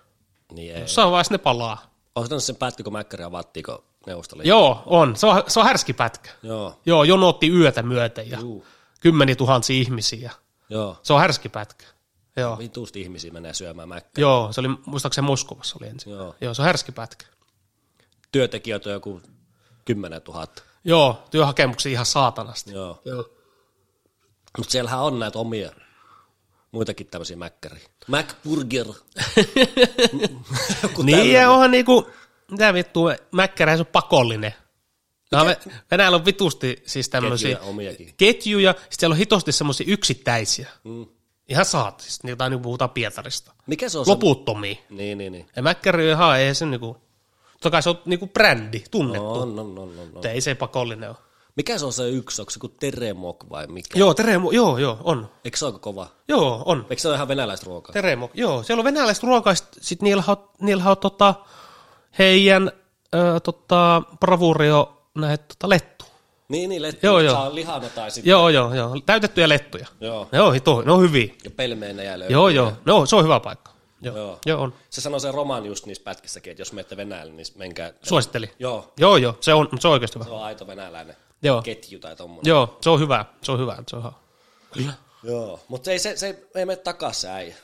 Speaker 1: Niin ei.
Speaker 2: Jossain vaiheessa ne palaa.
Speaker 1: Onko sen päättikö Mäkkäri ja Vattiko Neuvostoliitto?
Speaker 2: Joo, on. Se on, se on härski pätkä.
Speaker 1: Joo,
Speaker 2: Joo, jonotti yötä myöten ja
Speaker 1: Juu.
Speaker 2: kymmeniä tuhansia ihmisiä.
Speaker 1: joo.
Speaker 2: Se on härski pätkä. Joo.
Speaker 1: Vituusti ihmisiä menee syömään Mäkkäri.
Speaker 2: Joo, se oli, muistaakseni Moskovassa oli ensin.
Speaker 1: Joo.
Speaker 2: Joo, se on härski pätkä.
Speaker 1: Työntekijöitä on joku 10 000.
Speaker 2: Joo, työhakemuksia ihan saatanasti.
Speaker 1: Joo.
Speaker 2: Joo.
Speaker 1: Mutta siellähän on näitä omia muitakin tämmöisiä mäkkäriä.
Speaker 2: *laughs*
Speaker 1: Macburger. Joku
Speaker 2: Niin,
Speaker 1: tällainen.
Speaker 2: ja onhan niinku, mitä vittua, mäkkärähän se on pakollinen. No, Ve- Venäjällä on vitusti siis tämmöisiä
Speaker 1: Ketjuja omiakin.
Speaker 2: ketjuja, sitten siellä on hitosti semmoisia yksittäisiä. Mm. Ihan saat, siis niitä niin puhutaan Pietarista.
Speaker 1: Mikä se on
Speaker 2: Loputtomia.
Speaker 1: se? Niin, niin, niin.
Speaker 2: Ja mäkkäri on ihan, ei se niinku, totta kai se on niinku brändi, tunnettu, no,
Speaker 1: On, on, on, on, on.
Speaker 2: mutta ei se pakollinen ole.
Speaker 1: Mikä se on se yksi? Onko se kuin teremok vai mikä?
Speaker 2: Joo, Teremo, joo, joo, on.
Speaker 1: Eikö se ole kova?
Speaker 2: Joo, on.
Speaker 1: Eikö se ole ihan venäläistä ruokaa?
Speaker 2: Teremo, joo, siellä on venäläistä ruokaa, sit, sit niillä on, niillä on tota, heidän ö, tota, bravurio näitä tota, lettu.
Speaker 1: niin, niin, lettu.
Speaker 2: Joo, joo.
Speaker 1: Saa lihana tai sitten.
Speaker 2: Joo, joo, joo. Täytettyjä lettuja.
Speaker 1: Joo.
Speaker 2: Ne on, hito, ne on hyviä.
Speaker 1: Ja pelmeenejä löytyy.
Speaker 2: Joo, joo. No, se on hyvä paikka. Joo.
Speaker 1: Joo.
Speaker 2: Joo, joo on.
Speaker 1: Se sanoi sen roman just niissä pätkissäkin, että jos menette Venäjälle, niin menkää.
Speaker 2: Suositteli.
Speaker 1: Joo,
Speaker 2: Joo, joo. Se on, se on oikeasti hyvä.
Speaker 1: se on aito venäläinen
Speaker 2: Joo.
Speaker 1: ketju tai tommonen.
Speaker 2: Joo, se on hyvä. Se on hyvä. Se on hyvä. Kyllä.
Speaker 1: Joo, mutta ei, se, se ei mene takas se äijä.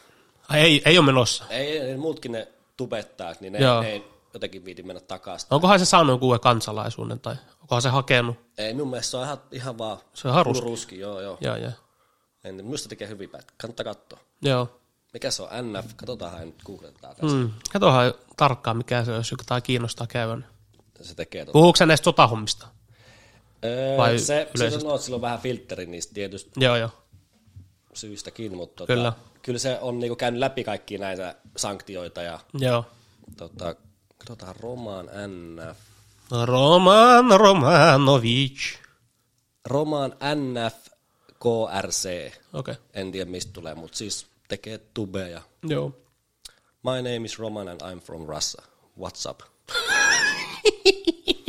Speaker 2: Ai, ei, ei ole menossa.
Speaker 1: Ei, ei, muutkin ne tubettaa, niin ne,
Speaker 2: Joo.
Speaker 1: ne ei jotenkin viiti mennä takaisin.
Speaker 2: Onkohan se saanut jonkun uuden kansalaisuuden tai onkohan se hakenut?
Speaker 1: Ei, mun mielestä se on ihan, ihan vaan
Speaker 2: Se on ihan ruski.
Speaker 1: ruski. joo, joo.
Speaker 2: Joo, joo.
Speaker 1: En, minusta tekee hyvin pätkä. Kannattaa katsoa.
Speaker 2: Joo.
Speaker 1: Mikä se on NF? Katsotaanhan nyt googletaan tässä.
Speaker 2: Mm. Katohan tarkkaan, mikä se on, jos jotain kiinnostaa käydä. niin.
Speaker 1: Mm. Se tekee tuota.
Speaker 2: Puhuuko sä näistä sotahommista?
Speaker 1: Öö,
Speaker 2: vai
Speaker 1: se,
Speaker 2: yleisesti?
Speaker 1: se on, silloin vähän filtteri niistä tietystä
Speaker 2: Joo, joo.
Speaker 1: syistäkin, mutta tota,
Speaker 2: Kyllä.
Speaker 1: kyllä se on niinku käynyt läpi kaikkia näitä sanktioita ja
Speaker 2: Joo.
Speaker 1: tota, katsotaan Roman NF.
Speaker 2: Roman Romanovic.
Speaker 1: Roman NF KRC.
Speaker 2: Okei. Okay.
Speaker 1: En tiedä mistä tulee, mutta siis tekee tubeja.
Speaker 2: Joo.
Speaker 1: My name is Roman and I'm from Russia. What's
Speaker 2: *laughs*
Speaker 1: up?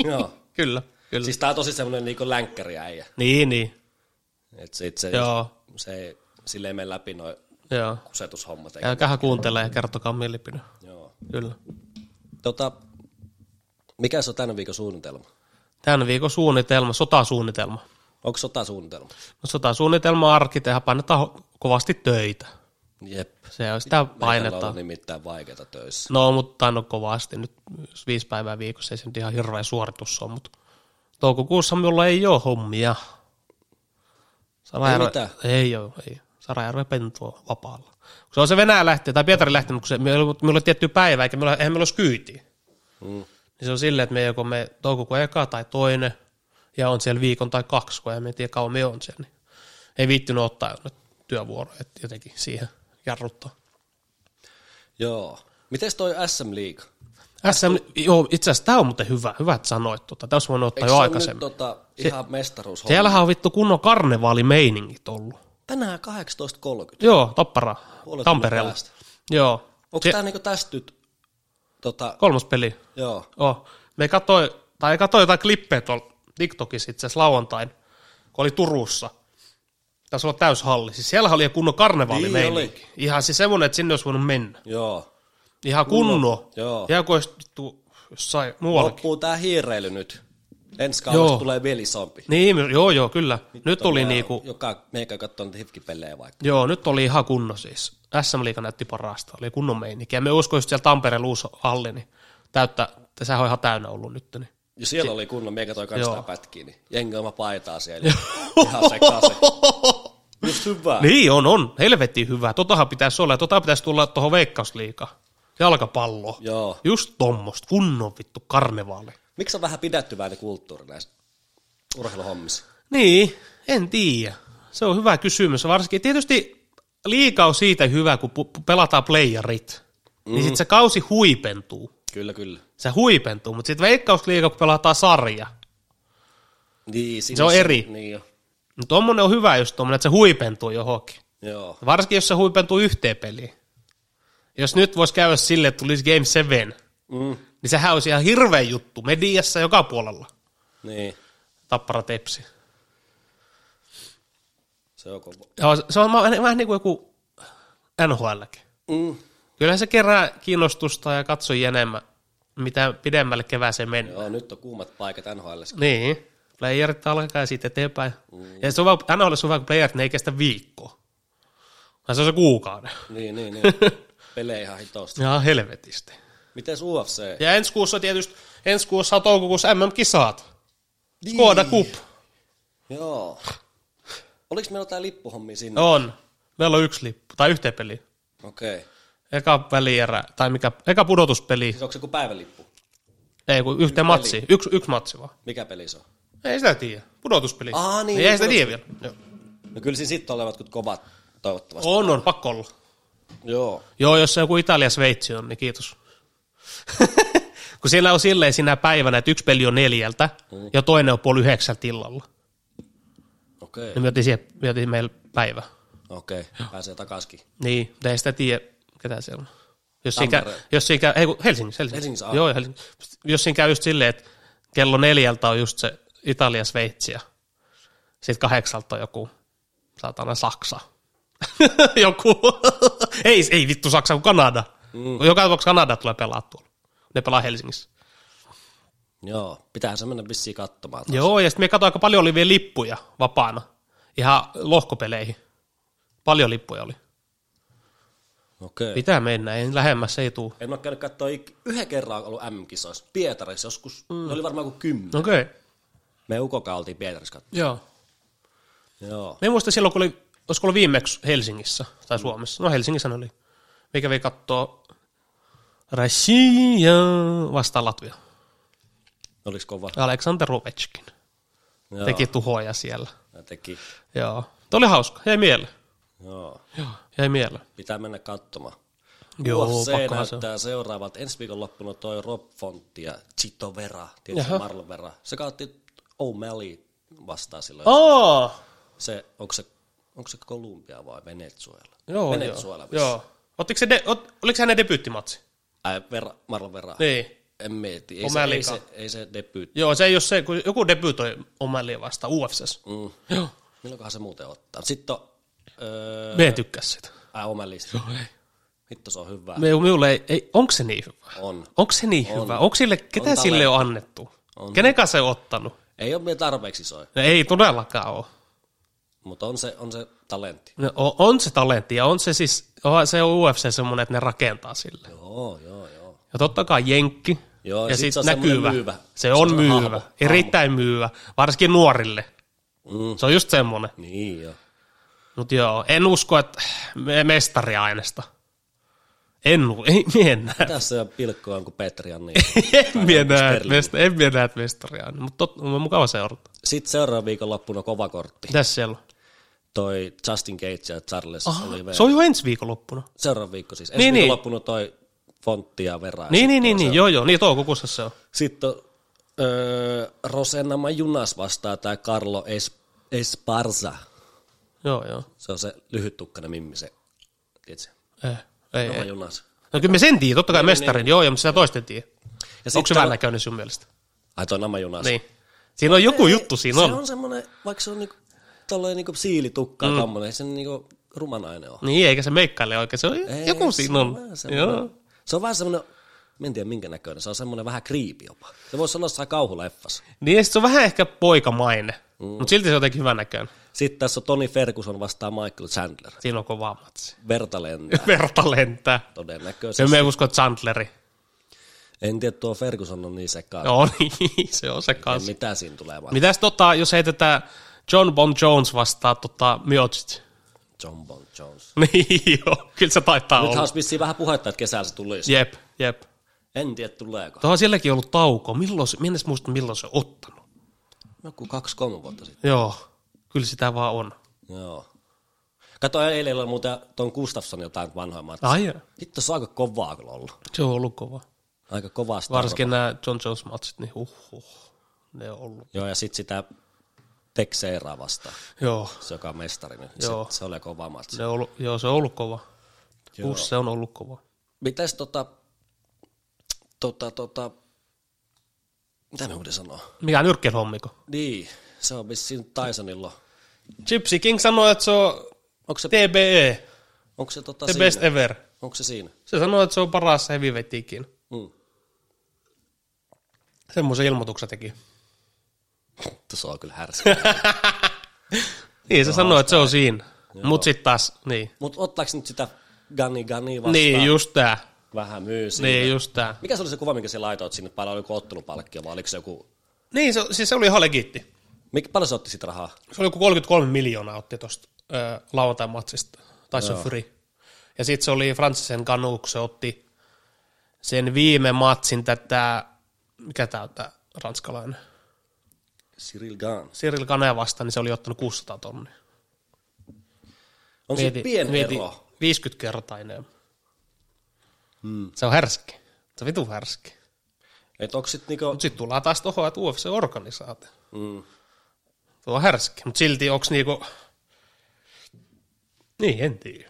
Speaker 1: Joo.
Speaker 2: Kyllä, kyllä.
Speaker 1: Siis tää on tosi semmonen niinku länkkäriäijä.
Speaker 2: Niin, niin.
Speaker 1: Et sit se,
Speaker 2: Joo.
Speaker 1: se ei, sille ei mene läpi noin
Speaker 2: Joo.
Speaker 1: kusetushommat. eikä-
Speaker 2: Käykää kuuntelemaan ja kertokaa mielipide.
Speaker 1: Joo.
Speaker 2: Kyllä.
Speaker 1: Tota, mikä se on tämän viikon suunnitelma?
Speaker 2: Tämän viikon suunnitelma, sotasuunnitelma.
Speaker 1: Onko sotasuunnitelma?
Speaker 2: No sotasuunnitelma arki, tehdä painetaan ho- kovasti töitä.
Speaker 1: Jep.
Speaker 2: Se on sitä
Speaker 1: Meillä on
Speaker 2: painetaan.
Speaker 1: nimittäin niin vaikeita töissä.
Speaker 2: No, mutta no kovasti nyt jos viisi päivää viikossa, ei se nyt ihan hirveä suoritus ole, mutta toukokuussa minulla ei ole hommia.
Speaker 1: Ei
Speaker 2: Sarajärve,
Speaker 1: mitään.
Speaker 2: ei ole, ei. Sarajärve pentu on vapaalla. Kun se on se Venäjä lähtee, tai Pietari lähtee, mutta kun se, minulla ei ole tietty päivä, eikä minulla, eihän minulla olisi kyytiä.
Speaker 1: Mm.
Speaker 2: Niin se on silleen, että me joko me toukokuun eka tai toinen, ja on siellä viikon tai kaksi, kun en mä tiedä kauan me on siellä. Niin ei viittynyt ottaa nyt työvuoroja että jotenkin siihen jarruttaa.
Speaker 1: Joo. Mites toi SM League?
Speaker 2: SM, joo, itse asiassa tämä on muuten hyvä, hyvä että sanoit tota. Tämä olisi voinut ottaa
Speaker 1: Eikö se
Speaker 2: jo
Speaker 1: ole
Speaker 2: aikaisemmin.
Speaker 1: nyt tota, ihan mestaruus?
Speaker 2: Siellähän on vittu kunnon karnevaalimeiningit ollut.
Speaker 1: Tänään 18.30.
Speaker 2: Joo, Tappara,
Speaker 1: Puolet tunnin
Speaker 2: Tampereella.
Speaker 1: päästä.
Speaker 2: Joo,
Speaker 1: Onko
Speaker 2: Se-
Speaker 1: tää niinku tästä nyt? Tota,
Speaker 2: kolmas peli.
Speaker 1: joo.
Speaker 2: Oh. Me katsoi, tai katsoi jotain klippejä tuolla TikTokissa itse asiassa lauantain, kun oli Turussa. Taisi olla täyshalli. Siis siellä oli jo kunnon karnevaali
Speaker 1: Niin olikin.
Speaker 2: Ihan siis semmoinen, että sinne olisi voinut mennä.
Speaker 1: Joo.
Speaker 2: Ihan kunno.
Speaker 1: Joo.
Speaker 2: Ihan kuin olisi vittu jossain muuallakin.
Speaker 1: Loppuu tää hiireily nyt. Ensi kaudesta
Speaker 2: Joo.
Speaker 1: tulee vielä isompi.
Speaker 2: Niin, my- joo joo, kyllä. nyt oli
Speaker 1: Tää
Speaker 2: niinku,
Speaker 1: Joka meikä katsoo niitä hifkipelejä vaikka.
Speaker 2: joo, nyt oli ihan kunno siis. SM Liiga näytti parasta, oli kunnon meininki. Ja me uskoin just siellä Tampereen uusi halli, niin täyttä, sehän on ihan täynnä ollut nyt. Niin.
Speaker 1: Ja siellä oli kunnon, meikä toi kans
Speaker 2: Joo.
Speaker 1: tää pätkiä, niin jengi oma paitaa siellä. Ihan
Speaker 2: *laughs*
Speaker 1: sekaisin. Just hyvä.
Speaker 2: Niin on, on. Helvetin hyvä. Totahan pitäisi olla. ja Tota pitäisi tulla tuohon veikkausliikaan. Jalkapallo.
Speaker 1: Joo.
Speaker 2: Just tommosta. Kunnon vittu karnevaali.
Speaker 1: Miksi on vähän pidättyväinen kulttuuri näissä urheiluhommissa?
Speaker 2: Niin, en tiedä. Se on hyvä kysymys. Varsinkin tietysti liika on siitä hyvä, kun pu- pu- pelataan playerit. Mm. Niin sit se kausi huipentuu.
Speaker 1: Kyllä, kyllä.
Speaker 2: Se huipentuu, mutta sitten veikkausliiga, kun pelataan sarja.
Speaker 1: Niin, siinä
Speaker 2: Se on eri.
Speaker 1: Niin jo.
Speaker 2: No tommonen on hyvä just tommonen, että se huipentuu johonkin.
Speaker 1: Joo.
Speaker 2: Varsinkin, jos se huipentuu yhteen peliin. Jos nyt voisi käydä sille, että tulisi Game 7,
Speaker 1: Mm.
Speaker 2: niin sehän olisi ihan hirveä juttu mediassa joka puolella.
Speaker 1: Niin.
Speaker 2: Tappara tepsi.
Speaker 1: Se on kova.
Speaker 2: Joo, se on vähän vähän niin kuin joku NHLkin.
Speaker 1: Mm.
Speaker 2: Kyllähän se kerää kiinnostusta ja katsojia enemmän, mitä pidemmälle kevääseen mennään.
Speaker 1: Joo, nyt on kuumat paikat NHL.
Speaker 2: Niin, playerit alkaa ja siitä eteenpäin. Mm. Ja se on vaan, NHL on vaan, kun playerit ne ei kestä viikkoa. Vaan se on se kuukauden.
Speaker 1: Niin, niin,
Speaker 2: *laughs*
Speaker 1: niin. Pelejä ihan hitosti.
Speaker 2: Ihan helvetisti.
Speaker 1: Mites UFC?
Speaker 2: Ja ensi kuussa tietysti, ensi kuussa on toukokuussa MM-kisat.
Speaker 1: Niin.
Speaker 2: Skoda Cup.
Speaker 1: Joo. Oliko meillä jotain lippuhommia sinne?
Speaker 2: On. Meillä on yksi lippu, tai yhteen peli.
Speaker 1: Okei. Okay.
Speaker 2: Eka välierä, tai mikä, eka pudotuspeli.
Speaker 1: Siis onko se joku päivälippu?
Speaker 2: Ei, kun yhteen matsi. Yksi, yksi matsi vaan.
Speaker 1: Mikä peli se on?
Speaker 2: Ei sitä tiedä. Pudotuspeli.
Speaker 1: Aa, niin,
Speaker 2: ei, ei sitä
Speaker 1: pudotus-
Speaker 2: tiedä vielä. Joo.
Speaker 1: No kyllä siinä sitten olevat kun kovat toivottavasti.
Speaker 2: On, on, pakko olla.
Speaker 1: Joo.
Speaker 2: Joo, jos se joku Italia Sveitsi on, niin kiitos. *laughs* kun siellä on silleen sinä päivänä, että yksi peli on neljältä
Speaker 1: Mm.
Speaker 2: ja toinen on puoli yhdeksältä illalla.
Speaker 1: Okei.
Speaker 2: Niin me otin, siihen, me otin meillä päivä.
Speaker 1: Okei. Pääsee takaskin.
Speaker 2: Niin, mutta ei sitä tiedä, ketä siellä on. Jos siinä, käy,
Speaker 1: Tampere.
Speaker 2: jos siinä käy, ei kun Helsingissä, Helsingissä.
Speaker 1: Helsingissä,
Speaker 2: Joo, Helsingissä. Jos siinä käy just silleen, että kello neljältä on just se Italia Sveitsiä. Sitten kahdeksalta on joku, saatana Saksa. *laughs* joku, ei, ei vittu Saksa, kun Kanada. Mm. Joka tapauksessa Kanada tulee pelaa tuolla. Ne pelaa Helsingissä.
Speaker 1: Joo. Pitäähän se mennä vissiin katsomaan.
Speaker 2: Joo, ja sitten me katsoin, aika paljon oli vielä lippuja vapaana. Ihan lohkopeleihin. Paljon lippuja oli.
Speaker 1: Okei.
Speaker 2: Pitää mennä, ei lähemmäs ei tule.
Speaker 1: En ole käynyt katsoa ik- yhden kerran on ollut M-kisoissa. Pietarissa joskus. Mm. Ne oli varmaan kuin kymmenen. No.
Speaker 2: Okei, okay.
Speaker 1: Me ukokaa oltiin Pietarissa katsoa.
Speaker 2: joo.
Speaker 1: Joo.
Speaker 2: Me muistan silloin, kun oli, olisiko ollut viimeksi Helsingissä tai Suomessa. No Helsingissä ne oli. Me kävi kattoo Russia vastaan Latvia.
Speaker 1: Oliko kova?
Speaker 2: Aleksander Ovechkin
Speaker 1: Joo.
Speaker 2: teki tuhoja siellä.
Speaker 1: Ja teki.
Speaker 2: Joo. Tuo oli hauska, jäi mieleen.
Speaker 1: Joo.
Speaker 2: Joo, jäi mieleen.
Speaker 1: Pitää mennä katsomaan.
Speaker 2: Joo,
Speaker 1: UFC
Speaker 2: pakkohan se on.
Speaker 1: näyttää seuraavalta. Ensi viikonloppuna toi Rob Font ja Chito Vera, tietysti Marlon Vera. Se kaotti O'Malley vastaan silloin.
Speaker 2: Oh,
Speaker 1: Se, onko se, onko se Kolumbia vai Venezuela?
Speaker 2: joo,
Speaker 1: Venezuela
Speaker 2: joo. joo. Ottiko se de, ot, oliko se hänen debyyttimatsi?
Speaker 1: Ai, Vera, Marlon Vera.
Speaker 2: Niin.
Speaker 1: En mieti. Ei se,
Speaker 2: O'Malley
Speaker 1: ei,
Speaker 2: ka-
Speaker 1: se, ei se debyytti.
Speaker 2: Joo, se ei ole se, kun joku debytoi Omelia vasta UFCs.
Speaker 1: Mm.
Speaker 2: Joo.
Speaker 1: Milloinkohan se muuten ottaa? Sitten on... Öö,
Speaker 2: Me en tykkää sitä.
Speaker 1: Ai, O'Malleystä. Hitto, se on hyvä.
Speaker 2: Me, minulle ei, ei onko se niin hyvä?
Speaker 1: On.
Speaker 2: Onko se niin on. hyvä? Onko sille, ketä on sille on annettu? On. Kenen kanssa se on ottanut?
Speaker 1: Ei ole vielä tarpeeksi isoja,
Speaker 2: No ei todellakaan ole.
Speaker 1: mutta on se, on se talentti.
Speaker 2: No, o- on se talentti ja on se siis, on se on UFC semmoinen, että ne rakentaa sille.
Speaker 1: Joo, joo, joo.
Speaker 2: Ja totta kai jenkki.
Speaker 1: Joo,
Speaker 2: ja
Speaker 1: sit
Speaker 2: sit
Speaker 1: se on
Speaker 2: näkyvä.
Speaker 1: semmoinen myyvä.
Speaker 2: Se on
Speaker 1: Se on
Speaker 2: myyvä.
Speaker 1: hahmo, hahmo.
Speaker 2: Erittäin myyvä. Varsinkin nuorille.
Speaker 1: Mm.
Speaker 2: Se on just semmoinen.
Speaker 1: Niin joo.
Speaker 2: Mutta joo, en usko, että me- mestariainesta. En, u- ei, *laughs* mie en näe.
Speaker 1: Tässä on pilkkoa kuin Petri ja niin.
Speaker 2: en mie näe, että
Speaker 1: Sterling.
Speaker 2: mest- en mie näe, että mestariaine. Mutta on mukava seurata.
Speaker 1: Sitten seuraavan viikonloppuna kova kortti.
Speaker 2: Mitäs siellä on?
Speaker 1: Toi Justin Gates ja Charles Aha, Oliver.
Speaker 2: Se on jo ensi viikonloppuna.
Speaker 1: Seuraava viikko siis. Ensi niin,
Speaker 2: Niin, niin.
Speaker 1: viikonloppuna toi Fontti ja Vera. ja
Speaker 2: Niin,
Speaker 1: sit
Speaker 2: niin, niin,
Speaker 1: on se-
Speaker 2: niin, joo, joo, niin toukokuussa se on.
Speaker 1: Sitten on öö, Rosenna Majunas vastaa tai Carlo es, Esparza.
Speaker 2: Joo, joo.
Speaker 1: Se on se lyhyttukkainen mimmi se. Tiedätkö?
Speaker 2: Eh, ei, ei.
Speaker 1: Majunas.
Speaker 2: No kyllä me sen tiedä, totta kai mestarin, joo, joo, mutta sitä toisten tiedä.
Speaker 1: Ja sit
Speaker 2: Onko niin. se
Speaker 1: täällä-
Speaker 2: vähän näköinen sun mielestä?
Speaker 1: Ai toi Nama Junas.
Speaker 2: Niin. Siinä on joku juttu, siinä
Speaker 1: Se
Speaker 2: on.
Speaker 1: on semmoinen, vaikka se on niinku tolleen niinku siilitukkaa mm. tommonen, ei se niinku rumanainen ole.
Speaker 2: Niin, eikä se meikkaile oikein. Se on
Speaker 1: Ei,
Speaker 2: joku siinä on.
Speaker 1: vähän semmonen-
Speaker 2: Joo.
Speaker 1: Se on vähän semmoinen, mä en tiedä minkä näköinen, se on semmoinen vähän kriipi jopa. Se voisi olla jossain kauhuleffassa.
Speaker 2: Niin, ja sit se on vähän ehkä poikamainen, mm. mutta silti se on jotenkin hyvän näköinen.
Speaker 1: Sitten tässä on Tony Ferguson vastaan Michael Chandler.
Speaker 2: Siinä on kova *laughs* matsi.
Speaker 1: Verta lentää
Speaker 2: Verta lentää.
Speaker 1: todennäköisesti.
Speaker 2: Se me ei usko Chandleri.
Speaker 1: En tiedä, tuo Ferguson on niin sekaan.
Speaker 2: Joo, niin, *laughs* se on se
Speaker 1: Ja
Speaker 2: kanssa.
Speaker 1: Mitä siinä tulee vaan?
Speaker 2: Mitäs tota, jos heitetään John Bon Jones vastaan tota Miocic? *laughs*
Speaker 1: John Bon Jones.
Speaker 2: Niin joo, kyllä se taitaa
Speaker 1: Nythän
Speaker 2: olla.
Speaker 1: olisi vissiin vähän puhetta, että kesällä se tulisi.
Speaker 2: Jep, jep.
Speaker 1: En tiedä, tuleeko.
Speaker 2: Tuohon sielläkin on ollut tauko. Milloin se, minä en edes muista, milloin se on ottanut.
Speaker 1: Joku No, kaksi-kolme vuotta sitten.
Speaker 2: Joo, kyllä sitä vaan on.
Speaker 1: Joo. Kato, eilen oli muuten tuon Gustafsson jotain vanhoja matsia.
Speaker 2: Ai joo.
Speaker 1: Hitto, se on aika kovaa kyllä ollut.
Speaker 2: se on ollut kova.
Speaker 1: Aika kovasta.
Speaker 2: Varsinkin nämä John Jones-matsit, niin huhhuh, ne on ollut.
Speaker 1: Joo, ja sitten sitä Texeeraa vastaan,
Speaker 2: Joo,
Speaker 1: se joka on mestari nyt.
Speaker 2: Joo.
Speaker 1: Se, se oli kova matsi.
Speaker 2: ne on ollut, joo se on ollut kova.
Speaker 1: Joo.
Speaker 2: Uus, se on ollut kova.
Speaker 1: Mitäs tota, tota, tota, mitä me uuden sanoa?
Speaker 2: Mikä nyrkkelhommiko?
Speaker 1: Niin, se on vissiin Tysonilla.
Speaker 2: Gypsy King sanoi, että se on
Speaker 1: Onko se,
Speaker 2: TBE,
Speaker 1: onko se tota
Speaker 2: the
Speaker 1: siinä?
Speaker 2: best ever.
Speaker 1: Onko se siinä?
Speaker 2: Se sanoi, että se on paras heavyweight ikinä.
Speaker 1: Mm.
Speaker 2: Semmoisen ilmoituksen teki.
Speaker 1: Vittu, Se on kyllä *laughs* härskä.
Speaker 2: Niin, se sanoi, että se on siinä. Mut sit taas, niin.
Speaker 1: Mutta ottaako nyt sitä Gani Gani vastaan?
Speaker 2: Niin, just tää.
Speaker 1: Vähän myy siinä.
Speaker 2: Niin, just tää.
Speaker 1: Mikä se oli se kuva, minkä sä laitoit sinne päälle? Oliko ottelupalkkio vai oliko se joku...
Speaker 2: Niin, se, siis se oli ihan legiitti.
Speaker 1: Mik, paljon se otti siitä rahaa?
Speaker 2: Se oli joku 33 miljoonaa otti tosta ö, lauantai-matsista, Tyson Fury. Ja sit se oli Francisen Kanu, kun se otti sen viime matsin tätä, mikä tää on tää ranskalainen,
Speaker 1: Cyril Gans.
Speaker 2: Cyril Kanea vastaan, niin se oli ottanut 600 tonnia.
Speaker 1: On se pieni ero.
Speaker 2: 50-kertainen.
Speaker 1: Hmm.
Speaker 2: Mm. Se on härski. Se on vitu härski.
Speaker 1: Et onko sit niinku...
Speaker 2: Mutta sitten tullaan taas tuohon, että UFC-organisaatio.
Speaker 1: Mm.
Speaker 2: Tuo on härski, mutta silti onko niinku... Niin, en tiedä.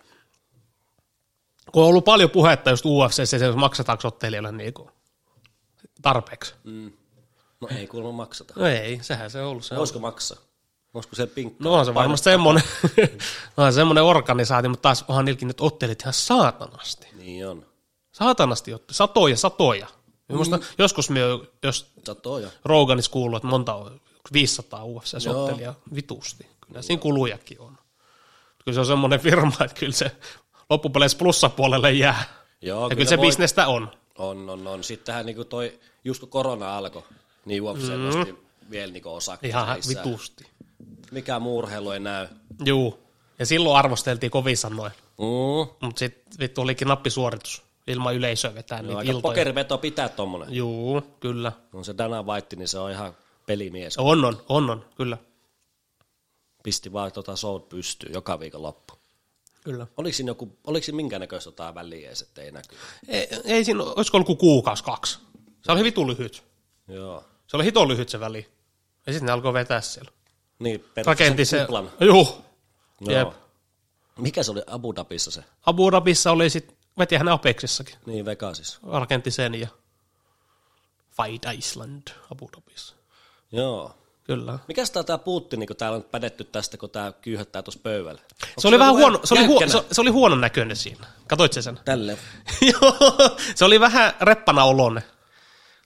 Speaker 2: Kun on ollut paljon puhetta just UFC, se maksetaanko ottelijalle niinku tarpeeksi.
Speaker 1: No ei kuulemma maksata.
Speaker 2: No ei, sehän se on ollut. Se on.
Speaker 1: Voisiko maksaa? Voisiko No, se pinkka?
Speaker 2: No on se varmasti semmoinen, no *laughs* on semmoinen organisaatio, mutta taas onhan niilläkin nyt ottelit ihan saatanasti.
Speaker 1: Niin on.
Speaker 2: Saatanasti otti, satoja, satoja. Mm. Musta, joskus me jos
Speaker 1: Satoja.
Speaker 2: Roganis kuuluu, että monta on 500 UFC-sottelijaa vitusti. Kyllä siinä kulujakin on. Kyllä se on semmoinen firma, että kyllä se loppupeleissä plussapuolelle jää.
Speaker 1: Joo,
Speaker 2: ja kyllä,
Speaker 1: kyllä
Speaker 2: se
Speaker 1: voi-
Speaker 2: bisnestä on.
Speaker 1: On, on, on. Sittenhän niinku toi, just kun korona alkoi, niin UFC mm. nosti vielä niinku osakkeita
Speaker 2: Ihan
Speaker 1: lisää.
Speaker 2: vitusti.
Speaker 1: Mikä muu urheilu ei näy.
Speaker 2: Juu. Ja silloin arvosteltiin kovin sanoin.
Speaker 1: Mm.
Speaker 2: Mutta sitten vittu olikin nappisuoritus. Ilman yleisöä vetää
Speaker 1: No,
Speaker 2: niitä
Speaker 1: aika
Speaker 2: iltoja.
Speaker 1: pokeriveto pitää tommonen.
Speaker 2: Juu, kyllä.
Speaker 1: On se Dana White, niin se on ihan pelimies.
Speaker 2: On, on, on, on, kyllä.
Speaker 1: Pisti vaan tota show pystyyn joka viikon loppu.
Speaker 2: kyllä.
Speaker 1: Oliko siinä, joku, oliko siinä minkäännäköistä jotain väliä edes, ettei näkyy?
Speaker 2: Ei, ei siinä, olisiko ollut kuin kuukausi, kaksi? Se oli vitu lyhyt.
Speaker 1: Joo.
Speaker 2: Se oli hito lyhyt se väli. Ja sitten ne alkoi vetää siellä.
Speaker 1: Niin, perus-
Speaker 2: rakenti
Speaker 1: sen
Speaker 2: se.
Speaker 1: kuplan.
Speaker 2: Juu.
Speaker 1: Joo.
Speaker 2: Jep.
Speaker 1: Mikä se oli Abu Dhabissa se?
Speaker 2: Abu Dhabissa oli sit, veti hän Apexissakin.
Speaker 1: Niin, Vegasissa.
Speaker 2: Rakenti sen ja Fight Island Abu Dhabissa.
Speaker 1: Joo.
Speaker 2: Kyllä.
Speaker 1: Mikäs tää, tää Putin, niin kun täällä on pädetty tästä, kun tää kyyhättää tuossa pöydällä? Onko
Speaker 2: Se oli vähän huono, se oli, huo,
Speaker 1: jäykkänä?
Speaker 2: se, se oli huonon näköinen siinä. Katoit
Speaker 1: *laughs*
Speaker 2: sä sen?
Speaker 1: Tälle.
Speaker 2: Joo. se oli vähän reppana olone.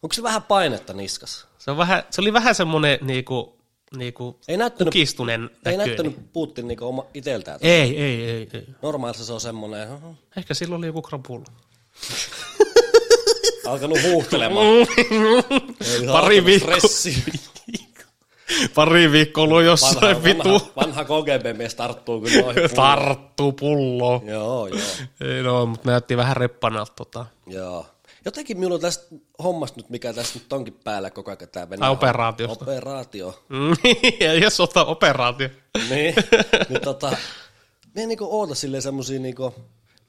Speaker 1: Onko se vähän painetta niskassa?
Speaker 2: Se, on vähän, se oli vähän semmoinen niinku, niinku
Speaker 1: Ei näyttänyt,
Speaker 2: kukistuneen
Speaker 1: ei
Speaker 2: näköinen.
Speaker 1: näyttänyt Putin niinku oma iteltään.
Speaker 2: Ei, ei, ei, ei.
Speaker 1: Normaalissa se on semmonen, huh, huh,
Speaker 2: Ehkä silloin oli joku krapulla.
Speaker 1: alkanut huuhtelemaan. Ei ihan
Speaker 2: Mm. Pari
Speaker 1: alkanut
Speaker 2: viikkoa.
Speaker 1: stressiä.
Speaker 2: Pari viikkoa ollut
Speaker 1: Vanha,
Speaker 2: jossain
Speaker 1: vanha,
Speaker 2: vitu.
Speaker 1: vanha KGB-mies tarttuu kyllä
Speaker 2: *laughs*
Speaker 1: noihin.
Speaker 2: Tarttuu pulloon.
Speaker 1: Joo, joo.
Speaker 2: Ei no, mutta näytti vähän reppanalta. Tota.
Speaker 1: Joo. Jotenkin minulla on tästä hommasta nyt, mikä tässä nyt onkin päällä koko ajan tämä Venäjä.
Speaker 2: Tai operaatiosta.
Speaker 1: Operaatio.
Speaker 2: Mm, *laughs* Ei jos ottaa operaatio. *laughs*
Speaker 1: Niin. niin tota, me en niinku oota silleen semmosia niinku,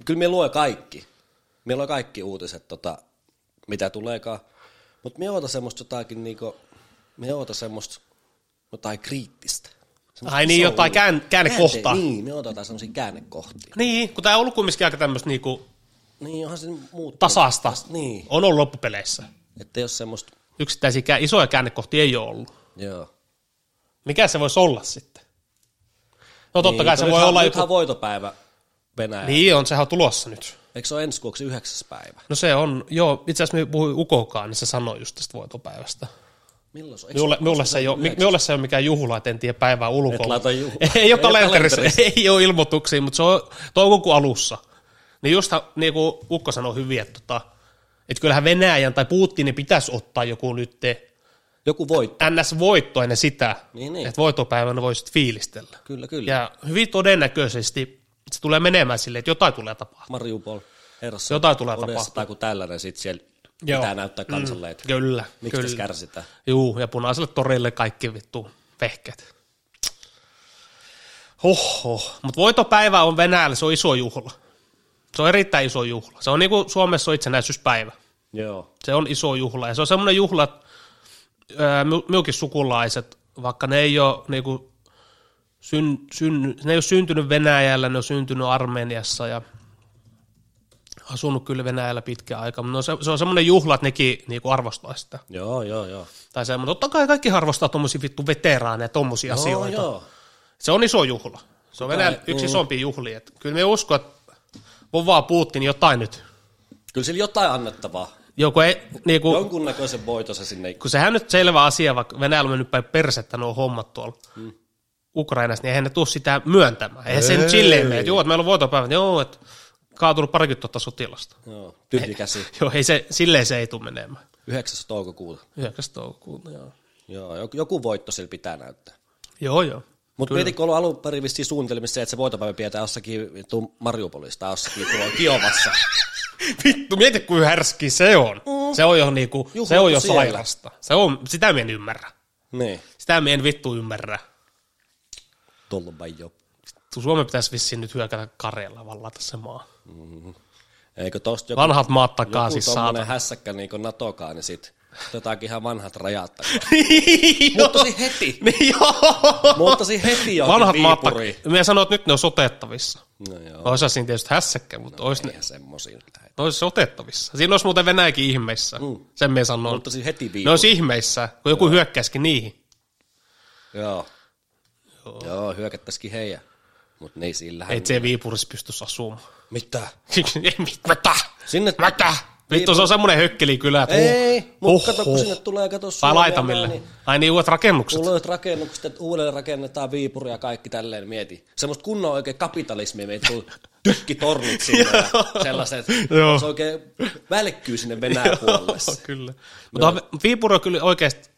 Speaker 1: kyllä me luen kaikki. Me luen kaikki uutiset, tota, mitä tuleekaan. Mutta me oota semmoista jotakin niinku, me oota semmoista jotain kriittistä. Semmosta
Speaker 2: Ai niin,
Speaker 1: isoa
Speaker 2: jotain
Speaker 1: uutista.
Speaker 2: käänne, käännekohtaa. Niin.
Speaker 1: Niin, me otetaan semmoisia käännekohtia.
Speaker 2: niin, kun tämä on ollut kumminkin aika tämmöistä niinku
Speaker 1: Niin, onhan se muuttunut.
Speaker 2: tasasta.
Speaker 1: Niin,
Speaker 2: On ollut loppupeleissä.
Speaker 1: että jos semmoista,
Speaker 2: Yksittäisiä kä- isoja käännekohtia ei ole ollut.
Speaker 1: joo.
Speaker 2: Mikä se voisi olla sitten? No totta kai
Speaker 1: Niin, kun
Speaker 2: se voi
Speaker 1: nythän-
Speaker 2: olla
Speaker 1: nythän
Speaker 2: joku...
Speaker 1: voitopäivä Venäjä. Niin.
Speaker 2: Niin on, sehän on tulossa nyt.
Speaker 1: Eikö se ole ensi kuuksi yhdeksäs päivä?
Speaker 2: No se on, joo, itse asiassa me puhuin Ukokaan, niin se sanoi just tästä voitopäivästä.
Speaker 1: Milloin se on? Eikö
Speaker 2: Minulle,
Speaker 1: se-
Speaker 2: minulle,
Speaker 1: onko
Speaker 2: se ei ole, mi-
Speaker 1: yhdeksäs?
Speaker 2: minulle se ei ole mikään juhla, että en tiedä päivää ulkoa.
Speaker 1: Et *laughs* laita juhlaa.
Speaker 2: *laughs* ei ole
Speaker 1: Ei ole
Speaker 2: kalenterissa,
Speaker 1: kalenterissa.
Speaker 2: *laughs* ei ole ilmoituksia, mutta se on toukokuun alussa. Niin just niin kuin Ukko sanoi hyvin, että, tota, että kyllähän Venäjän tai Putinin pitäisi ottaa joku nyt
Speaker 1: Joku voitto.
Speaker 2: NS-voitto ennen sitä,
Speaker 1: Niin, niin.
Speaker 2: että voitopäivänä voisit fiilistellä.
Speaker 1: Kyllä, kyllä.
Speaker 2: Ja hyvin todennäköisesti se tulee menemään silleen, että jotain tulee tapahtumaan.
Speaker 1: Mariupol, Herson,
Speaker 2: Jotain tulee
Speaker 1: Odessa
Speaker 2: tapahtumaan.
Speaker 1: tai joku tällainen, sit siellä
Speaker 2: Joo. Mm.
Speaker 1: pitää näyttää kansalle, että
Speaker 2: Kyllä,
Speaker 1: miksi
Speaker 2: kyllä.
Speaker 1: tässä kärsitään.
Speaker 2: Juu, ja punaiselle torille kaikki vittu vehkeet. Hoho, mutta voitopäivä on Venäjällä, se on iso juhla. Se on erittäin iso juhla. Se on niin kuin Suomessa on itsenäisyyspäivä.
Speaker 1: Joo.
Speaker 2: Se on iso juhla ja se on semmoinen juhla, että ää, miu- miukin sukulaiset, vaikka ne ei ole, niin kuin syn, syn, ne ei ole syntynyt Venäjällä, ne on syntynyt Armeniassa ja asunut kyllä Venäjällä pitkän aikaa, mutta ne on se, se on semmoinen juhla, että nekin niin kuin arvostaa sitä.
Speaker 1: Joo, joo, joo.
Speaker 2: Tai se, mutta totta kai kaikki harrastaa tuommoisia vittu veteraaneja, tuommoisia
Speaker 1: Joo,
Speaker 2: asioita.
Speaker 1: joo.
Speaker 2: Se on iso juhla. Se on Venäjällä yksi isompi juhli. Et kyllä me usko, että vovaa Putin jotain nyt.
Speaker 1: Kyllä sillä jotain annettavaa.
Speaker 2: Joku ei, niin kuin,
Speaker 1: Jonkunnäköisen voiton se sinne.
Speaker 2: kun sehän nyt selvä asia, vaikka Venäjällä on mennyt päin persettä nuo hommat tuolla hmm. Ukrainassa, niin eihän ne tule sitä myöntämään. Eihän se nyt silleen mene, että joo, että meillä on voitopäivät, joo, että kaatunut parikymmentä tuhatta sotilasta.
Speaker 1: Joo, tyhjikäsi.
Speaker 2: Joo, ei se, silleen se ei tule menemään.
Speaker 1: 9. toukokuuta.
Speaker 2: 9. toukokuuta, joo.
Speaker 1: Joo, joku- joku voitto sillä pitää näyttää.
Speaker 2: Joo, joo.
Speaker 1: Mutta mietitkö ollut alun perin vissiin suunnitelmissa se, että se voitopäivä pidetään jossakin vittu Mariupolista, jossakin
Speaker 2: *laughs*
Speaker 1: tuolla Kiovassa.
Speaker 2: Vittu, mieti kuin härski se on. Mm. Se on jo niinku,
Speaker 1: Juhlat
Speaker 2: se on jo
Speaker 1: siellä.
Speaker 2: sairasta. Se on, sitä me en ymmärrä.
Speaker 1: niin.
Speaker 2: Sitä me en vittu ymmärrä.
Speaker 1: Tuolla vai jo.
Speaker 2: Vittu, Suomen pitäisi vissiin nyt hyökätä Karjalla vallata se maa.
Speaker 1: Eikö tosta joku,
Speaker 2: Vanhat maat takaa
Speaker 1: joku
Speaker 2: siis saada.
Speaker 1: tommonen hässäkkä niin kuin NATOkaan, niin sit jotakin ihan vanhat rajat.
Speaker 2: *laughs* Mutta
Speaker 1: Muuttasi
Speaker 2: *laughs*
Speaker 1: heti.
Speaker 2: Niin Joo.
Speaker 1: Muuttasi heti johonkin
Speaker 2: Vanhat maat
Speaker 1: Viipuriin.
Speaker 2: takaa. Mä sanoin, että nyt ne on sotettavissa.
Speaker 1: No joo.
Speaker 2: Osa siinä tietysti hässäkkä, mutta no, olisi ne
Speaker 1: Eihän semmosia lähde.
Speaker 2: olisi otettavissa. Siinä olisi muuten Venäjäkin ihmeissä. Mm. Sen me sanon.
Speaker 1: Mutta siis heti
Speaker 2: ne
Speaker 1: viikko.
Speaker 2: olisi ihmeissä, kun joku hyökkäisikin niihin.
Speaker 1: Joo. Joo, joo hyökättäisikin heidän. Mut niin sillähän.
Speaker 2: Ei se Viipurissa pystyisi asumaan. *laughs*
Speaker 1: Mitä?
Speaker 2: Ei mit- Mitä?
Speaker 1: Sinne-
Speaker 2: Mitä? Vittu, se on semmoinen hökkelikylä. että
Speaker 1: Ei,
Speaker 2: huh.
Speaker 1: mutta kato, kun
Speaker 2: Oho.
Speaker 1: sinne tulee, kato
Speaker 2: Tai
Speaker 1: Suomea
Speaker 2: laitamille.
Speaker 1: näin, niin
Speaker 2: Ai niin, uudet rakennukset. *laughs*
Speaker 1: Mulla on rakennukset, että uudelleen rakennetaan Viipuria ja kaikki tälleen niin mieti. Semmoista kunnon oikein kapitalismia, meitä
Speaker 2: *laughs*
Speaker 1: tulee tykkitornit sinne ja sellaiset,
Speaker 2: Joo.
Speaker 1: se oikein välkkyy sinne Venäjän puolelle. se.
Speaker 2: kyllä. Mutta Viipuri on kyllä oikeasti,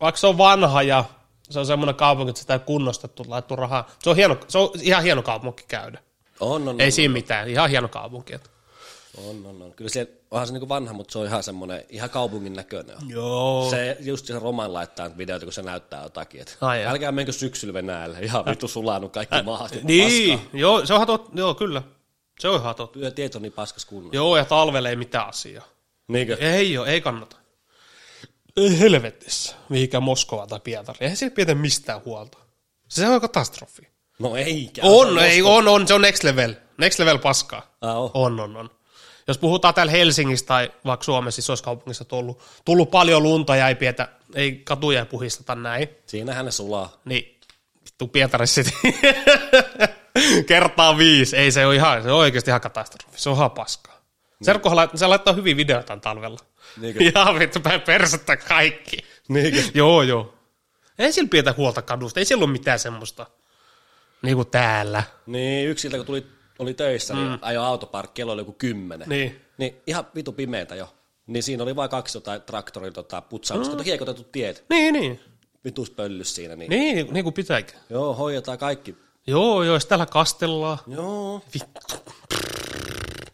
Speaker 2: vaikka se on vanha ja se on semmoinen kaupunki, että sitä ei kunnostettu, laittu rahaa. Se on, hieno, se on ihan hieno kaupunki käydä.
Speaker 1: On, on,
Speaker 2: Ei
Speaker 1: on,
Speaker 2: siinä mitään, ihan hieno kaupunki. että-
Speaker 1: on, on, on. Kyllä se, onhan se niinku vanha, mutta se on ihan semmoinen, ihan kaupungin näköinen. on.
Speaker 2: Joo.
Speaker 1: Se just se Roman laittaa videoita, kun se näyttää jotakin. Että
Speaker 2: Ai jaa.
Speaker 1: älkää menkö syksyllä Venäjälle, ihan vittu sulanut kaikki maat.
Speaker 2: *laughs* Niin,
Speaker 1: Paskaa.
Speaker 2: joo, se on hatot, joo kyllä. Se on ihan totta.
Speaker 1: Työ tieto on niin paskas kunnossa.
Speaker 2: Joo, ja talvelle ei mitään asiaa.
Speaker 1: Niinkö?
Speaker 2: Ei ole, ei kannata. Ei helvetissä, mihinkään Moskovaan tai Pietariin. Eihän siitä pidetä mistään huolta. Se on katastrofi.
Speaker 1: No eikä.
Speaker 2: On, ei, on, on, se on next level. Next level paskaa.
Speaker 1: Ah, on.
Speaker 2: On, on, on. Jos puhutaan täällä Helsingissä tai vaikka Suomessa, isoissa tullut, tullut paljon lunta ja ei, pietä, ei katuja ei puhisteta näin,
Speaker 1: Siinähän ne sulaa.
Speaker 2: niin vittu Pietarissa sitten *laughs* kertaa viisi. Ei se ole ihan, se on oikeasti ihan katastrofi. Se on ihan paskaa. Serkkuhan lait- se laittaa hyvin videoita talvella.
Speaker 1: Niinkö?
Speaker 2: *laughs* Ihan vittu päin persettä kaikki.
Speaker 1: Niinkö?
Speaker 2: *laughs* Joo, joo. Ei sillä pidetä huolta kadusta, ei sillä ole mitään semmoista. Niin kuin täällä.
Speaker 1: Niin, yksi ilta kun tuli, oli töissä, niin ajoi autoparkki, kello oli joku kymmenen.
Speaker 2: Niin.
Speaker 1: niin ihan vitu pimeätä jo. Niin siinä oli vain kaksi jotain traktorin tota, putsaamista, mm. hiekotettu tiet,
Speaker 2: Niin, niin.
Speaker 1: vitus pöllys siinä. Niin. niin.
Speaker 2: Niin, niin, niin kuin pitääkin.
Speaker 1: Joo, hoidetaan kaikki.
Speaker 2: Joo, joo, jos täällä kastellaan.
Speaker 1: Joo.
Speaker 2: Vittu.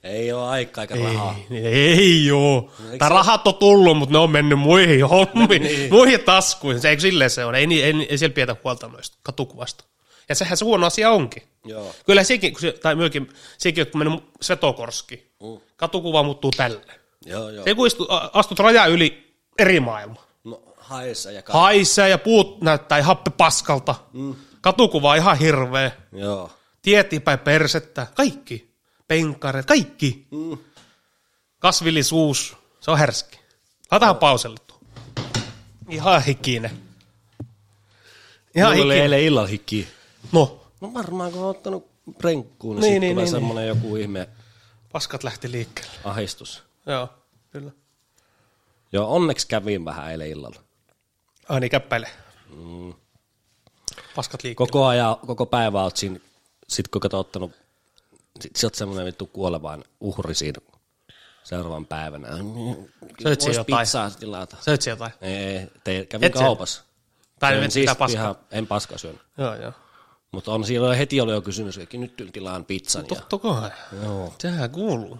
Speaker 1: Ei ole aikaa eikä rahaa.
Speaker 2: Ei, niin ei joo.
Speaker 1: eikö
Speaker 2: Tää
Speaker 1: se-
Speaker 2: rahat on tullut, mutta ne on mennyt
Speaker 1: *laughs*
Speaker 2: muihin *laughs* hommiin, niin. muihin taskuihin. Se eikö silleen se on? Ei, ei, ei, ei siellä pidetä huolta noista katukuvasta. Ja sehän se huono asia onkin.
Speaker 1: Joo.
Speaker 2: Kyllä sekin, kun se, tai myöskin, sekin, että kun mennyt Svetokorski,
Speaker 1: Mm.
Speaker 2: katukuva muuttuu tälle.
Speaker 1: Joo, joo.
Speaker 2: Se kun istu, a- astut raja yli eri maailma.
Speaker 1: No, haessa ja ka-
Speaker 2: Haisee ja puut näyttää ihan paskalta. Mm. Katukuva on ihan hirveä.
Speaker 1: Joo.
Speaker 2: Tiettipäin persettä, kaikki. Penkkaret, kaikki.
Speaker 1: Mm.
Speaker 2: Kasvillisuus, se on härski. Laitetaan pauselle tuo. Ihan hikinen. Ihan
Speaker 1: Mulla oli
Speaker 2: hikinen.
Speaker 1: eilen illalla hikki.
Speaker 2: No,
Speaker 1: No varmaan kun on ottanut renkkuun, niin,
Speaker 2: Niin,
Speaker 1: niin
Speaker 2: niin,
Speaker 1: sitten tulee semmoinen
Speaker 2: niin,
Speaker 1: joku ihme
Speaker 2: Paskat lähti liikkeelle.
Speaker 1: ahistus.
Speaker 2: Joo, kyllä.
Speaker 1: Joo, onneksi kävin vähän eilen illalla.
Speaker 2: Ai niin, käppäile. Mm. Paskat liikkeelle.
Speaker 1: Koko ajan, koko päivä oot siinä, sit kun katsot ottanut, sit sä oot semmoinen vittu kuolevaan uhri siinä seuraavan päivänä. Mm,
Speaker 2: Söit sä
Speaker 1: Vois
Speaker 2: jotain?
Speaker 1: pizzaa tilata.
Speaker 2: Söit sä jotain?
Speaker 1: Ei, te, kävin
Speaker 2: Et
Speaker 1: Et
Speaker 2: sä-
Speaker 1: kaupassa.
Speaker 2: Tai
Speaker 1: Söin
Speaker 2: nyt
Speaker 1: siistiä
Speaker 2: pitää paskaa.
Speaker 1: siis ihan- en paska syön.
Speaker 2: Joo, joo.
Speaker 1: Mutta on silloin heti oli jo kysymys, että nyt tilaan pizzan. Ja...
Speaker 2: Totta kai. Joo. Sehän
Speaker 1: *laughs*
Speaker 2: kuuluu.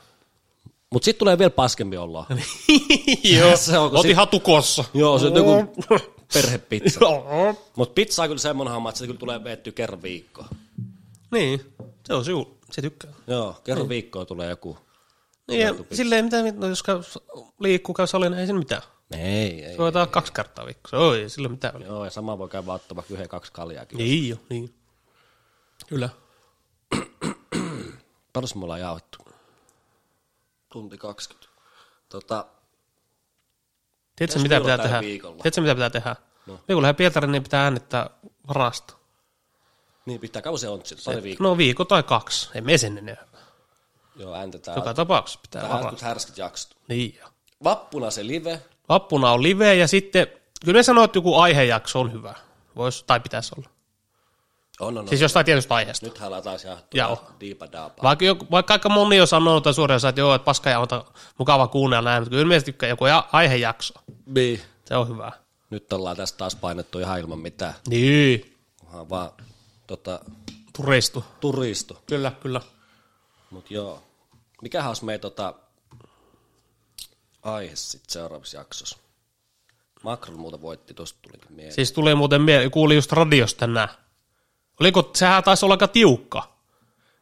Speaker 1: Mutta sitten tulee vielä paskempi olla.
Speaker 2: joo.
Speaker 1: Se on, kun
Speaker 2: Otin
Speaker 1: sit-
Speaker 2: hatukossa.
Speaker 1: Joo, se on joku perhepizza.
Speaker 2: Joo.
Speaker 1: Mutta pizza on kyllä semmoinen homma, että se kyllä tulee vetty kerran viikko.
Speaker 2: Niin, se on siu. Se tykkää.
Speaker 1: Joo, kerran viikkoa tulee joku.
Speaker 2: Niin, ja silleen mitään, mit- no, jos käy, liikkuu, käy salina, ei siinä mitään.
Speaker 1: Ei, ei.
Speaker 2: Soitetaan kaksi kertaa viikossa. Oi, ei sillä mitään väliä.
Speaker 1: Joo, ja sama voi käydä ottaa vaikka yhden, kaksi kaljaakin.
Speaker 2: Niin jo, niin. Kyllä.
Speaker 1: Paljon me ollaan jaettu? Tunti 20. Tota,
Speaker 2: Tiedätkö,
Speaker 1: Pitäis
Speaker 2: mitä pitää
Speaker 1: viilata
Speaker 2: tehdä?
Speaker 1: viikolla.
Speaker 2: Tiedätkö, mitä pitää tehdä? No. Kun lähden Pietariin, niin pitää äänittää varasta.
Speaker 1: niin pitää kauan se on sitten, pari viikkoa.
Speaker 2: No viikko tai kaksi. Ei me sinne ne.
Speaker 1: Joo, ääntetään.
Speaker 2: Joka tapauksessa pitää
Speaker 1: Vähän
Speaker 2: varasta.
Speaker 1: kun härskit jaksot.
Speaker 2: Niin jo.
Speaker 1: Vappuna se live.
Speaker 2: Vappuna on live ja sitten, kyllä me sanoo, että joku aihejakso on hyvä. Vois, tai pitäisi olla.
Speaker 1: On, on, on.
Speaker 2: Siis jostain tietystä aiheesta.
Speaker 1: Nyt hän taas jahtaa
Speaker 2: Joo.
Speaker 1: diipa daapa.
Speaker 2: Vaikka, joku, vaikka aika moni on sanonut tai suoraan, että joo, että paska ja ota mukava kuunnella näin, mutta kyllä minä tykkään joku ja- aihejakso.
Speaker 1: Niin.
Speaker 2: Se on hyvä.
Speaker 1: Nyt ollaan tästä taas painettu ihan ilman mitään.
Speaker 2: Niin.
Speaker 1: Kunhan vaan tota,
Speaker 2: Turistu.
Speaker 1: turistu.
Speaker 2: Kyllä, kyllä.
Speaker 1: Mut joo. Mikähän olisi meidän tota, aihe sitten seuraavassa jaksossa? Makron muuta voitti, tosta tulikin mieleen.
Speaker 2: Siis tuli muuten mieleen, kuulin just radiosta tänään. Oliko, sehän taisi olla aika tiukka.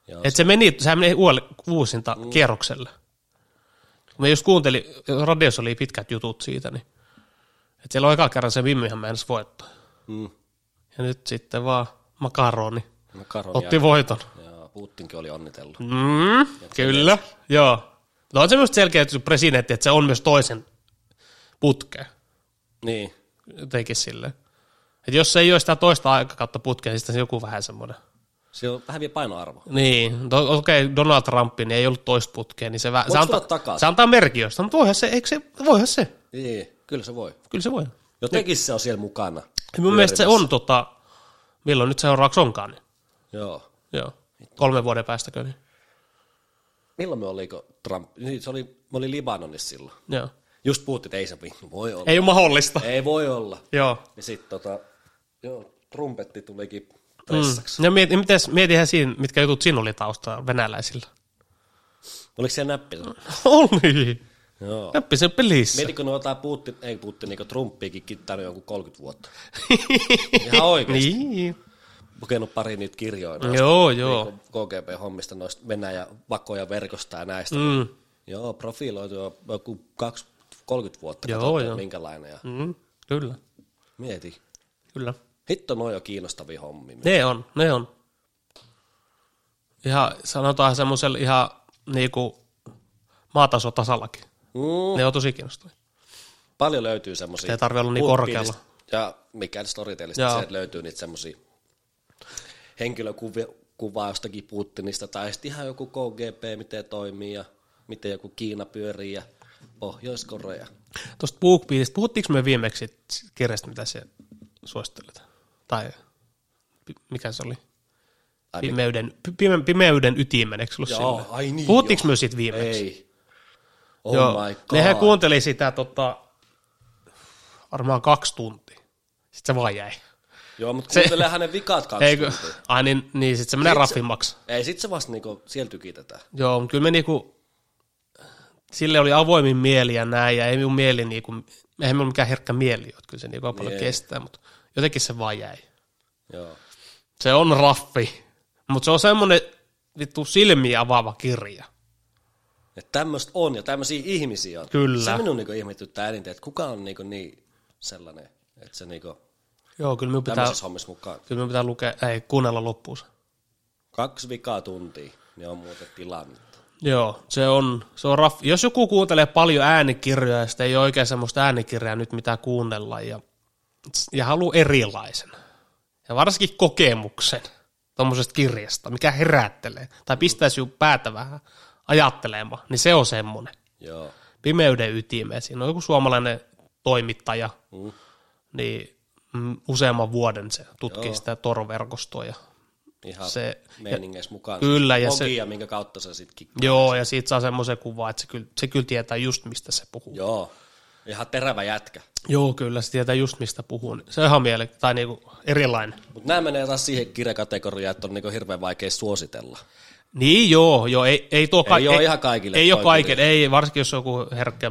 Speaker 1: Joo,
Speaker 2: Että se meni, sehän meni uudelle, uusinta kierrokselle. Kun mä just kuuntelin, radiossa oli pitkät jutut siitä, niin että siellä on eka kerran se Mimmihän mä ensi voittaa.
Speaker 1: Mm.
Speaker 2: Ja nyt sitten vaan makaroni
Speaker 1: Makaron
Speaker 2: otti voiton.
Speaker 1: Joo, Putinkin oli onnitellut.
Speaker 2: Mm, kyllä, joo. No on se myös selkeä että presidentti, että se on myös toisen putkeen.
Speaker 1: Niin,
Speaker 2: Jotenkin silleen. Että jos se ei ole sitä toista aikakautta putkea, niin sitten se joku vähän semmoinen.
Speaker 1: se on vähän vielä painoarvo.
Speaker 2: Niin, to- okei, okay, Donald Trump niin ei ollut toista putkea, niin se, vähän, se,
Speaker 1: Voiko tulla
Speaker 2: antaa,
Speaker 1: takaisin?
Speaker 2: se antaa merkiöstä, mutta voihan se, eikö se, voihan se,
Speaker 1: Niin, kyllä se voi.
Speaker 2: kyllä se voi.
Speaker 1: Jotenkin se on siellä mukana.
Speaker 2: Ja mun mielestä se on tota, milloin nyt seuraavaksi onkaan, niin
Speaker 1: Joo.
Speaker 2: joo, kolmen vuoden päästäkö, niin
Speaker 1: Milloin me oliko Trump? Niin, se oli, me oli Libanonissa silloin.
Speaker 2: joo.
Speaker 1: Just puhuttiin, että ei se vi- voi olla.
Speaker 2: Ei ole mahdollista.
Speaker 1: Ei, voi olla.
Speaker 2: Joo.
Speaker 1: Ja sitten tota, joo, trumpetti tulikin
Speaker 2: Mm.
Speaker 1: pressaksi.
Speaker 2: Ja mieti, mites, mietihän siinä, mitkä jutut siinä oli taustalla venäläisillä. *laughs*
Speaker 1: Mm. Oliko siellä näppi?
Speaker 2: oli.
Speaker 1: Joo.
Speaker 2: Näppi sen pelissä.
Speaker 1: Mietitkö noita Putin, ei Putin, niin Trumpiakin kittannut jonkun 30 *laughs* vuotta. Ihan oikein.
Speaker 2: Niin.
Speaker 1: Lukenut pari niitä kirjoja. noista
Speaker 2: Joo, joo.
Speaker 1: KGB-hommista, noista Venäjä vakoja verkosta ja näistä.
Speaker 2: Mm.
Speaker 1: Joo, profiloitu jo joku 20-30 vuotta,
Speaker 2: Joo,
Speaker 1: joo,
Speaker 2: joo.
Speaker 1: joo. minkälainen. Ja
Speaker 2: Mm. Kyllä,
Speaker 1: mieti.
Speaker 2: kyllä.
Speaker 1: Hitto, noi on kiinnostavia hommia.
Speaker 2: Ne on, ne on. Ihan, sanotaan semmoisella ihan niinku maatasotasallakin.
Speaker 1: Mm,
Speaker 2: Ne on tosi kiinnostavia.
Speaker 1: paljon löytyy semmosia.
Speaker 2: Sitä ei tarvi olla niin
Speaker 1: Puhuttiinista
Speaker 2: korkealla.
Speaker 1: Ja mikä storytellista,
Speaker 2: Joo.
Speaker 1: se että löytyy niitä semmosia henkilökuvia kuvaa jostakin Putinista, tai sitten ihan joku KGB, miten toimii, ja miten joku Kiina pyörii, ja Pohjois-Korea.
Speaker 2: Tuosta BookBeatista, puhuttiinko me viimeksi siitä kirjasta, mitä se suosittelet? Tai pi- mikä se oli?
Speaker 1: Ai
Speaker 2: Pimeyden, pi- pime- pimeyden ytimen, eikö se ollut
Speaker 1: Joo,
Speaker 2: silleen?
Speaker 1: ai niin,
Speaker 2: Puhuttiinko
Speaker 1: joo.
Speaker 2: me siitä viimeksi?
Speaker 1: Ei. Oh my god.
Speaker 2: Nehän kuunteli sitä tota, varmaan kaksi tuntia. Sitten se vaan jäi.
Speaker 1: Joo, mutta
Speaker 2: se-
Speaker 1: kuuntele hänen vikat kaksi
Speaker 2: Eikö?
Speaker 1: tuntia.
Speaker 2: Ai niin, niin sitten se menee raffimmaksi.
Speaker 1: Ei, sit se vasta niinku, siellä tykitetään.
Speaker 2: Joo, mutta kyllä me niinku, sille oli avoimin mieli ja näin, ja ei minun mieli niinku, eihän minulla mikään herkkä mieli ole, että kyllä se niinku aika paljon
Speaker 1: Niin.
Speaker 2: kestää, mutta jotenkin se vaan jäi.
Speaker 1: Joo.
Speaker 2: Se on raffi, mutta se on semmoinen vittu silmiä avaava kirja.
Speaker 1: Että tämmöistä on ja tämmöisiä ihmisiä on.
Speaker 2: Kyllä.
Speaker 1: Se minun niinku ihmetyttää eniten, että kuka on niinku niin sellainen, että se niinku
Speaker 2: Joo, kyllä minun pitää,
Speaker 1: tämmöisessä hommissa mukaan.
Speaker 2: kyllä minun pitää lukea, ei, kuunnella loppuun se.
Speaker 1: Kaksi vikaa tuntia, niin on muuten tilannetta.
Speaker 2: Joo, se on, se on raff. Jos joku kuuntelee paljon äänikirjoja ja sitä ei ole oikein semmoista äänikirjaa nyt mitä kuunnella ja, ja haluaa erilaisen ja varsinkin kokemuksen, tuommoisesta kirjasta, mikä herättelee tai pistää sinun päätä vähän ajattelemaan, niin se on semmoinen.
Speaker 1: Joo.
Speaker 2: Pimeyden ytimeen. Siinä on joku suomalainen toimittaja,
Speaker 1: Mm.
Speaker 2: niin mm, useamman vuoden se tutkii
Speaker 1: Joo.
Speaker 2: sitä toroverkostoa ja
Speaker 1: Ihan se,
Speaker 2: se
Speaker 1: meiningeissä mukaan.
Speaker 2: kyllä, ja
Speaker 1: ja
Speaker 2: se-
Speaker 1: Logia, minkä kautta sä sit kikkaa.
Speaker 2: Joo, ja siitä saa semmoisen kuvan, että se kyllä, se kyllä tietää just, mistä se puhuu. Joo,
Speaker 1: Joo. Ihan terävä jätkä.
Speaker 2: Joo kyllä, se tietää just, mistä puhuu. niin Se on ihan miele- tai niinku erilainen.
Speaker 1: Mutta nämä menee taas siihen kirjakategoriaan, että on niinku hirveän vaikea suositella.
Speaker 2: Niin joo, joo ei, ei tuo
Speaker 1: Ei oo ihan kaikille
Speaker 2: Ei ole
Speaker 1: toi
Speaker 2: kaikille, ei, varsinkin jos on joku herkkä,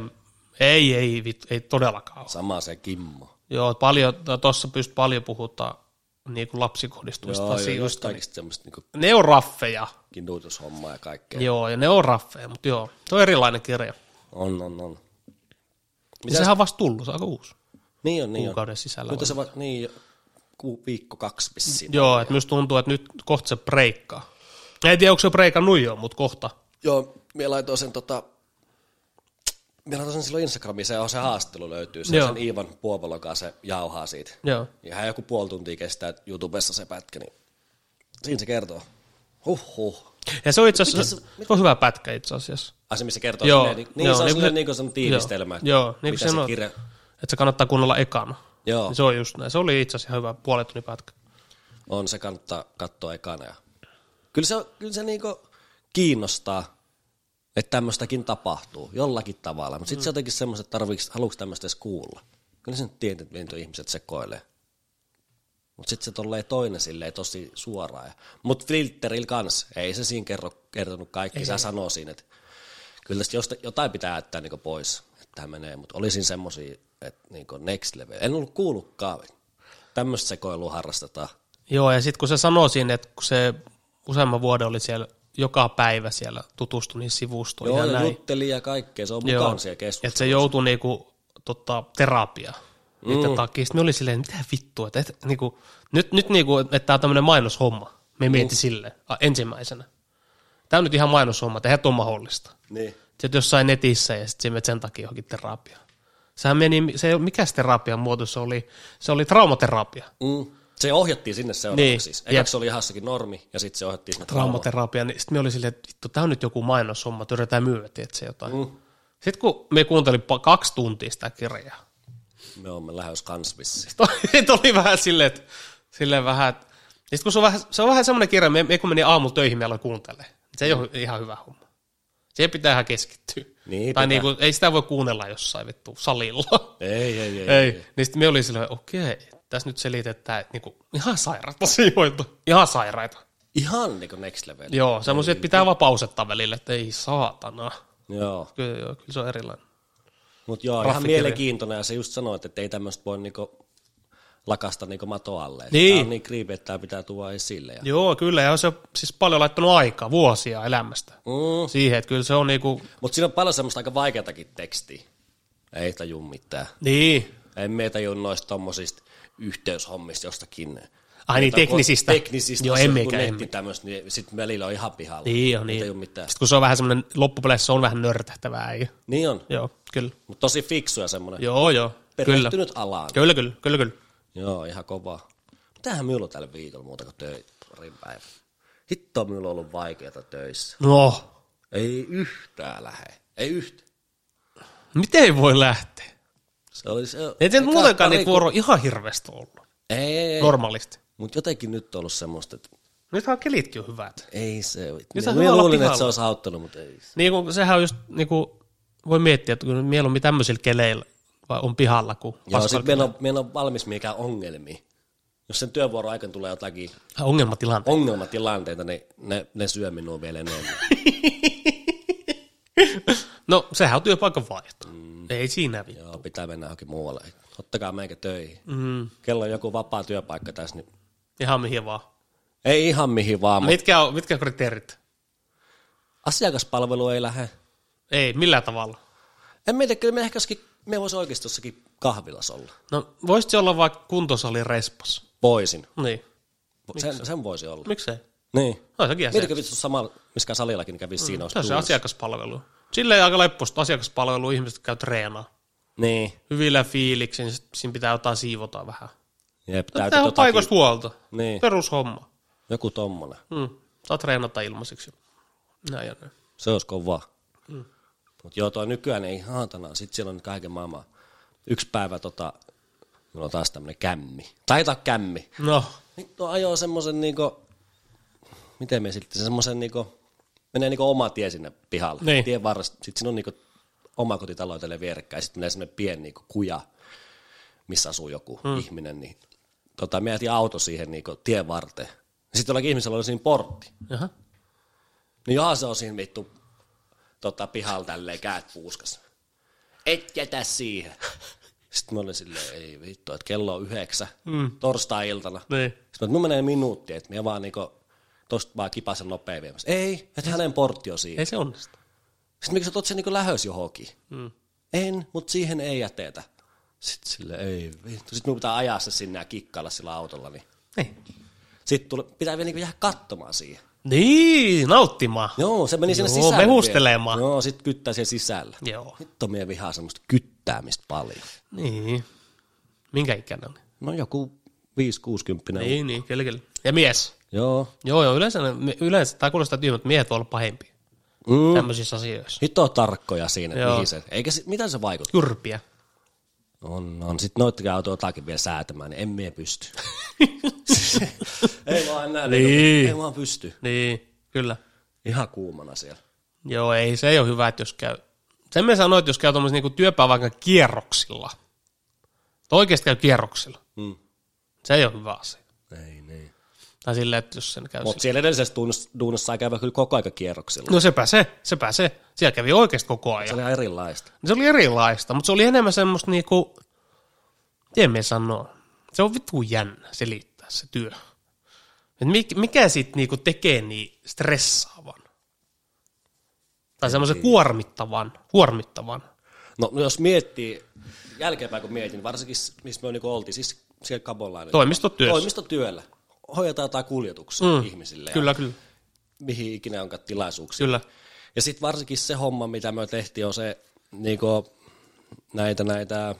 Speaker 2: ei, ei, vittu, ei todellakaan ole.
Speaker 1: Sama se Kimmo.
Speaker 2: Joo, paljon, tuossa pystyy paljon puhutaan niin kuin lapsikohdistuvista
Speaker 1: Joo, joo, just
Speaker 2: asioista.
Speaker 1: kaikista semmoista niinku
Speaker 2: Ne on raffeja,
Speaker 1: kidutushommaa ja kaikkea.
Speaker 2: joo, ja ne on raffeja, mutta joo, se on erilainen kirja.
Speaker 1: On, on, on.
Speaker 2: Ja sehän on vasta tullut, se on aika uusi,
Speaker 1: Niin on, niin on.
Speaker 2: kuukauden sisällä.
Speaker 1: Mutta
Speaker 2: on.
Speaker 1: se va- niin, jo- ku- viikko kaksi vissiin.
Speaker 2: Joo, että minusta tuntuu, että nyt kohta se breikkaa. En tiedä, onko se breikannut jo, mutta kohta.
Speaker 1: Joo, minä laitoin sen tota, minä laitoin sen silloin Instagramiin, se on se haastelu löytyy, se
Speaker 2: Joo.
Speaker 1: on sen Iivan Puovalon kanssa se jauhaa siitä.
Speaker 2: Joo.
Speaker 1: Ja hän joku puoli tuntia kestää YouTubessa se pätkä, niin siinä se kertoo. Huhhuh.
Speaker 2: Ja se on itse asiassa, se on hyvä pätkä itse asiassa.
Speaker 1: Ai se, missä kertoo
Speaker 2: Joo,
Speaker 1: silleen, niin, niin
Speaker 2: joo,
Speaker 1: se on
Speaker 2: niin
Speaker 1: silleen
Speaker 2: kuin-
Speaker 1: niin kuin sen tiivistelmä, että
Speaker 2: joo, niin kuin
Speaker 1: mitä se,
Speaker 2: sen on-
Speaker 1: kirja...
Speaker 2: Että se kannattaa kuunnella ekana.
Speaker 1: Joo,
Speaker 2: Niin se on just näin. Se oli itse asiassa ihan hyvä puolen tunnin pätkä.
Speaker 1: on, se kannattaa katsoa ekana. Ja... Kyllä se, on- kyllä se niin kuin kiinnostaa, että tämmöistäkin tapahtuu jollakin tavalla, mutta sitten se jotenkin semmoiset, että tarviiks, haluatko tämmöistä edes kuulla. Kyllä sen tiedät, että mitä ihmiset sekoilee. Mutta sitten se tolleen toinen silleen tosi suoraan. Mutta filterillä kanssa, ei se siinä kerro, kertonut kaikki, sä sanoo siinä, että kyllä tästä josta- jotain pitää jättää niinku pois, että tämä menee, mutta olisin semmoisia, että niinku next level. En ollut kuullutkaan, tämmöistä sekoilua harrastetaan.
Speaker 2: Joo, ja sitten kun se sanoo siinä, että kun se useamman vuoden oli siellä joka päivä siellä tutustui niihin sivustoihin
Speaker 1: Joo,
Speaker 2: ja
Speaker 1: ja
Speaker 2: näin.
Speaker 1: jutteli ja kaikkea, se on mukana siellä keskustelussa.
Speaker 2: Että se joutui niinku, tota, terapiaan
Speaker 1: Mm.
Speaker 2: niiden takia. Sitten me oli silleen, mitä vittua, että et, niinku, nyt, nyt niinku, että tämä on tämmöinen mainoshomma. Me
Speaker 1: Niin.
Speaker 2: mietin silleen a, ensimmäisenä. Tämä on nyt ihan mainoshomma, että eihän tuo mahdollista.
Speaker 1: Niin.
Speaker 2: Sitten jossain netissä ja sitten menet sen takia johonkin terapiaan. Sehän meni, se, mikä se terapian muoto se oli? Se oli traumaterapia.
Speaker 1: Mm. Se ohjattiin sinne seuraavaksi niin.
Speaker 2: Niin,
Speaker 1: siis.
Speaker 2: jep.
Speaker 1: Ekaksi se oli ihan jossakin normi, ja sitten se ohjattiin sinne traumaan.
Speaker 2: Traumaterapia, niin sitten me oli silleen, että vittu, tämä on nyt joku mainoshomma, että yritetään myydä, että se jotain. Mm. Sitten kun me kuuntelin pa- kaksi tuntia sitä kirjaa,
Speaker 1: Me olemme lähes kans vissiin.
Speaker 2: Sitten oli *laughs* vähän silleen, että, silleen vähän, että, ja sit kun se on vähän, se on vähän semmoinen kirja, me, me kun meni aamulla töihin, me aloin kuuntelemaan. Se ei ole ihan hyvä homma. Siihen pitää ihan keskittyä.
Speaker 1: Niin pitää.
Speaker 2: tai niinku, ei sitä voi kuunnella jossain vittu salilla. *laughs*
Speaker 1: Ei, ei, ei.
Speaker 2: ei. ei. Niin sitten me oli silleen, okei, tässä nyt selitetään, että niinku, ihan sairaita asioita. Ihan sairaita.
Speaker 1: Ihan niinku next level.
Speaker 2: Joo, semmoisia, että pitää vapausettaa välillä, että ei saatana.
Speaker 1: Joo.
Speaker 2: Kyllä, joo, kyllä se on erilainen.
Speaker 1: Mutta joo, ihan
Speaker 2: Raffikirja.
Speaker 1: mielenkiintoinen, ja se just sanoit, että ei tämmöistä voi niinku lakasta niinku mato alle. Että
Speaker 2: Niin.
Speaker 1: Tää on niin kriipi, että tämä pitää tuoda esille. Ja...
Speaker 2: Joo, kyllä, ja se on siis paljon laittanut aikaa, vuosia elämästä.
Speaker 1: Mm.
Speaker 2: Siihen, että kyllä se on niinku,
Speaker 1: Mutta siinä on paljon semmoista aika vaikeatakin tekstiä. Ei taju mitään.
Speaker 2: niin,
Speaker 1: En me taju noista tommosista yhteyshommista jostakin.
Speaker 2: Ai niin,
Speaker 1: Jotain
Speaker 2: teknisistä.
Speaker 1: Teknisistä.
Speaker 2: Joo,
Speaker 1: asioista,
Speaker 2: emmekä,
Speaker 1: kun netti
Speaker 2: emmekä.
Speaker 1: Tämmöistä, niin sitten välillä on ihan pihalla.
Speaker 2: Niin on,
Speaker 1: Ei
Speaker 2: niin.
Speaker 1: taju mitään.
Speaker 2: Sitten kun se on vähän semmoinen, loppupeleissä se on vähän nörtähtävää, ei?
Speaker 1: Niin on.
Speaker 2: Joo, kyllä.
Speaker 1: Mutta tosi fiksu ja semmoinen
Speaker 2: Joo, joo, kyllä.
Speaker 1: perehtynyt alaan.
Speaker 2: Kyllä, kyllä, kyllä, kyllä.
Speaker 1: Joo, ihan kovaa. Mitähän minulla on tällä viikolla muuta kuin töitä parin päivän? Hitto, minulla on ollut vaikeata töissä.
Speaker 2: No,
Speaker 1: Ei yhtään lähe. Ei yhtään.
Speaker 2: miten voi lähteä?
Speaker 1: Se oli se...
Speaker 2: Ei se nyt
Speaker 1: eka
Speaker 2: muutenkaan
Speaker 1: pari
Speaker 2: niin niitä
Speaker 1: ku-
Speaker 2: vuoroja ihan hirveästi ollut,
Speaker 1: Ei, ei, ei.
Speaker 2: normaalisti.
Speaker 1: Mutta jotenkin nyt on ollut semmoista, että
Speaker 2: Nythän kelitkin on hyvät.
Speaker 1: ei se...
Speaker 2: Nyt
Speaker 1: Minä
Speaker 2: on hyvä olla
Speaker 1: luulin, että
Speaker 2: pihalla.
Speaker 1: se olisi auttanut, mutta ei.
Speaker 2: Niin kun, sehän on just, niin kun, voi miettiä, että kun mieluummin tämmöisillä keleillä vai on pihalla kuin
Speaker 1: Joo,
Speaker 2: paskalla
Speaker 1: sit meillä on, meillä on valmis mikään ongelmia. Jos sen työvuoron aikana tulee jotakin
Speaker 2: kelillä. ongelmatilanteet.
Speaker 1: ongelmatilanteita, niin ne, ne syö minua vielä enemmän.
Speaker 2: *laughs* No, sehän on työpaikan vaihto. Ei siinä vielä.
Speaker 1: Mm. Joo, pitää mennä johonkin muualle. Ottakaa meikä töihin.
Speaker 2: Mm-hmm.
Speaker 1: Mm. Kello on joku vapaa työpaikka tässä, niin
Speaker 2: Ihan mihin vaan.
Speaker 1: ei ihan mihin vaan, mutta
Speaker 2: Mitkä on, mitkä on kriteerit?
Speaker 1: asiakaspalvelu ei lähde.
Speaker 2: Ei, millään tavalla.
Speaker 1: En mieti, kyllä me ehkä jossakin, me voisi oikeasti jossakin kahvilassa olla.
Speaker 2: No, voisit olla vaikka kuntosalin respas.
Speaker 1: Voisin.
Speaker 2: Niin.
Speaker 1: Sen, sen voisi olla.
Speaker 2: Miksei?
Speaker 1: Niin.
Speaker 2: No, sekin asia.
Speaker 1: Mietitkö vittu samalla, missä salillakin niin kävisi siinä
Speaker 2: Se on
Speaker 1: olisi
Speaker 2: se asiakaspalvelu. Silleen aika lepposta asiakaspalvelu, ihmiset käy treenaa.
Speaker 1: Niin.
Speaker 2: Hyvillä niin fiiliksin, sit siinä pitää jotain siivota vähän.
Speaker 1: Jep,
Speaker 2: No,
Speaker 1: täytyy
Speaker 2: Tämä on
Speaker 1: totakin.
Speaker 2: paikoista huolta.
Speaker 1: Niin.
Speaker 2: Perushomma.
Speaker 1: Joku tommonen.
Speaker 2: Mm. Saa treenata ilmaiseksi. Näin ja näin.
Speaker 1: Se olisi kovaa. Mm. Mutta joo, toi nykyään ei haatana. Sitten siellä on kaiken maailman. Yksi päivä tota, mulla on taas tämmönen kämmi. Taita kämmi.
Speaker 2: No,
Speaker 1: Vittu ajoo semmosen niinku, miten me silti, semmosen niinku, menee niinku oma tie sinne pihalle,
Speaker 2: Niin.
Speaker 1: niin. tien varressa, sit siinä on niinku oma kotitalo tälle vierekkäin, sit menee semmonen pieni niinku kuja, missä asuu joku hmm. ihminen, niin tota, me jätin auto siihen niinku tien varteen, sitten jollakin ihmisellä oli siinä portti,
Speaker 2: jaha.
Speaker 1: niin johan se on siinä vittu tota, pihalla tälleen käät puuskas. Et jätä
Speaker 2: *laughs*
Speaker 1: siihen. Sitten mä olin silleen, ei vittu, että kello on yhdeksän, mm. torstai-iltana.
Speaker 2: Niin.
Speaker 1: Sitten mun menee minuutti, että minä vaan niinku, tosta vaan kipasen nopea viemässä. Ei, että hänen portti on siinä.
Speaker 2: Ei se onnistu.
Speaker 1: Sitten miksi sä oot sen niinku lähös johonkin? Mm. En, mutta siihen ei jätetä. Sitten sille ei vittu. Sitten mun pitää ajaa se sinne ja kikkailla sillä autolla. Niin.
Speaker 2: Niin.
Speaker 1: Sitten tuli, pitää vielä niinku jäädä katsomaan siihen.
Speaker 2: Niin, nauttimaan.
Speaker 1: Joo, se meni sinne
Speaker 2: Joo,
Speaker 1: sisälle.
Speaker 2: mehustelemaan.
Speaker 1: vielä. Joo, sit kyttää siellä sisällä.
Speaker 2: Joo.
Speaker 1: Hitto mie vihaa semmoista kyttäämistä paljon.
Speaker 2: Niin. Minkä ikäinen on?
Speaker 1: No joku 5-60.
Speaker 2: Niin, niin, kyllä, kyllä. Ja mies.
Speaker 1: Joo.
Speaker 2: Joo, joo, yleensä, ne- yleensä tämä kuulostaa tyhmältä, että miehet voi olla pahempia mm.
Speaker 1: Mm.
Speaker 2: tämmöisissä asioissa.
Speaker 1: Hito tarkkoja siinä, että
Speaker 2: Joo.
Speaker 1: mihin se, eikä se, mitä se vaikuttaa.
Speaker 2: Jyrpiä.
Speaker 1: On, on. Sitten noittakin auto jotakin vielä säätämään, niin en mie
Speaker 2: *laughs*
Speaker 1: pysty. ei vaan näin.
Speaker 2: Niin.
Speaker 1: Ei vaan pysty.
Speaker 2: Niin, kyllä.
Speaker 1: Ihan kuumana siellä.
Speaker 2: Joo, ei, se ei ole hyvä, että jos käy. Sen me sanoin, että jos käy tuommoisessa niinku työpäivän kierroksilla, että oikeasti käy kierroksilla,
Speaker 1: Mm.
Speaker 2: se ei ole hyvä asia.
Speaker 1: Ei niin.
Speaker 2: Tai silleen, että jos sen käy siis-
Speaker 1: Mutta siellä edellisessä duunissa, duunissa sai käydä kyllä koko aika kierroksilla.
Speaker 2: No sepä se, sepä se. Siellä kävi oikeasti koko
Speaker 1: Se
Speaker 2: ajan.
Speaker 1: oli ihan erilaista.
Speaker 2: Se oli erilaista, mutta se oli enemmän semmoista niinku, miten me sanoo, se on vittu jännä selittää se työ. Et mik, mikä sit niinku tekee niin stressaavan? Tai semmoisen kuormittavan, kuormittavan.
Speaker 1: No no jos miettii, jälkeenpäin kun mietin, varsinkin s- missä me niinku oltiin, siis siellä Kabolainen.
Speaker 2: Toimistotyössä.
Speaker 1: Toimistotyöllä. Hoidetaan jotain kuljetuksia mm. ihmisille ja
Speaker 2: Kyllä, kyllä,
Speaker 1: mihin ikinä onkaan tilaisuuksia.
Speaker 2: kyllä.
Speaker 1: Ja sitten varsinkin se homma, mitä me tehtiin, on se niinku, näitä, näitä,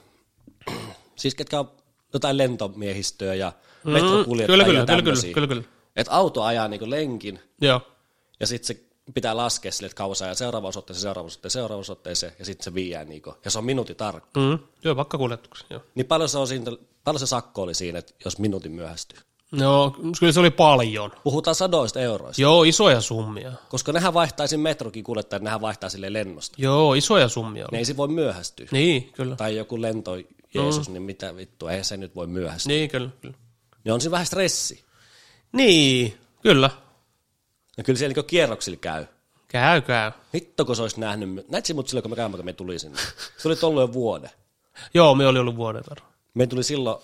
Speaker 1: *clears throat* siis ketkä on jotain lentomiehistöä ja mm, metrokuljettajia
Speaker 2: Mm-hmm. Kyllä, kyllä,
Speaker 1: ja
Speaker 2: kyllä,
Speaker 1: tämmöisiä.
Speaker 2: kyllä, kyllä, kyllä.
Speaker 1: Et auto ajaa niinku lenkin
Speaker 2: Joo,
Speaker 1: ja sitten se pitää laskea sille, että kauan se ajaa seuraavaan osoitteeseen, seuraavaan osoitteeseen, seuraavaan osoitteeseen ja sitten se viiää niinku, ja se on minuutin tarkka.
Speaker 2: mm, työpakkakuljetuksia, joo.
Speaker 1: Niin paljon se, on siinä, paljon se sakko oli siinä, että jos minuutin myöhästyy.
Speaker 2: No, kyllä se oli paljon.
Speaker 1: Puhutaan sadoista euroista,
Speaker 2: Joo, isoja summia.
Speaker 1: koska nehän vaihtaisi metrokin kuljettajan, nehän vaihtaa sille lennosta.
Speaker 2: Joo, isoja summia
Speaker 1: Ne
Speaker 2: oli.
Speaker 1: ei se voi myöhästyä.
Speaker 2: Niin, kyllä.
Speaker 1: tai joku lento Jeesus, mm. niin mitä vittua, eihän se nyt voi myöhästyä.
Speaker 2: Niin, kyllä, kyllä.
Speaker 1: Niin. niin on se vähän stressi.
Speaker 2: Niin, kyllä.
Speaker 1: Ja kyllä siellä niin kierroksilla käy.
Speaker 2: Käy, käy.
Speaker 1: Vittu, kun se olisi nähnyt, my- näit se mut silloin, kun me käymme, kun me tuli sinne. Se oli tolloin jo vuoden.
Speaker 2: Joo, me oli ollut vuoden verran.
Speaker 1: Me tuli silloin,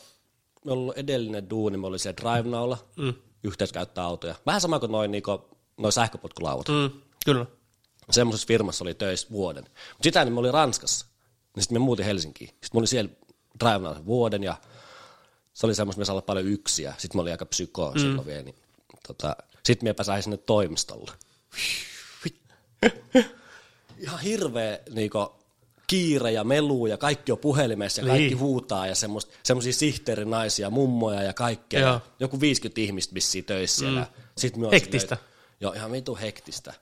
Speaker 1: me oli ollut edellinen duuni, me oli siellä drive-naula, mm. yhteiskäyttää autoja. Vähän sama kuin noin, niin kuin, noin sähköpotkulaudat. Mm.
Speaker 2: Mm, kyllä.
Speaker 1: Semmoisessa firmassa oli töissä vuoden. Mutta sitä ennen me oli Ranskassa. Niin sitten me muutin Helsinkiin. Sitten me oli siellä drive vuoden ja se oli semmoista, me olla paljon yksiä. Sitten mä olin aika psykoon mm. silloin vielä. Niin, tota, sitten miepä sain sinne
Speaker 2: *laughs*
Speaker 1: toimistolle. Ihan hirveä niinku, kiire ja melu ja kaikki on puhelimessa ja kaikki
Speaker 2: Niin.
Speaker 1: huutaa ja semmoist- semmoisia sihteerinaisia, mummoja ja kaikkea.
Speaker 2: Joo.
Speaker 1: Ja joku 50 ihmistä vissiin töissä siellä. Mm. Sit me oon
Speaker 2: Hektistä.
Speaker 1: Silleen, joo, ihan vitu hektistä.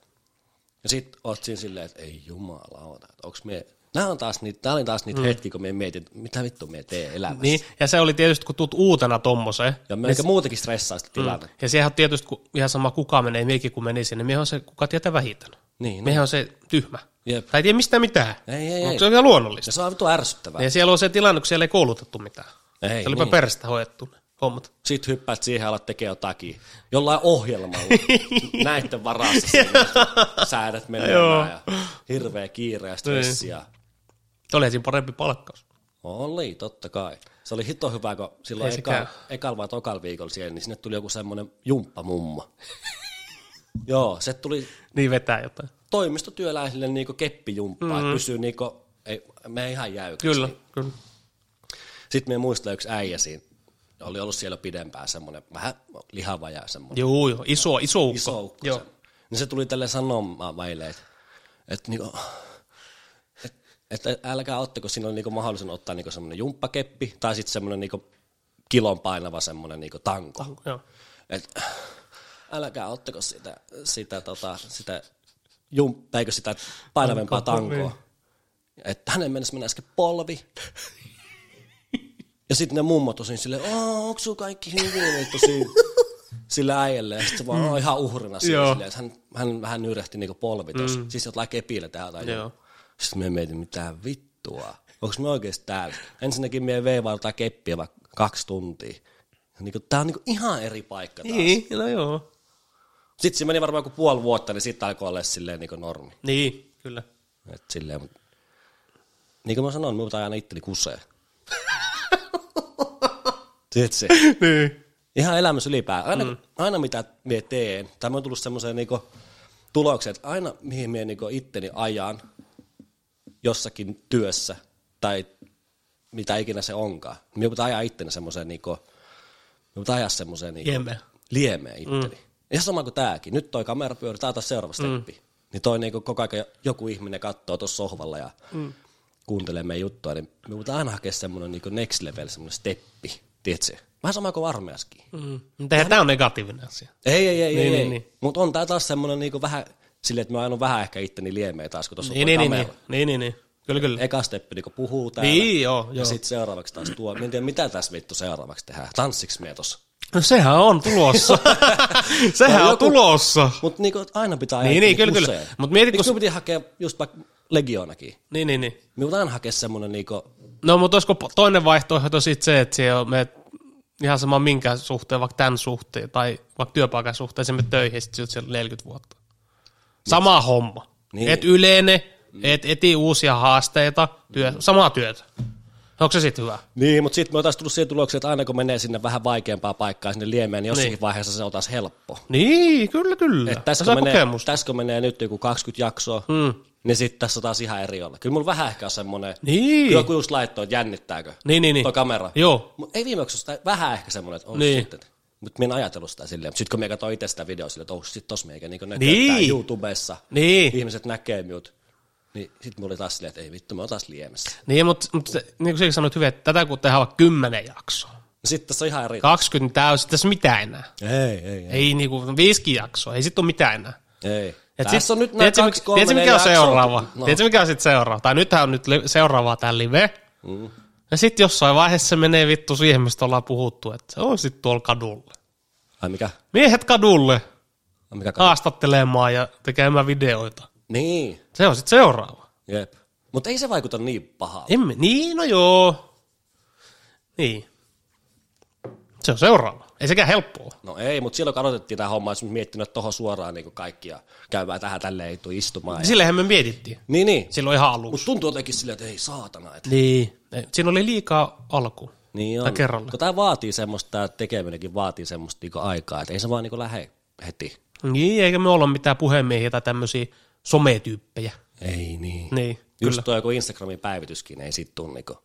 Speaker 1: Ja sit oot siinä silleen, että ei jumalauta, että onks me... Nää on taas niitä, tää oli taas niitä mm. hetkiä, kun me mietin, että mitä vittu me tee elämässä.
Speaker 2: Niin, ja se oli tietysti, kun tuut uutena tommoseen.
Speaker 1: Ja me eikä muutenkin stressaa
Speaker 2: Mm.
Speaker 1: sitä tilannetta.
Speaker 2: Ja sehän on tietysti kun, ihan sama, kuka menee, miekin kun meni sinne. Miehän on se, kuka tietää vähiten.
Speaker 1: Niin, no.
Speaker 2: Miehän on se tyhmä.
Speaker 1: Jep.
Speaker 2: Tai ei tiedä mistään mitään.
Speaker 1: Ei, ei,
Speaker 2: Onko
Speaker 1: ei.
Speaker 2: se ihan luonnollista?
Speaker 1: Ja se on vitu ärsyttävää.
Speaker 2: Ja siellä on se tilanne, kun siellä ei koulutettu mitään.
Speaker 1: Ei,
Speaker 2: Niin. se olipa
Speaker 1: niin.
Speaker 2: niin. perästä hoidettu ne hommat.
Speaker 1: Sitten hyppäät siihen ja alat tekee jotakin. Jollain
Speaker 2: *laughs*
Speaker 1: ohjelmalla. Näiden varassa siinä. säädät
Speaker 2: Joo. Niin.
Speaker 1: menemään ja hirveä kiire ja stressi. Ja...
Speaker 2: Se oli siinä parempi palkkaus.
Speaker 1: Oli, totta kai. Se oli hito hyvä, kun silloin
Speaker 2: Ei
Speaker 1: eka,
Speaker 2: sekään.
Speaker 1: ekal vai tokal viikolla siellä, niin sinne tuli joku semmoinen
Speaker 2: *laughs*
Speaker 1: jumppamummo. Joo, se tuli
Speaker 2: Niin vetää jotain.
Speaker 1: toimistotyöläisille niinku keppijumppaa, mm-hmm. että pysyy niinku, ei, me ei ihan jäykästi.
Speaker 2: Kyllä, kyllä.
Speaker 1: Sitten me muistan yksi äijä siinä, oli ollut siellä pidempään semmoinen, vähän lihava ja semmoinen
Speaker 2: Joo, joo. Iso, iso ukko.
Speaker 1: iso ukko.
Speaker 2: Joo.
Speaker 1: Joo. Niin se tuli tälle sanomaan meille, että et, niinku, et, et, älkää ottako, siinä oli niinku mahdollisuus ottaa niinku semmoinen jumppakeppi tai sitten semmoinen niinku kilon painava semmoinen niinku tanko.
Speaker 2: Joo.
Speaker 1: Et, älkää ottako sitä, sitä, tota, sitä jumppa, eikö sitä painavempaa
Speaker 2: Tankoa,
Speaker 1: tankoa. Että hänen mennessä mennä äsken polvi. Ja sitten ne mummot on siinä silleen, "Oo, onko sun kaikki hyvin vittu siinä? sillä äijälle, ja sitten se vaan on ihan uhrina siinä,
Speaker 2: Mm. Joo.
Speaker 1: silleen, että hän, hän vähän nyrehti niinku polvi tossa. Mm. Siis jotain kepillä täällä tai
Speaker 2: Joo.
Speaker 1: sitten me mietin, mitä vittua. Onko me oikeasti täällä? Ensinnäkin me veivaan jotain keppiä vaikka kaksi tuntia. Niin kuin, tää on niin kuin ihan eri paikka taas.
Speaker 2: Niin, no joo.
Speaker 1: Sitten se meni varmaan joku puoli vuotta, niin sitten alkoi olla silleen niin kuin normi.
Speaker 2: Niin, kyllä.
Speaker 1: Et silleen, mut... Niin kuin mä sanoin, minulta aina itteni kusee. Tiedätkö?
Speaker 2: niin.
Speaker 1: Ihan elämässä ylipäätään. Aina, mm. aina mitä me teen, tai mä oon tullut semmoiseen niinku tulokseen, että aina mihin me niinku itteni ajan jossakin työssä tai mitä ikinä se onkaan, me pitää ajaa itteni semmoiseen niinku, me pitää ajaa semmoiseen niinku
Speaker 2: Liemeen.
Speaker 1: liemeen itteni. Mm. Ihan sama kuin tääkin. Nyt toi kamera pyörii, tää on taas seuraava steppi. Mm. Niin toi niinku koko ajan joku ihminen katsoo tuossa sohvalla ja mm. kuuntelee meidän juttua, niin me pitää aina hakea semmoinen niinku next level, semmoinen steppi, tiedätkö? Vähän sama kuin armeijaskin.
Speaker 2: Mm. Mutta eihän tämä on negatiivinen asia.
Speaker 1: Ei, ei, ei,
Speaker 2: Niin,
Speaker 1: niin, ei.
Speaker 2: niin,
Speaker 1: Niin,
Speaker 2: niin.
Speaker 1: niin. Mutta on tää taas semmonen niinku vähän silleen, että mä aina vähän ehkä itteni liemeä taas, kun tuossa
Speaker 2: Niin,
Speaker 1: on
Speaker 2: niin,
Speaker 1: niin,
Speaker 2: niin,
Speaker 1: kamera.
Speaker 2: niin, niin, niin, niin. Kyllä, kyllä.
Speaker 1: Eka steppi niinku puhuu täällä.
Speaker 2: Niin, joo,
Speaker 1: Ja
Speaker 2: joo.
Speaker 1: sit seuraavaksi taas tuo. Mä en tiedä, mitä tässä vittu seuraavaksi tehdään. Tanssiks me tossa?
Speaker 2: No sehän on tulossa. sehän
Speaker 1: Tai
Speaker 2: on
Speaker 1: joku-
Speaker 2: tulossa.
Speaker 1: Mut niinku, että aina pitää niinku
Speaker 2: Niin,
Speaker 1: ajaa
Speaker 2: niin,
Speaker 1: itteni
Speaker 2: kyllä, kyllä.
Speaker 1: kuseen.
Speaker 2: Mut mietit,
Speaker 1: Miksi
Speaker 2: kun-
Speaker 1: kun... piti hakea just vaikka legionakin?
Speaker 2: Niin, niin, niin.
Speaker 1: Me pitää aina hakea semmonen niinku,
Speaker 2: No, mutta olisiko po- toinen vaihtoehto sitten se, että siellä me ihan sama minkä suhteen, vaikka tämän suhteen tai vaikka työpaikan suhteen, se me töihin ja sitten siellä 40 vuotta. Sama homma. Niin. Mm.
Speaker 1: Niin.
Speaker 2: Et ylene, et eti uusia haasteita, työ, samaa työtä. Onko se sitten hyvä?
Speaker 1: Niin, mutta sitten me oltaisiin tullut siihen tulokseen, että aina kun menee sinne vähän vaikeampaa paikkaa sinne liemeen, niin jossakin
Speaker 2: Niin.
Speaker 1: niin. vaiheessa se on taas helppo.
Speaker 2: Niin, kyllä, kyllä.
Speaker 1: Et tässä,
Speaker 2: Saa
Speaker 1: kun menee,
Speaker 2: kokemusta.
Speaker 1: tässä kun menee nyt joku 20 jaksoa, mm. niin sitten tässä on taas ihan eri olla. Kyllä mulla vähän ehkä on semmoinen,
Speaker 2: Niin.
Speaker 1: joku just laittoi, että jännittääkö
Speaker 2: Niin, niin, niin.
Speaker 1: toi kamera.
Speaker 2: Joo.
Speaker 1: Mut ei viime jaksossa, tai vähän ehkä semmoinen, että oh
Speaker 2: Niin.
Speaker 1: niin. sitten. Mutta minä en ajatellut sitä silleen. Sitten kun minä katsoin itse sitä videoa silleen, että oh sit tos meikä niin näkyy
Speaker 2: Niin.
Speaker 1: niin. tää YouTubessa.
Speaker 2: Niin.
Speaker 1: Ihmiset näkee minut. Niin sitten mulla oli taas silleen, että ei vittu, mä oon taas liemessä.
Speaker 2: Niin, mutta, mutta se, niin kuin säkin sanoit hyvin, että tätä kun tehdään vaikka 10 jaksoa,
Speaker 1: Sitten No tässä on ihan eri.
Speaker 2: 20, niin tämä olisi tässä mitään enää.
Speaker 1: ei, ei, ei.
Speaker 2: Ei niin kuin viisikin jaksoa, ei sitten ole mitään enää.
Speaker 1: ei.
Speaker 2: Et
Speaker 1: tässä
Speaker 2: sit-
Speaker 1: on nyt nämä
Speaker 2: tiedätkö,
Speaker 1: kaksi, kolme,
Speaker 2: tiedätkö, mikä
Speaker 1: neljä
Speaker 2: on
Speaker 1: jaksoa.
Speaker 2: seuraava? No.
Speaker 1: No.
Speaker 2: Tiedätkö, mikä on sitten seuraava? Tai nythän on nyt li- seuraavaa tämä live. Mm. Ja sitten jossain vaiheessa se menee vittu siihen, mistä ollaan puhuttu, että se on sitten tuolla kadulla.
Speaker 1: Ai mikä?
Speaker 2: Miehet kadulle
Speaker 1: Ai mikä? Ah.
Speaker 2: haastattelemaan ja tekemään videoita.
Speaker 1: Niin.
Speaker 2: Se on sitten seuraava.
Speaker 1: Jep. Mutta ei se vaikuta niin pahaa.
Speaker 2: Emme, niin, no joo. Niin. Se on seuraava. Ei sekään helppoa.
Speaker 1: No ei, mutta silloin kun aloitettiin tämä homma, olisin miettinyt, että tohon suoraan niin kaikkia käymään tähän tälleen ei tule istumaan. Ja...
Speaker 2: Sillähän me mietittiin.
Speaker 1: Niin, niin.
Speaker 2: Silloin ihan aluksi.
Speaker 1: Mutta tuntuu jotenkin silleen, että ei saatana. Että...
Speaker 2: Niin. Siinä oli liikaa alku.
Speaker 1: Niin
Speaker 2: Tai
Speaker 1: on.
Speaker 2: kerralla.
Speaker 1: Kun tämä vaatii semmoista, tämä tekeminenkin vaatii semmoista niinku aikaa, että ei se vaan niinku lähde heti.
Speaker 2: Niin, eikä me olla mitään puhemiehiä tai tämmöisiä sometyyppejä.
Speaker 1: Ei niin.
Speaker 2: Niin.
Speaker 1: Just tuo joku Instagramin päivityskin ei sit tuu niinku.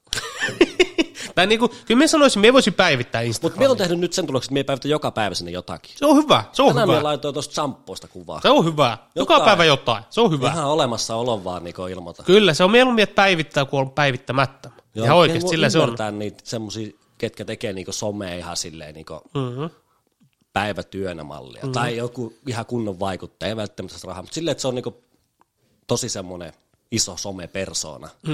Speaker 2: Tai niinku, kyllä mä sanoisin, me voisi päivittää Insta.
Speaker 1: Mutta me on tehnyt nyt sen tuloksen, että me ei päivitä joka päivä sinne jotakin.
Speaker 2: Se on hyvä, se on
Speaker 1: Tänään me
Speaker 2: hyvä.
Speaker 1: laitoin tuosta samppoista kuvaa.
Speaker 2: Se on hyvä. Joka
Speaker 1: Jotain.
Speaker 2: päivä jotain. Se on hyvä.
Speaker 1: Ihan olemassa olon vaan niinku ilmoita.
Speaker 2: Kyllä, se on mieluummin, että päivittää, kun on päivittämättä. Joo, Ihan oikeasti, sillä se on.
Speaker 1: on. niitä semmoisia, ketkä tekee niinku somea ihan silleen niinku mm-hmm. päivätyönä mallia. Mm-hmm. Tai joku ihan kunnon vaikuttaja, ei välttämättä saa rahaa, mutta silleen, että se on niinku tosi semmoinen iso somepersona. Mm.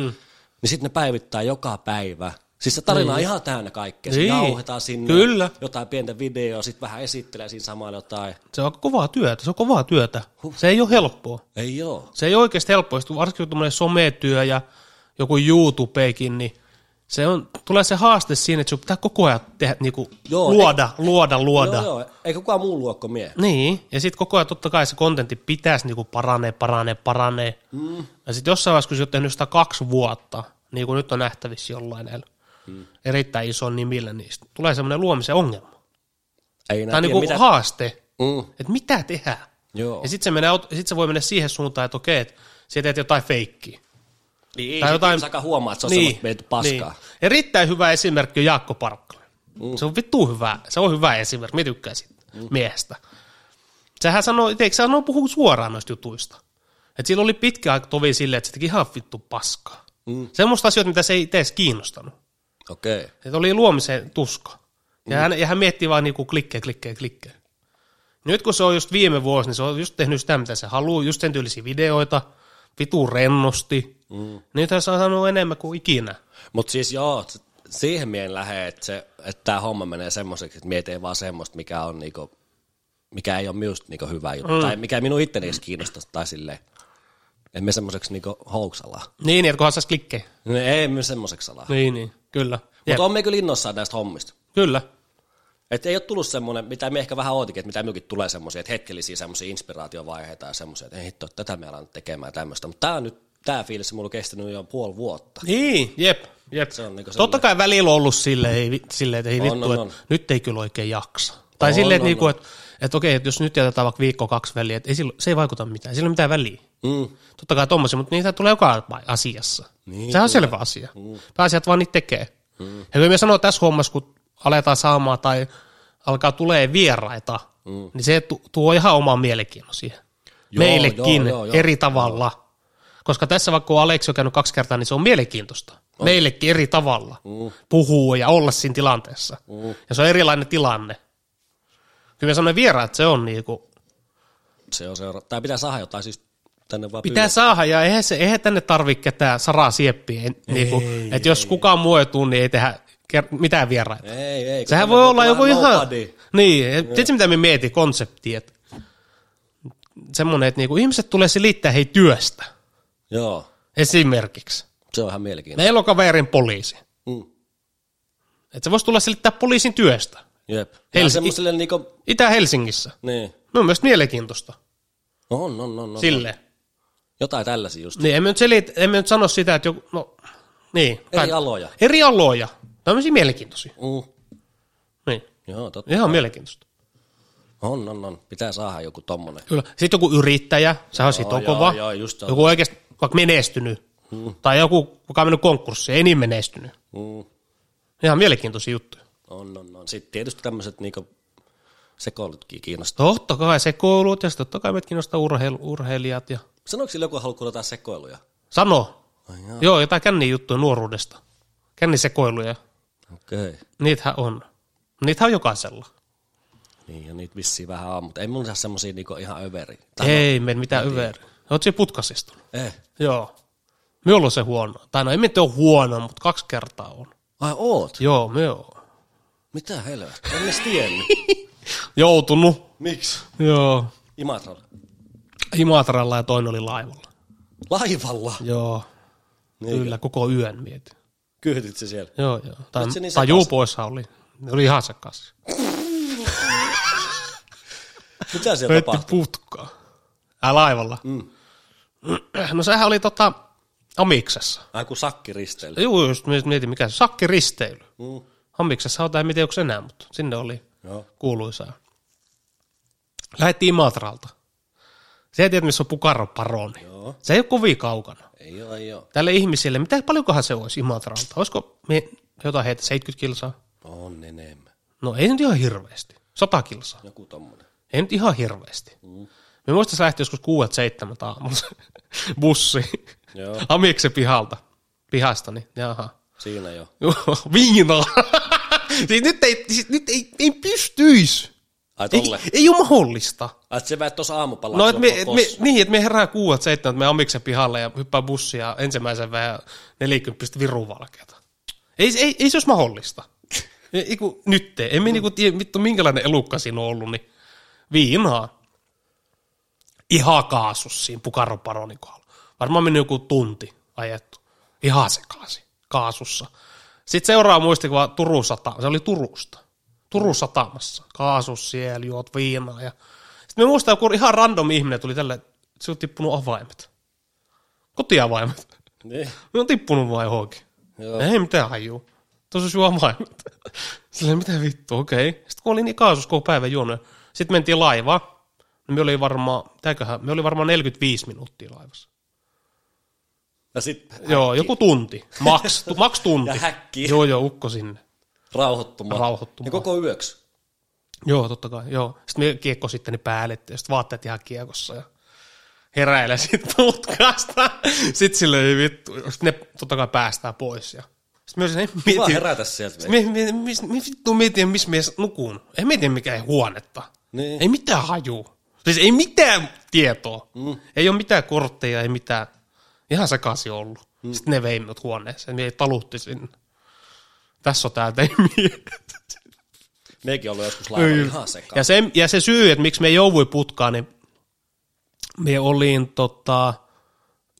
Speaker 1: Niin sitten ne päivittää joka päivä. Siis se tarina on ihan täynnä kaikkea. Se
Speaker 2: Niin.
Speaker 1: jauhetaan sinne,
Speaker 2: Kyllä.
Speaker 1: jotain pientä videoa, sitten vähän esittelee siinä samalla jotain.
Speaker 2: Se on kovaa työtä, se on kovaa työtä. Se ei ole helppoa.
Speaker 1: Ei joo.
Speaker 2: Se ei oikeasti helppoa, Jos tu- varsinkin kun tuommoinen sometyö ja joku YouTubeikin, niin se on, tulee se haaste siinä, että sun pitää koko ajan tehdä, niin kuin
Speaker 1: Joo,
Speaker 2: luoda, luoda, luoda,
Speaker 1: Joo, joo. Ei kukaan muu luokko mie.
Speaker 2: Niin, ja sitten koko ajan totta kai se kontentti pitäisi niinku paranee, paranee, paranee. Mm. Ja sitten jossain vaiheessa, kun sä oot tehnyt sitä kaksi vuotta, niin kuin nyt on nähtävissä jollain näillä mm. erittäin iso nimillä, niin sit tulee semmoinen luomisen ongelma.
Speaker 1: Ei enää tiedä
Speaker 2: Tai niinku
Speaker 1: mitä.
Speaker 2: haaste,
Speaker 1: Mm.
Speaker 2: että mitä tehdään.
Speaker 1: Joo.
Speaker 2: Ja sitten se, menee, aut- sit se voi mennä siihen suuntaan, että okei, että sä teet jotain feikkiä.
Speaker 1: Niin,
Speaker 2: Tai
Speaker 1: tai
Speaker 2: jotain-
Speaker 1: jotain... Saka huomaa, että se on niin, semmoista meitä paskaa. Niin.
Speaker 2: Erittäin hyvä esimerkki on Jaakko Parkkala. Mm. Se on vittu hyvä. Se on hyvä esimerkki. Mä tykkään siitä mm. miehestä. Sehän sanoi, itse eikö sanoi puhuu suoraan noista jutuista. Et sillä oli pitkä aika tovi silleen, että se teki ihan vittu paskaa. Mm. Semmoista asioita, mitä se ei itse edes kiinnostanut.
Speaker 1: Okei. Okay.
Speaker 2: Et oli luomisen tuska. Ja, mm. hän, ja hän miettii vaan niinku klikkejä, klikkejä, klikkejä. Nyt kun se on just viime vuosi, niin se on just tehnyt sitä, mitä se haluaa, just sen tyylisiä videoita, vitu rennosti. Mm. Nythän se on saanut enemmän kuin ikinä.
Speaker 1: Mutta siis joo, s- siihen mie en lähde, että, se, että tämä homma menee semmoiseksi, että mietin vaan semmoista, mikä on niinku, mikä ei ole minusta niinku hyvä juttu, mm. tai mikä ei minun itteni edes kiinnosta, tai silleen. En me semmoiseksi niinku houksalla.
Speaker 2: Niin, että kunhan saisi klikkejä.
Speaker 1: No ei me semmoiseksi salaa.
Speaker 2: Niin, niin, kyllä. Jep,
Speaker 1: Mutta on me kyllä innoissaan näistä hommista.
Speaker 2: Kyllä.
Speaker 1: Että ei ole tullut semmoinen, mitä me ehkä vähän ootikin, että mitä myökin tulee semmoisia, että hetkellisiä semmoisia inspiraatiovaiheita ja semmoisia, että ei hitto, tätä me alan tekemään tämmöistä. Mutta tämä on nyt, tämä fiilis mulla on kestänyt jo puoli vuotta.
Speaker 2: Niin, jep, jep.
Speaker 1: Se on niinku
Speaker 2: Totta kai välillä on ollut silleen, ei, vi- silleen että ei
Speaker 1: On,
Speaker 2: vittu,
Speaker 1: on,
Speaker 2: että
Speaker 1: on.
Speaker 2: nyt ei kyllä oikein jaksa. Tai
Speaker 1: On,
Speaker 2: silleen, että
Speaker 1: on,
Speaker 2: niinku, et, et okei, että jos nyt jätetään vaikka viikko kaksi väliä, et ei sillä, se ei vaikuta mitään, ei sillä ole mitään väliä.
Speaker 1: Mm.
Speaker 2: Totta kai tommosia, mutta niitä tulee joka vai- asiassa. Niin, Sehän on selvä asia. Mm. Pääasia, että vaan niitä tekee. Mm. Ja kyllä me sanoo tässä hommassa, kun aletaan saamaan tai alkaa tulee vieraita, mm. niin se tu- tuo ihan oman mielenkiinnon siihen. Joo,
Speaker 1: Joo,
Speaker 2: Meillekin joo,
Speaker 1: joo,
Speaker 2: joo,
Speaker 1: joo,
Speaker 2: eri tavalla. Koska tässä vaikka kun Aleksi on käynyt kaksi kertaa, niin se on mielenkiintoista. On. Meillekin eri tavalla mm. puhua ja olla siinä tilanteessa. Mm. Ja se on erilainen tilanne. Kyllä me sanoin vieraat, se on niinku,
Speaker 1: Se on seura- tai pitää saada jotain siis tänne vaan
Speaker 2: Pitää saada, ja eihän, se, eihän tänne tarvitse ketään saraa sieppiä. En, niinku, että jos kukaan muu ei tuu, niin ei tehdä ker- mitään vieraita.
Speaker 1: pyydä. Ei, ei. kun
Speaker 2: Sehän
Speaker 1: tänne
Speaker 2: voi
Speaker 1: voi
Speaker 2: olla joku
Speaker 1: tulla
Speaker 2: ihan...
Speaker 1: nobody.
Speaker 2: Niin, et tiedätkö mitä me mietin konsepti, että semmoinen, että niinku, ihmiset tulee silittää hei työstä
Speaker 1: Joo,
Speaker 2: esimerkiksi.
Speaker 1: se on ihan mielenkiintoista.
Speaker 2: Meillä on kaverin poliisi.
Speaker 1: Mm.
Speaker 2: Että se voisi tulla selittää poliisin työstä
Speaker 1: Jep.
Speaker 2: Helsinki-
Speaker 1: Ja semmoiselle niinku,
Speaker 2: Itä-Helsingissä.
Speaker 1: niin.
Speaker 2: Mun mielestä
Speaker 1: No,
Speaker 2: mielenkiintoista
Speaker 1: On, on, on, on.
Speaker 2: sille.
Speaker 1: Jotain tällaisia just.
Speaker 2: Niin, emme nyt, selit, emme nyt sano sitä, että joku, no, niin.
Speaker 1: Eri aloja.
Speaker 2: Eri aloja. Tämmöisiä mielenkiintoisia.
Speaker 1: Mm.
Speaker 2: Niin.
Speaker 1: Joo, totta.
Speaker 2: Ihan mielenkiintoista.
Speaker 1: On, on, on. Pitää saada joku tommonen.
Speaker 2: Kyllä. Sitten joku yrittäjä, se on siitä
Speaker 1: Joo,
Speaker 2: on
Speaker 1: joo,
Speaker 2: kova.
Speaker 1: joo, just on. Hmm.
Speaker 2: joku oikeasti vaikka menestynyt. Tai joku, kuka on mennyt konkurssiin, ei niin menestynyt.
Speaker 1: Mm.
Speaker 2: Ihan mielenkiintoisia juttuja.
Speaker 1: On, on, on. Sitten tietysti tämmöiset niinku sekoilutkin kiinnostaa.
Speaker 2: Totta kai se koulut ja sitten totta kai meitä kiinnostaa urheil, urheilijat. Ja...
Speaker 1: Sanoiko sillä joku, että haluaa jotain sekoiluja?
Speaker 2: Sano.
Speaker 1: Ai
Speaker 2: Joo. joo, jotain kännin juttuja nuoruudesta. Kännisekoiluja.
Speaker 1: Okei. Okay.
Speaker 2: Niitähän on. Niitähän on jokaisella.
Speaker 1: Niin, ja niitä vissiin vähän on, mutta ei mun saa semmosia niinku ihan överi.
Speaker 2: Tano. Ei mene mitään yveriä. Oletko siinä putkasistunut?
Speaker 1: Eh.
Speaker 2: Joo. Me ollut se huono. Tai no ei me ole huono, mutta kaksi kertaa on.
Speaker 1: Ai oot?
Speaker 2: Joo, me on.
Speaker 1: Mitä helvettiä? En edes tiennyt.
Speaker 2: Joutunut.
Speaker 1: Miksi?
Speaker 2: Joo.
Speaker 1: Imatralla.
Speaker 2: Imatralla ja toinen oli laivalla.
Speaker 1: Laivalla.
Speaker 2: Joo. Niin. Kyllä, koko yön mietin.
Speaker 1: Kyhdyt se siellä.
Speaker 2: Joo, joo. Tai,
Speaker 1: se niin
Speaker 2: tai
Speaker 1: sekas?
Speaker 2: juupoissa oli. Ne oli ihan sekas.
Speaker 1: Mitä siellä
Speaker 2: Vetti
Speaker 1: tapahtui?
Speaker 2: putkaa. Ää, laivalla. Mm. *clears throat* No sehän oli tota Amiksessa.
Speaker 1: Ai kun sakkiristeily.
Speaker 2: Joo, just mietin mikä se. Sakkiristeily.
Speaker 1: Mm.
Speaker 2: Amiksessa on tai miten onko enää, mutta sinne oli
Speaker 1: Joo.
Speaker 2: kuuluisaa. Lähettiin Imatralta. Se ei tiedä, missä on Pukaro Paroni.
Speaker 1: Joo.
Speaker 2: Se ei ole kovin kaukana.
Speaker 1: Ei oo, ei oo.
Speaker 2: tälle ihmiselle, mitä paljonkohan se olisi Imatralta? Olisiko me, jotain heitä 70 kilsaa?
Speaker 1: On enemmän.
Speaker 2: No ei nyt ihan hirveästi. 100 kilsaa.
Speaker 1: Joku tommonen.
Speaker 2: Ei nyt ihan hirveästi. Mm. Me muistan, se lähti joskus 6-7 aamulla *laughs* se bussi
Speaker 1: Joo.
Speaker 2: Amiksen pihalta. Pihasta, niin jaha.
Speaker 1: Siinä jo.
Speaker 2: Joo, *laughs* Viinaa. siis nyt ei, siis nyt ei, ei pystyisi.
Speaker 1: Ai
Speaker 2: Ei,
Speaker 1: tolle.
Speaker 2: ei ole mahdollista.
Speaker 1: Ai et sä väät tossa aamupalaa.
Speaker 2: No, et me, et me, niin, että me herää kuuat seitsemän, että me amiksen pihalle ja hyppää bussia ja ensimmäisen vähän 40 virun valkeata. Ei, ei, ei se olisi
Speaker 1: *laughs*
Speaker 2: mahdollista. Ei, kun, nyt ei. Emme niinku tiedä, vittu, minkälainen elukka siinä on ollut, niin viinaa. Ihan kaasus siinä pukaroparonin kohdalla. Varmaan meni joku tunti ajettu. Ihan se kaasi, kaasussa. Sitten seuraa muistikuva Turun satama. Se oli Turusta. Turun satamassa. Kaasus siellä, juot viinaa. Ja... Sitten me muistan, kun ihan random ihminen tuli tällä, että se on tippunut avaimet. Kotiavaimet.
Speaker 1: Niin.
Speaker 2: Ne on tippunut vaan johonkin.
Speaker 1: Joo.
Speaker 2: Ei mitään hajuu. Tuossa on sinun avaimet. *laughs* Silleen, mitä vittu, okei. Okay. Sitten kun oli niin kaasus koko päivän juonut. Sitten mentiin laivaan. Niin me oli varmaan, mitäköhän, me oli varmaan 45 minuuttia laivassa.
Speaker 1: Ja sit
Speaker 2: Joo, joku tunti. Maks, tu, maks tunti.
Speaker 1: Ja häkkiin.
Speaker 2: Joo, joo, ukko sinne.
Speaker 1: rauhoittumaan.
Speaker 2: Rauhoittumaan.
Speaker 1: Ja koko yöksi.
Speaker 2: Joo, totta kai, joo. Sitten me kiekko sitten ne päälle, ja sitten vaatteet ihan kiekossa, ja heräilee sitten *laughs* putkasta. Sitten sille ei vittu, sitten ne totta kai päästään pois, ja sitten me
Speaker 1: Kiva
Speaker 2: mietin,
Speaker 1: herätä sieltä.
Speaker 2: me, me, me, me vittu mietin, missä mies nukuun. En mietin mikään huonetta.
Speaker 1: Niin.
Speaker 2: Ei mitään hajuu. Siis ei mitään tietoa. Mm. Ei ole mitään kortteja, ei mitään. Ihan sekaisin ollut. Mm. Sitten ne vei minut huoneeseen. Me ei talutti sinne. Tässä on tää teimi.
Speaker 1: Nekin on ollut joskus laivalla ihan sekaan.
Speaker 2: Ja se, ja se syy, että miksi me jouduin putkaan, niin me olin tota,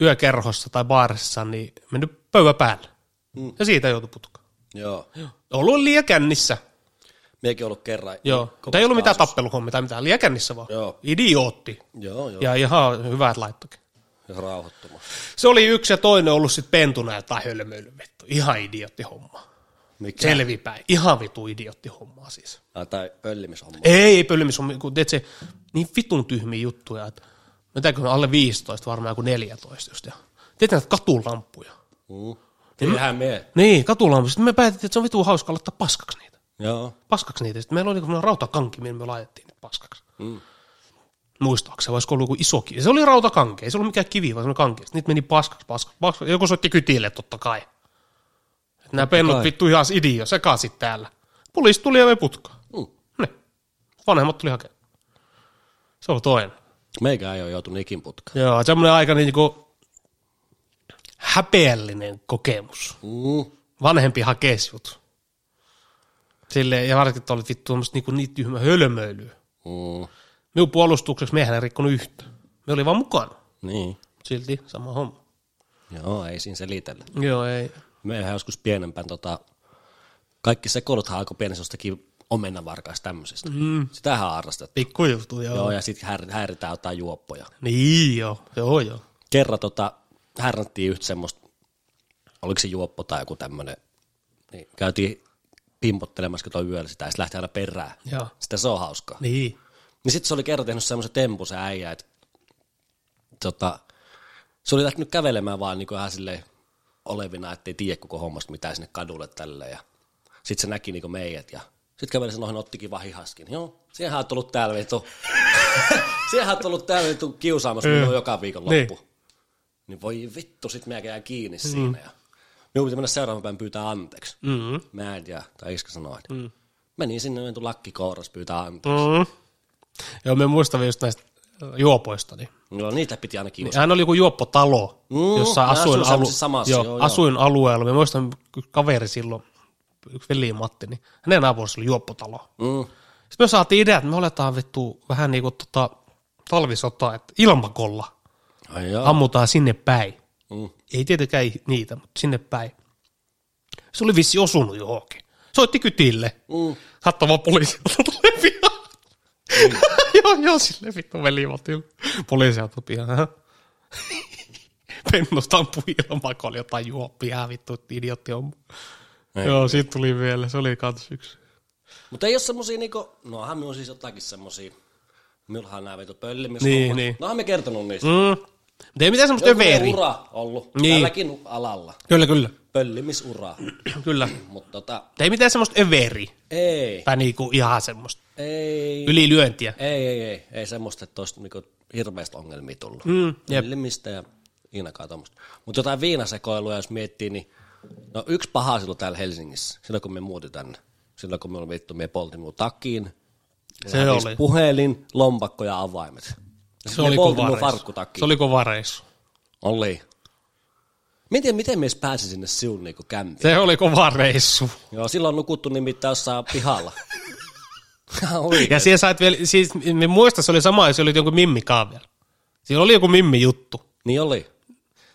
Speaker 2: yökerhossa tai baarissa, niin mennyt pöyä päälle. Mm. Ja siitä joutui putkaan.
Speaker 1: Joo.
Speaker 2: Ollut liian kännissä.
Speaker 1: Miekin on ollut kerran.
Speaker 2: Joo. Mutta ei ollut mitään tappeluhommia tai mitään. Liian kännissä vaan.
Speaker 1: Niin, Joo.
Speaker 2: Idiootti.
Speaker 1: Joo, joo. Ja.
Speaker 2: Ja ihan hyvät laittokin.
Speaker 1: Rauhoittuma.
Speaker 2: Se oli yksi ja toinen ollut sitten pentuna tai hölmöily vittu. Ihan idiootti homma.
Speaker 1: Mikä?
Speaker 2: Selvipäin. Ihan vitu idiootti hommaa siis.
Speaker 1: Ah, tai pöllimishomma.
Speaker 2: Ei, ei pöllimishommi, kun teet se niin vitun tyhmiä juttuja, että mitäköhän alle 15, varmaan joku 14 just. Ja teet näitä katulamppuja.
Speaker 1: Mm. Kyllähän me.
Speaker 2: Niin, katulampuja. Sitten me päätettiin, että se on vitun hauska aloittaa paskaksi niitä.
Speaker 1: Joo.
Speaker 2: Paskaksi niitä. Sitten meillä oli niinku rautakanki, millä me laitettiin niitä paskaksi. Mm. Muistaakseni, olisiko ollut joku iso kivi. Se oli rautakanki, ei se ollut mikään kivi, vaan se oli kanki. Sitten niitä meni paskaksi, paskaksi, paskaksi. Joku soitti kytille totta kai. Että Nämä pennut
Speaker 1: kai.
Speaker 2: vittu ihan idio, sekaisin täällä. Poliisi tuli ja me putkaan.
Speaker 1: Mm.
Speaker 2: Ne. Vanhemmat tuli hakemaan. Se on toinen.
Speaker 1: Meikä ei ole joutunut ikin putkaan.
Speaker 2: Joo, semmoinen aika niin kuin häpeällinen kokemus.
Speaker 1: Mm.
Speaker 2: Vanhempi hakee sut. Silleen, ja varsinkin, että olit vittu tuommoista niinku niin tyhmä hölmöilyä.
Speaker 1: Mm.
Speaker 2: Minun puolustukseksi miehän ei rikkonut yhtä. Me oli vaan mukana.
Speaker 1: Niin.
Speaker 2: Silti sama homma.
Speaker 1: Joo, ei siinä selitellä.
Speaker 2: Joo, ei.
Speaker 1: Meihän joskus pienempään tota, kaikki sekoiluthan alkoi pienessä jostakin omenavarkaista tämmöisistä. Mm. Sitähän harrastettiin.
Speaker 2: Pikku juttu, joo.
Speaker 1: Joo,
Speaker 2: joo.
Speaker 1: ja sitten häir- häiritään jotain juoppoja.
Speaker 2: Niin, joo. Joo, joo.
Speaker 1: kerran tota, härnättiin yhtä semmoista, oliko se juoppo tai joku tämmöinen, niin käytiin pimpottelemassa tuo yöllä sitä, ja sitten lähti aina perään.
Speaker 2: Joo.
Speaker 1: Sitä se on hauskaa. Niin,
Speaker 2: Niin.
Speaker 1: niin sitten se oli kerran tehnyt semmoisen tempun se äijä, että tota, se oli lähtenyt kävelemään vaan niin ihan silleen olevina, ettei tiedä koko hommasta mitään sinne kadulle tälle. Ja sitten se näki niin meidät ja sitten käveli sen ohi, ottikin vaan hihaskin. Joo, siihen oot ollut täällä vitu. *laughs* siihen oot ollut täällä vitu kiusaamassa minua joka viikon loppu. Mm. Niin. voi vittu, sit mä jää kiinni mm. siinä. Ja minun piti mennä seuraavan päin pyytää anteeksi.
Speaker 2: Mm-hmm.
Speaker 1: Mä en tiedä, tai iskä sanoi, että mm. menin sinne, menin lakki kourassa pyytää anteeksi.
Speaker 2: Mm. Joo, me muistamme just näistä ö, juopoista, niin
Speaker 1: No niitä piti aina kiusata.
Speaker 2: Hän oli joku juoppotalo, mm,
Speaker 1: Mm,
Speaker 2: jossa
Speaker 1: ne asuu
Speaker 2: asuin, alu-
Speaker 1: semmoisessa samassa,
Speaker 2: joo,
Speaker 1: joo, joo.
Speaker 2: asuin alueella. Mä muistan yksi kaveri silloin, yksi veli Matti, niin hänen naapurissa oli juoppotalo.
Speaker 1: Mm.
Speaker 2: Sitten me saatiin idea, että me oletaan vittu vähän niin kuin tota, talvisota, että ilmakolla
Speaker 1: Ai joo.
Speaker 2: ammutaan sinne päin.
Speaker 1: Mm.
Speaker 2: Ei tietenkään niitä, mutta sinne päin. Se oli vissi osunut johonkin. Soitti kytille.
Speaker 1: Mm.
Speaker 2: Saattoi vaan poliisilta tulee pian. *laughs* joo, joo, silleen vittu velivatilla. Poliisilta pian. *laughs* Pennosta ampui ilmaa, kun oli jotain juoppia, vittu, että idiotti on.
Speaker 1: Ei.
Speaker 2: Joo, siitä tuli vielä, se oli kans yksi.
Speaker 1: Mutta ei ole semmosia niinku, nohan me on siis jotakin semmosia, minullahan on nää vetu pöllimistä.
Speaker 2: Niin, niin.
Speaker 1: Nohan me kertonut niistä.
Speaker 2: Mm. Mutta ei mitään semmoista
Speaker 1: Jokunen
Speaker 2: överi.
Speaker 1: ura ollut,
Speaker 2: Niin.
Speaker 1: niin. tälläkin alalla.
Speaker 2: Kyllä, kyllä.
Speaker 1: Pöllimisura.
Speaker 2: *clears throat* kyllä.
Speaker 1: Mutta tota,
Speaker 2: Mutta ei mitään semmoista överi.
Speaker 1: ei,
Speaker 2: Tai niinku ihan semmoista
Speaker 1: ei,
Speaker 2: ylilyöntiä.
Speaker 1: ei, ei, ei, ei semmoista, että olisi niinku hirveästi ongelmia tullut.
Speaker 2: Mm, jep.
Speaker 1: Pöllimistä ja inakaa tommoista. Mutta jotain viinasekoilua, jos miettii, niin no yksi paha silloin täällä Helsingissä, silloin kun me muutin tänne. Silloin kun me oli vittu, me poltin mun takin,
Speaker 2: Se
Speaker 1: Hävisi
Speaker 2: oli.
Speaker 1: Puhelin, lompakko ja avaimet.
Speaker 2: Se oli kova
Speaker 1: mun
Speaker 2: reissu.
Speaker 1: farkkutakin.
Speaker 2: Se oli kova reissu.
Speaker 1: Oli. Miten, miten me edes pääsi sinne siun niinku kämpiin?
Speaker 2: Se oli kova reissu.
Speaker 1: Joo, silloin on nukuttu nimittäin jossain pihalla. oli.
Speaker 2: Ja siellä sait vielä, siis me muista se oli sama, jos oli joku mimmi kaavella. Siinä oli joku mimmi juttu.
Speaker 1: Niin oli.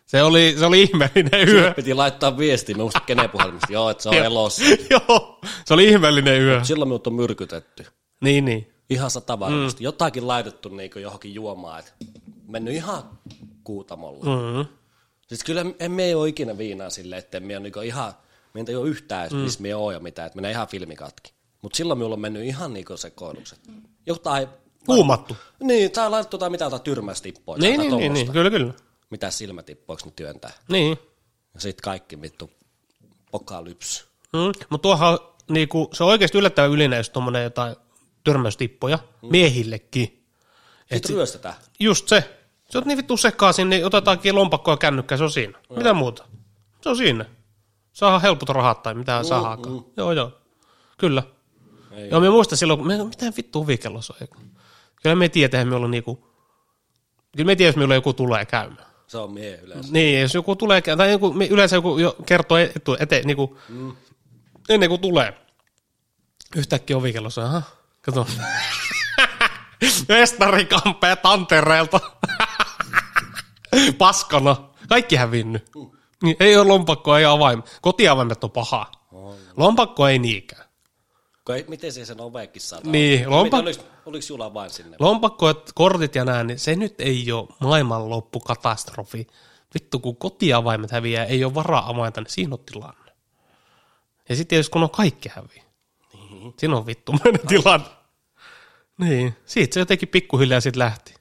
Speaker 2: Se oli, se oli ihmeellinen yö.
Speaker 1: Piti laittaa viestiä, mä muistan kenen puhelimesta. Joo, että se on elossa.
Speaker 2: *laughs* Joo, se oli ihmeellinen yö.
Speaker 1: Silloin minut on myrkytetty.
Speaker 2: Niin, niin.
Speaker 1: Ihan sata varmasti. Mm. Jotakin laitettu niinku johonkin juomaan. Et mennyt ihan kuutamolla.
Speaker 2: Mm-hmm.
Speaker 1: Siis kyllä emme ei ole ikinä viinaa silleen, että me on niinku ihan, me ei ole yhtään, mm. missä me oon ja mitä, että menee ihan filmikatki. Mutta silloin minulla on mennyt ihan niinku sekoilukset. Jotain,
Speaker 2: Kuumattu.
Speaker 1: niin, tai laitettu jotain mitä jotain tyrmästippoja,
Speaker 2: Niin,
Speaker 1: niin,
Speaker 2: niin, niin, niin, kyllä, kyllä.
Speaker 1: mitä silmätippoiksi ne työntää.
Speaker 2: Niin.
Speaker 1: Ja sitten kaikki vittu pokalyps.
Speaker 2: Mm. Mutta tuohan on niinku, se on oikeasti yllättävän ylinä, jos tuommoinen jotain törmäystippoja mm. miehillekin.
Speaker 1: Sitten ryöstetään.
Speaker 2: Just se. Se on niin vittu sekaisin, niin otetaankin lompakkoa ja kännykkää, se on siinä. Mitä muuta? Se on siinä. Saadaan helpot rahat tai mitä mm, saahaakaan. Joo, joo. Kyllä.
Speaker 1: Ei.
Speaker 2: Joo, me muistan silloin, me, mitä vittu huvikello soi. Kyllä me tiedetään, että me ollaan niinku, kyllä me tiedä, jos meillä joku tulee käymään.
Speaker 1: Se on mie yleensä.
Speaker 2: Niin, jos joku tulee, kä- tai joku, me- yleensä joku jo kertoo etu, eteen, niinku, mm. ennen kuin tulee. Yhtäkkiä ovikello soi, aha, kato. *laughs* Vestari kampee tantereelta. Paskana. Kaikki hävinnyt. Niin, ei ole lompakkoa, ei ole avain. Kotiavaimet on paha. Lompakko ei niinkään.
Speaker 1: Kun ei, miten se sen ovekin saa?
Speaker 2: Niin, lompa-
Speaker 1: Oliko, oliko sulla vain sinne?
Speaker 2: Lompakkoet, kortit ja nää, niin se nyt ei ole maailmanloppukatastrofi. Vittu, kun kotiavaimet häviää, ei ole varaa avainta, niin siinä on tilanne. Ja sitten jos kun on kaikki häviää, niin. siinä on vittumainen tilanne. Niin, siitä se jotenkin pikkuhiljaa sitten lähti.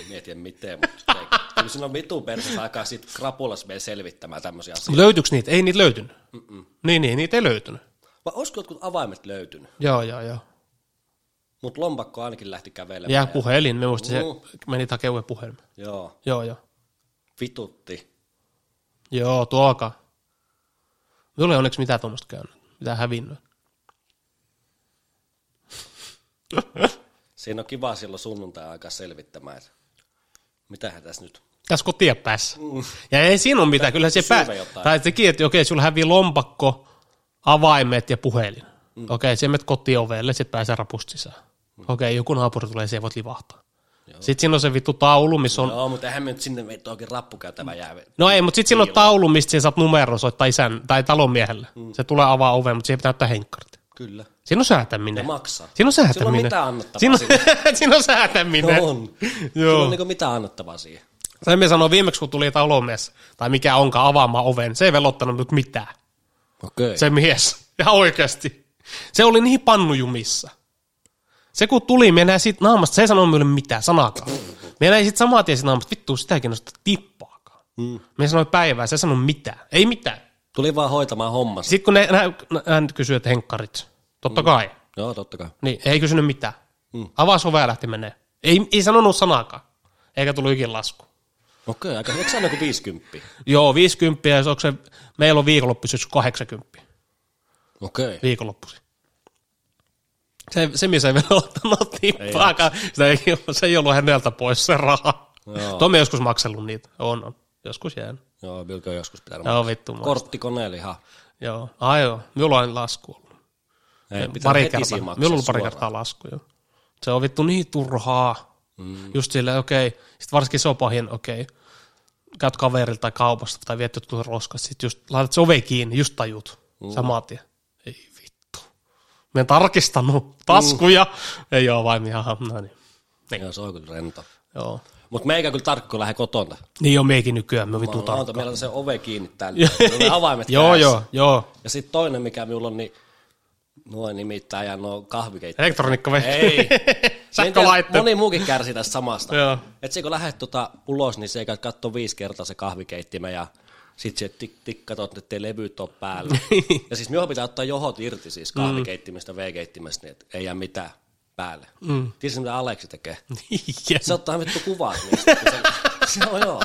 Speaker 1: En Mietin miten, mutta ei. kyllä siinä on vitu persessä aikaa sit krapulas meidän selvittämään tämmöisiä asioita.
Speaker 2: Löytyykö niitä? Ei niitä löytynyt. Mm-mm. Niin, niin, niitä ei löytynyt.
Speaker 1: Vai olisiko jotkut avaimet löytynyt?
Speaker 2: Joo, joo, joo.
Speaker 1: Mutta lompakko ainakin lähti kävelemään.
Speaker 2: Ja puhelin, me muistin, se
Speaker 1: Mm.
Speaker 2: meni takia uuden puhelin.
Speaker 1: Joo,
Speaker 2: Joo, joo.
Speaker 1: vitutti.
Speaker 2: Joo, tuoka. Minulla ei onneksi mitään tuommoista käynyt, mitään hävinnyt.
Speaker 1: Siinä on kiva silloin sunnuntai aikaa selvittämään, että mitähän tässä nyt.
Speaker 2: Tässä kotia päässä. Ja ei siinä ole mitään, kyllä se pää...
Speaker 1: syödä jotain.
Speaker 2: Tai sekin, että okei, sulla hävii lompakko, avaimet ja puhelin. Mm. Okei, se menet kotiovelle, sit pääsee rapusta sisään. Mm. Okei, joku naapuri tulee, se voit livahtaa. Joo. Sitten siinä on se vittu taulu, missä on...
Speaker 1: On. Joo, mutta eihän me nyt sinne vittu oikein rappukäytävä jää.
Speaker 2: No ei, mutta sitten siinä on taulu, mistä sä saat numeron soittaa isän tai talonmiehelle. Mm. Se tulee avaa oven, mutta siihen pitää ottaa henkkarit.
Speaker 1: Kyllä.
Speaker 2: Siinä on säätäminen.
Speaker 1: Maksaa.
Speaker 2: Siinä on
Speaker 1: Sillä on
Speaker 2: säätäminen.
Speaker 1: mitään annettavaa
Speaker 2: Siinä
Speaker 1: siinä.
Speaker 2: on, *laughs* siinä on säätäminen.
Speaker 1: No on. Sillä
Speaker 2: *laughs* Joo.
Speaker 1: on niinku mitään annettavaa siihen.
Speaker 2: Sen me sanoin viimeksi, kun tuli talomies, tai mikä onkaan avaamaan oven, se ei velottanut nyt mitään.
Speaker 1: Okei. Okay.
Speaker 2: Se mies, ja oikeasti. Se oli niin pannujumissa. Se kun tuli, me näin siitä naamasta, se ei sanonut minulle mitään sanakaan. Me näin sitten samaa tien siitä naamasta, vittu sitäkin nosta tippaakaan. Mm. Me sanoin päivää, se ei sanonut mitään, ei mitään.
Speaker 1: Tuli vaan hoitamaan hommansa.
Speaker 2: Sitten kun ne, nä, hän kysyi, että henkkarit, totta kai,
Speaker 1: Joo, totta kai.
Speaker 2: niin ei kysynyt mitään. Mm. Avasi ovea ja lähti menee. Ei, ei sanonut sanaakaan, eikä tullut ikin lasku.
Speaker 1: Okei, okay, aika. Eikö se aina kuin 50?
Speaker 2: Joo, 50 ja se, onko se, meillä on viikonloppuisyys 80
Speaker 1: Okei.
Speaker 2: Niin.
Speaker 1: Okay.
Speaker 2: viikonloppuisin. Se, se mies ei vielä ottanut tippaakaan, sitä ei, se ei ollut häneltä pois se raha.
Speaker 1: Joo.
Speaker 2: Tomi on joskus maksellut niitä, on, on. joskus jäänyt.
Speaker 1: Joo, Vilko on joskus pitänyt.
Speaker 2: Joo, vittu. Kor-
Speaker 1: Korttikoneella ihan.
Speaker 2: joo, aivan, minulla on lasku ollut.
Speaker 1: Ei, pitää
Speaker 2: pari
Speaker 1: heti
Speaker 2: kertaa,
Speaker 1: siinä
Speaker 2: minulla
Speaker 1: maksaa
Speaker 2: on ollut pari
Speaker 1: suoraan.
Speaker 2: kertaa lasku, joo. Se on vittu niin turhaa. Mm. Just silleen, okei, okay. sitten varsinkin se on pahin, okei, okay. käyt kaverilta tai kaupasta tai viet jotkut roskat, sit just laitat se ove kiinni, just tajut, mm. samaa tien. Ei vittu. Me en tarkistanut taskuja. Mm. Ei ole vain ihan, no niin.
Speaker 1: Joo, se on kyllä rento.
Speaker 2: Joo.
Speaker 1: Mutta meikä kyllä tarkko lähde kotona.
Speaker 2: Niin on meikin nykyään, me
Speaker 1: Mä
Speaker 2: vitu
Speaker 1: oon-
Speaker 2: tarkka.
Speaker 1: oota, Meillä on se ove kiinni täällä. Meillä on ne avaimet
Speaker 2: *laughs* Joo,
Speaker 1: kädessä.
Speaker 2: joo, joo.
Speaker 1: Ja sitten toinen, mikä minulla on, niin nuo nimittäin ja nuo kahvikeittiöt.
Speaker 2: Elektroniikka vai?
Speaker 1: Ei.
Speaker 2: *laughs* Sähkölaitteet.
Speaker 1: Moni muukin kärsii tästä samasta.
Speaker 2: Joo. *laughs*
Speaker 1: Et se kun lähdet tota ulos, niin se käy katsoa viisi kertaa se kahvikeittimen ja sit se tik, tik katot, ettei levyt ole päällä.
Speaker 2: Niin.
Speaker 1: ja siis minun pitää ottaa johot irti siis kahvikeittimestä, mm. V-keittimestä, niin et ei jää mitään päälle. Mm. Tiedätkö mitä Aleksi tekee?
Speaker 2: Yes.
Speaker 1: Niin Se ottaa vittu kuvat niistä. kun Se, se on joo.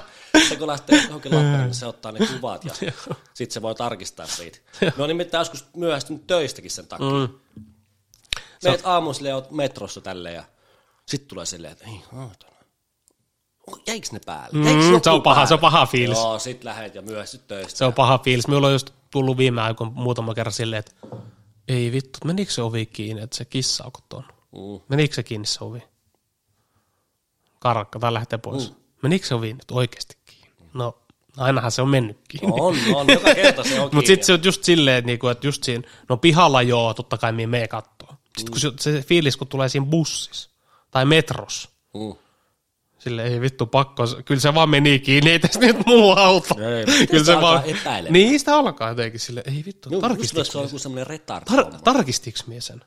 Speaker 1: Se kun lähtee johonkin lappiin, niin se ottaa ne kuvat ja sitten se voi tarkistaa siitä. Me on nimittäin joskus myöhästynyt töistäkin sen takia. Mm. Meet aamuun silleen, oot metrossa tälleen ja sitten tulee silleen, että ei haatana. Jäikö ne päälle? Jäikö
Speaker 2: Mm,
Speaker 1: joku
Speaker 2: se on paha,
Speaker 1: päälle?
Speaker 2: se on paha fiilis.
Speaker 1: Joo, sit lähet ja myöhästyt töistä.
Speaker 2: Se on paha fiilis. Minulla on just tullut viime aikoina muutama kerran silleen, että ei vittu, menikö se ovi kiinni, että se kissa on tuon?
Speaker 1: Mm.
Speaker 2: Menikö se kiinni se ovi? Karakka, tai lähtee pois. Mm. Menikö se ovi nyt oikeasti kiinni? No, ainahan se on mennyt kiinni. *laughs*
Speaker 1: On, no on, joka kerta se on
Speaker 2: Mutta
Speaker 1: kiinni.
Speaker 2: sitten se on just silleen, niinku, että just siinä, no pihalla joo, totta kai me mee kattoo. Sitten kun se, se fiilis, kun tulee siinä bussissa tai metros,
Speaker 1: Mm.
Speaker 2: sille ei vittu pakko, kyllä se vaan meni kiinni, ei tässä nyt muu auta.
Speaker 1: Ei, miten sitä
Speaker 2: kyllä se vaan,
Speaker 1: alkaa epäilemään?
Speaker 2: niin sitä alkaa jotenkin sille, ei
Speaker 1: Minun- Minusta
Speaker 2: vittu,
Speaker 1: tuntuu,
Speaker 2: tarkistiks,
Speaker 1: että se on joku semmoinen retardi.
Speaker 2: tar, tarkistiks mie sen?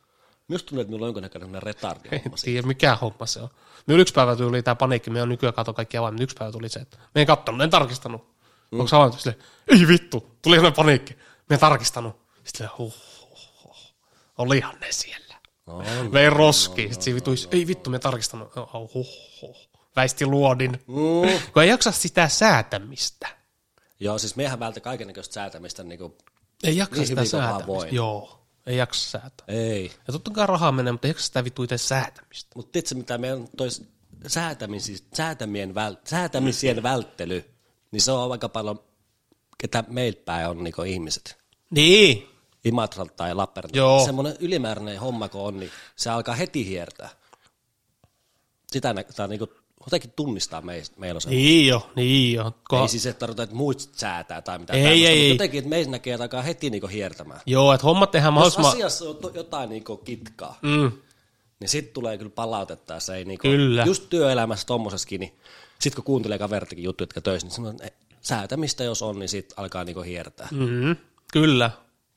Speaker 1: Minusta tuntuu, että minulla on jonkinnäköinen semmoinen
Speaker 2: *laughs*
Speaker 1: retardi.
Speaker 2: En tiedä, mikä homma se on. Minun yksi päivä tuli tämä paniikki, me on nykyään kato kaikki avaimet, niin yksi päivä tuli se, että me en kattonut, en tarkistanut. Mm. Onko avaimet? Sille, ei vittu, tuli sellainen paniikki, me en tarkistanut. Sitten huh, huh, huh. olihan ne siellä.
Speaker 1: On.
Speaker 2: Vein roskiin, sitten siinä vituisi, ei vittu, me en tarkistanut. Oh, huh, huh. Väisti luodin.
Speaker 1: Mm.
Speaker 2: Kun ei jaksa sitä säätämistä.
Speaker 1: Joo, siis meihän vältä kaikennäköistä säätämistä, niin kuin,
Speaker 2: Ei jaksa
Speaker 1: Niin
Speaker 2: sitä
Speaker 1: hyvin kuin vaan
Speaker 2: säätämistä.
Speaker 1: voi.
Speaker 2: Joo. Ei jaksa säätää.
Speaker 1: Ei.
Speaker 2: Ja totta kai rahaa menee, mutta eikö sitä vittu itse säätämistä?
Speaker 1: Mutta tiedätkö, mitä meidän tois säätämisiä, säätämien väl, säätämisien välttely, niin se on aika paljon, ketä meiltä päin on niin ihmiset.
Speaker 2: Niin.
Speaker 1: Imatralta tai Lappeenrannalta.
Speaker 2: Joo.
Speaker 1: Semmoinen ylimääräinen homma kun on, niin se alkaa heti hiertää. Sitä nä- tää niinku, jotenkin tunnistaa meistä, meillä on se.
Speaker 2: Niin jo, niin jo.
Speaker 1: Ei
Speaker 2: Ko-
Speaker 1: siis, että tarvitaan, että muut säätää tai mitään
Speaker 2: Ei,
Speaker 1: tämmöistä,
Speaker 2: ei,
Speaker 1: mutta
Speaker 2: ei.
Speaker 1: jotenkin, että meissä näkee, että alkaa heti niinku hiertämään.
Speaker 2: Joo, että hommat
Speaker 1: Jos
Speaker 2: tehdään mahdollisimman...
Speaker 1: asiassa on to- jotain niinku kitkaa,
Speaker 2: Mm.
Speaker 1: niin sitten tulee kyllä palautetta, ja se ei niinku,
Speaker 2: Kyllä.
Speaker 1: just työelämässä tommosessakin, niin sit kun kuuntelee kavertakin juttuja, jotka töissä, niin semmoinen eh, säätämistä jos on, niin sit alkaa niinku hiertää.
Speaker 2: Mm-hmm. Kyllä.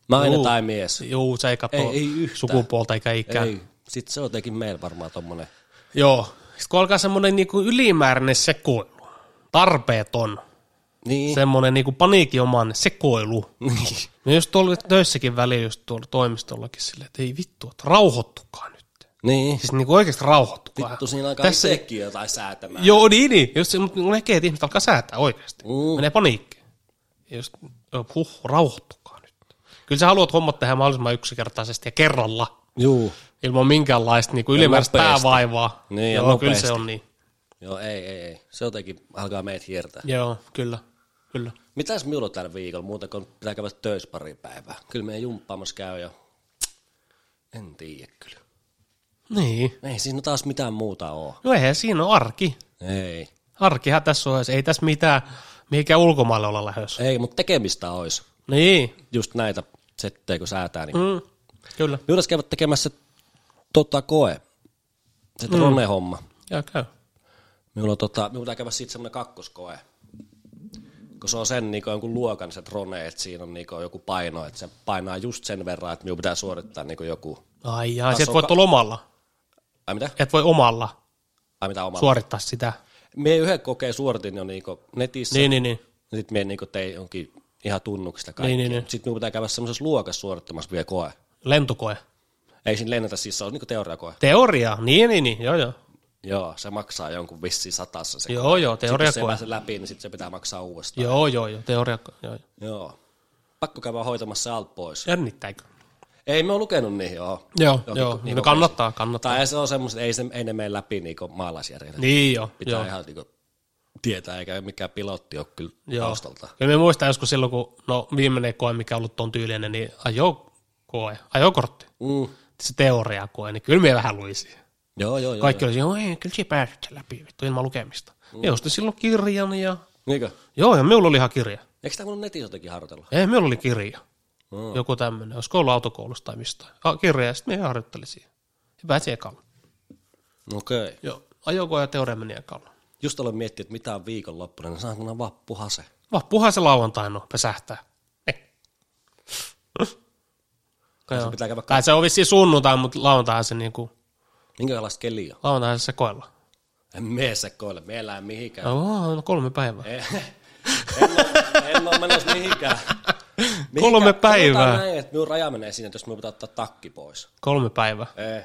Speaker 1: Mä aina
Speaker 2: Juu.
Speaker 1: tai mies.
Speaker 2: Juu, se ei katso
Speaker 1: Ei- ei yhtään.
Speaker 2: sukupuolta eikä ikää.
Speaker 1: Ei, sit se on jotenkin meillä varmaan tommonen,
Speaker 2: Joo. Sitten kun alkaa semmoinen niinku ylimääräinen sekoilu, tarpeeton,
Speaker 1: niin, se...
Speaker 2: semmoinen niinku paniikinomainen sekoilu. Niin jos tuolla töissäkin väliin, just tuolla toimistollakin silleen, että ei vittu, että rauhoittukaa nyt.
Speaker 1: *laughs* niin,
Speaker 2: Siis niinku oikeasti rauhoittukaa.
Speaker 1: vittu siinä alkaa
Speaker 2: Tässä-
Speaker 1: Tässä... itsekin jotain säätämään.
Speaker 2: Joo, niin, niin. Just se, mutta näkee, että ihmiset alkaa säätää oikeasti.
Speaker 1: Mm.
Speaker 2: Mm. Menee paniikki. Just, huh, rauhoittukaa nyt. Kyllä sä haluat hommat tehdä mahdollisimman yksinkertaisesti ja kerralla,
Speaker 1: Juu.
Speaker 2: ilman minkäänlaista niin kuin ylimääräistä
Speaker 1: nopeasti.
Speaker 2: päävaivaa.
Speaker 1: Niin, ja
Speaker 2: Joo, kyllä
Speaker 1: nopeasti.
Speaker 2: se on niin.
Speaker 1: Joo, ei, ei, ei. Se jotenkin alkaa meitä hiertää.
Speaker 2: Joo, kyllä. Kyllä.
Speaker 1: Mitäs minulla on tällä viikolla muuta, kun pitää käydä töissä pari päivää? Kyllä meidän jumppaamassa käy ja en tiedä kyllä.
Speaker 2: Niin.
Speaker 1: Ei siinä taas mitään muuta oo.
Speaker 2: No eihän siinä ole arki.
Speaker 1: Ei.
Speaker 2: Arkihan tässä on, ei tässä mitään, mihinkään ulkomaille olla lähdössä.
Speaker 1: Ei, mutta tekemistä olisi.
Speaker 2: Niin.
Speaker 1: Just näitä settejä, kun säätää. Niin. Mm.
Speaker 2: Mm. Kyllä.
Speaker 1: Juudas käydä tekemässä tota, koe. Se mm. drone-homma.
Speaker 2: Joo, käy.
Speaker 1: Minulla on, tota, minun pitää käydä siitä semmoinen kakkoskoe. Kun se on sen niin jonkun luokan se drone, että siinä on niin joku paino, että se painaa just sen verran, että minun pitää suorittaa niin joku.
Speaker 2: Ai jaa,
Speaker 1: on
Speaker 2: sieltä voit
Speaker 1: ka-
Speaker 2: olla omalla.
Speaker 1: Ai mitä?
Speaker 2: Et voi omalla
Speaker 1: Ai mitä oma?
Speaker 2: suorittaa sitä.
Speaker 1: Me yhden kokeen suoritin jo niinku netissä.
Speaker 2: Niin, niin, niin.
Speaker 1: Ja sitten me niinku tein jonkin ihan tunnuksista kaikki.
Speaker 2: Niin, niin, niin.
Speaker 1: Sitten minun pitää käydä semmoisessa luokassa suorittamassa vielä koe.
Speaker 2: Lentokoe.
Speaker 1: Ei siinä lennetä, siis se on niinku teoriakoe.
Speaker 2: Teoria, niin, niin, niin, joo, joo.
Speaker 1: Joo, se maksaa jonkun vissiin satassa se
Speaker 2: Joo, joo,
Speaker 1: Sitten jos se ei
Speaker 2: teoriakoe.
Speaker 1: pääse läpi, niin sitten se pitää maksaa uudestaan.
Speaker 2: Joo, joo, joo, teoriakoe, joo. joo.
Speaker 1: Joo. joo. Pakko käydä hoitamassa se alt pois.
Speaker 2: Jännittääkö?
Speaker 1: Ei me ole lukenut niihin, joo.
Speaker 2: Joo,
Speaker 1: Joo,
Speaker 2: joo,
Speaker 1: niin
Speaker 2: joo.
Speaker 1: kuin- niin
Speaker 2: Niin
Speaker 1: kuin-
Speaker 2: kannattaa, kannattaa.
Speaker 1: Tai ei se on semmoiset, ei, se, ei ne mene läpi niinku maalaisjärjellä.
Speaker 2: Niin, joo,
Speaker 1: Pitää
Speaker 2: joo.
Speaker 1: ihan niinku tietää, eikä mikään pilotti ole kyllä
Speaker 2: Joo.
Speaker 1: taustalta.
Speaker 2: Kyllä me muistan joskus silloin, kun no, viimeinen koe, mikä on ollut tuon tyylinen, niin ajokoe, ajokortti,
Speaker 1: Mm.
Speaker 2: se teoriakoe, niin kyllä me vähän luisi.
Speaker 1: Joo, joo, joo.
Speaker 2: Kaikki oli siinä, "Oi, kyllä siinä pääsit sen läpi, vittu, ilman lukemista. Mm. Ja ostin silloin kirjan ja,
Speaker 1: Niinkö?
Speaker 2: joo, ja minulla oli ihan kirja.
Speaker 1: Eikö tämä mun netissä jotenkin harjoitella?
Speaker 2: Ei, minulla oli kirja.
Speaker 1: Mm.
Speaker 2: Joku tämmöinen, olisiko ollut autokoulusta tai mistä. Ah, kirja, ja sitten me harjoittelin siihen. Ja pääsin ekalla.
Speaker 1: Okei. Okay.
Speaker 2: Joo, ajokoe ja teoria meni ekalla.
Speaker 1: Just aloin miettiä, että mitä on viikonloppuna, niin saanko minä vappuhase?
Speaker 2: Vappuhan se lauantaina on, pesähtää. Eh.
Speaker 1: Kai se
Speaker 2: Joo.
Speaker 1: pitää käydä kat-
Speaker 2: Tai se on vissiin sunnuntai, mutta lauantaina se, niinku,
Speaker 1: Minkälaista keliä on?
Speaker 2: lauantaina se koella.
Speaker 1: En mene sekoille, me elää mihinkään.
Speaker 2: Oh, no kolme päivää.
Speaker 1: En, en, ole, en ole menossa
Speaker 2: *laughs*
Speaker 1: mihinkään. mihinkään.
Speaker 2: Kolme päivää.
Speaker 1: Sanotaan Näin, että minun raja menee siinä, että jos minun pitää ottaa takki pois.
Speaker 2: Kolme päivää.
Speaker 1: Ei.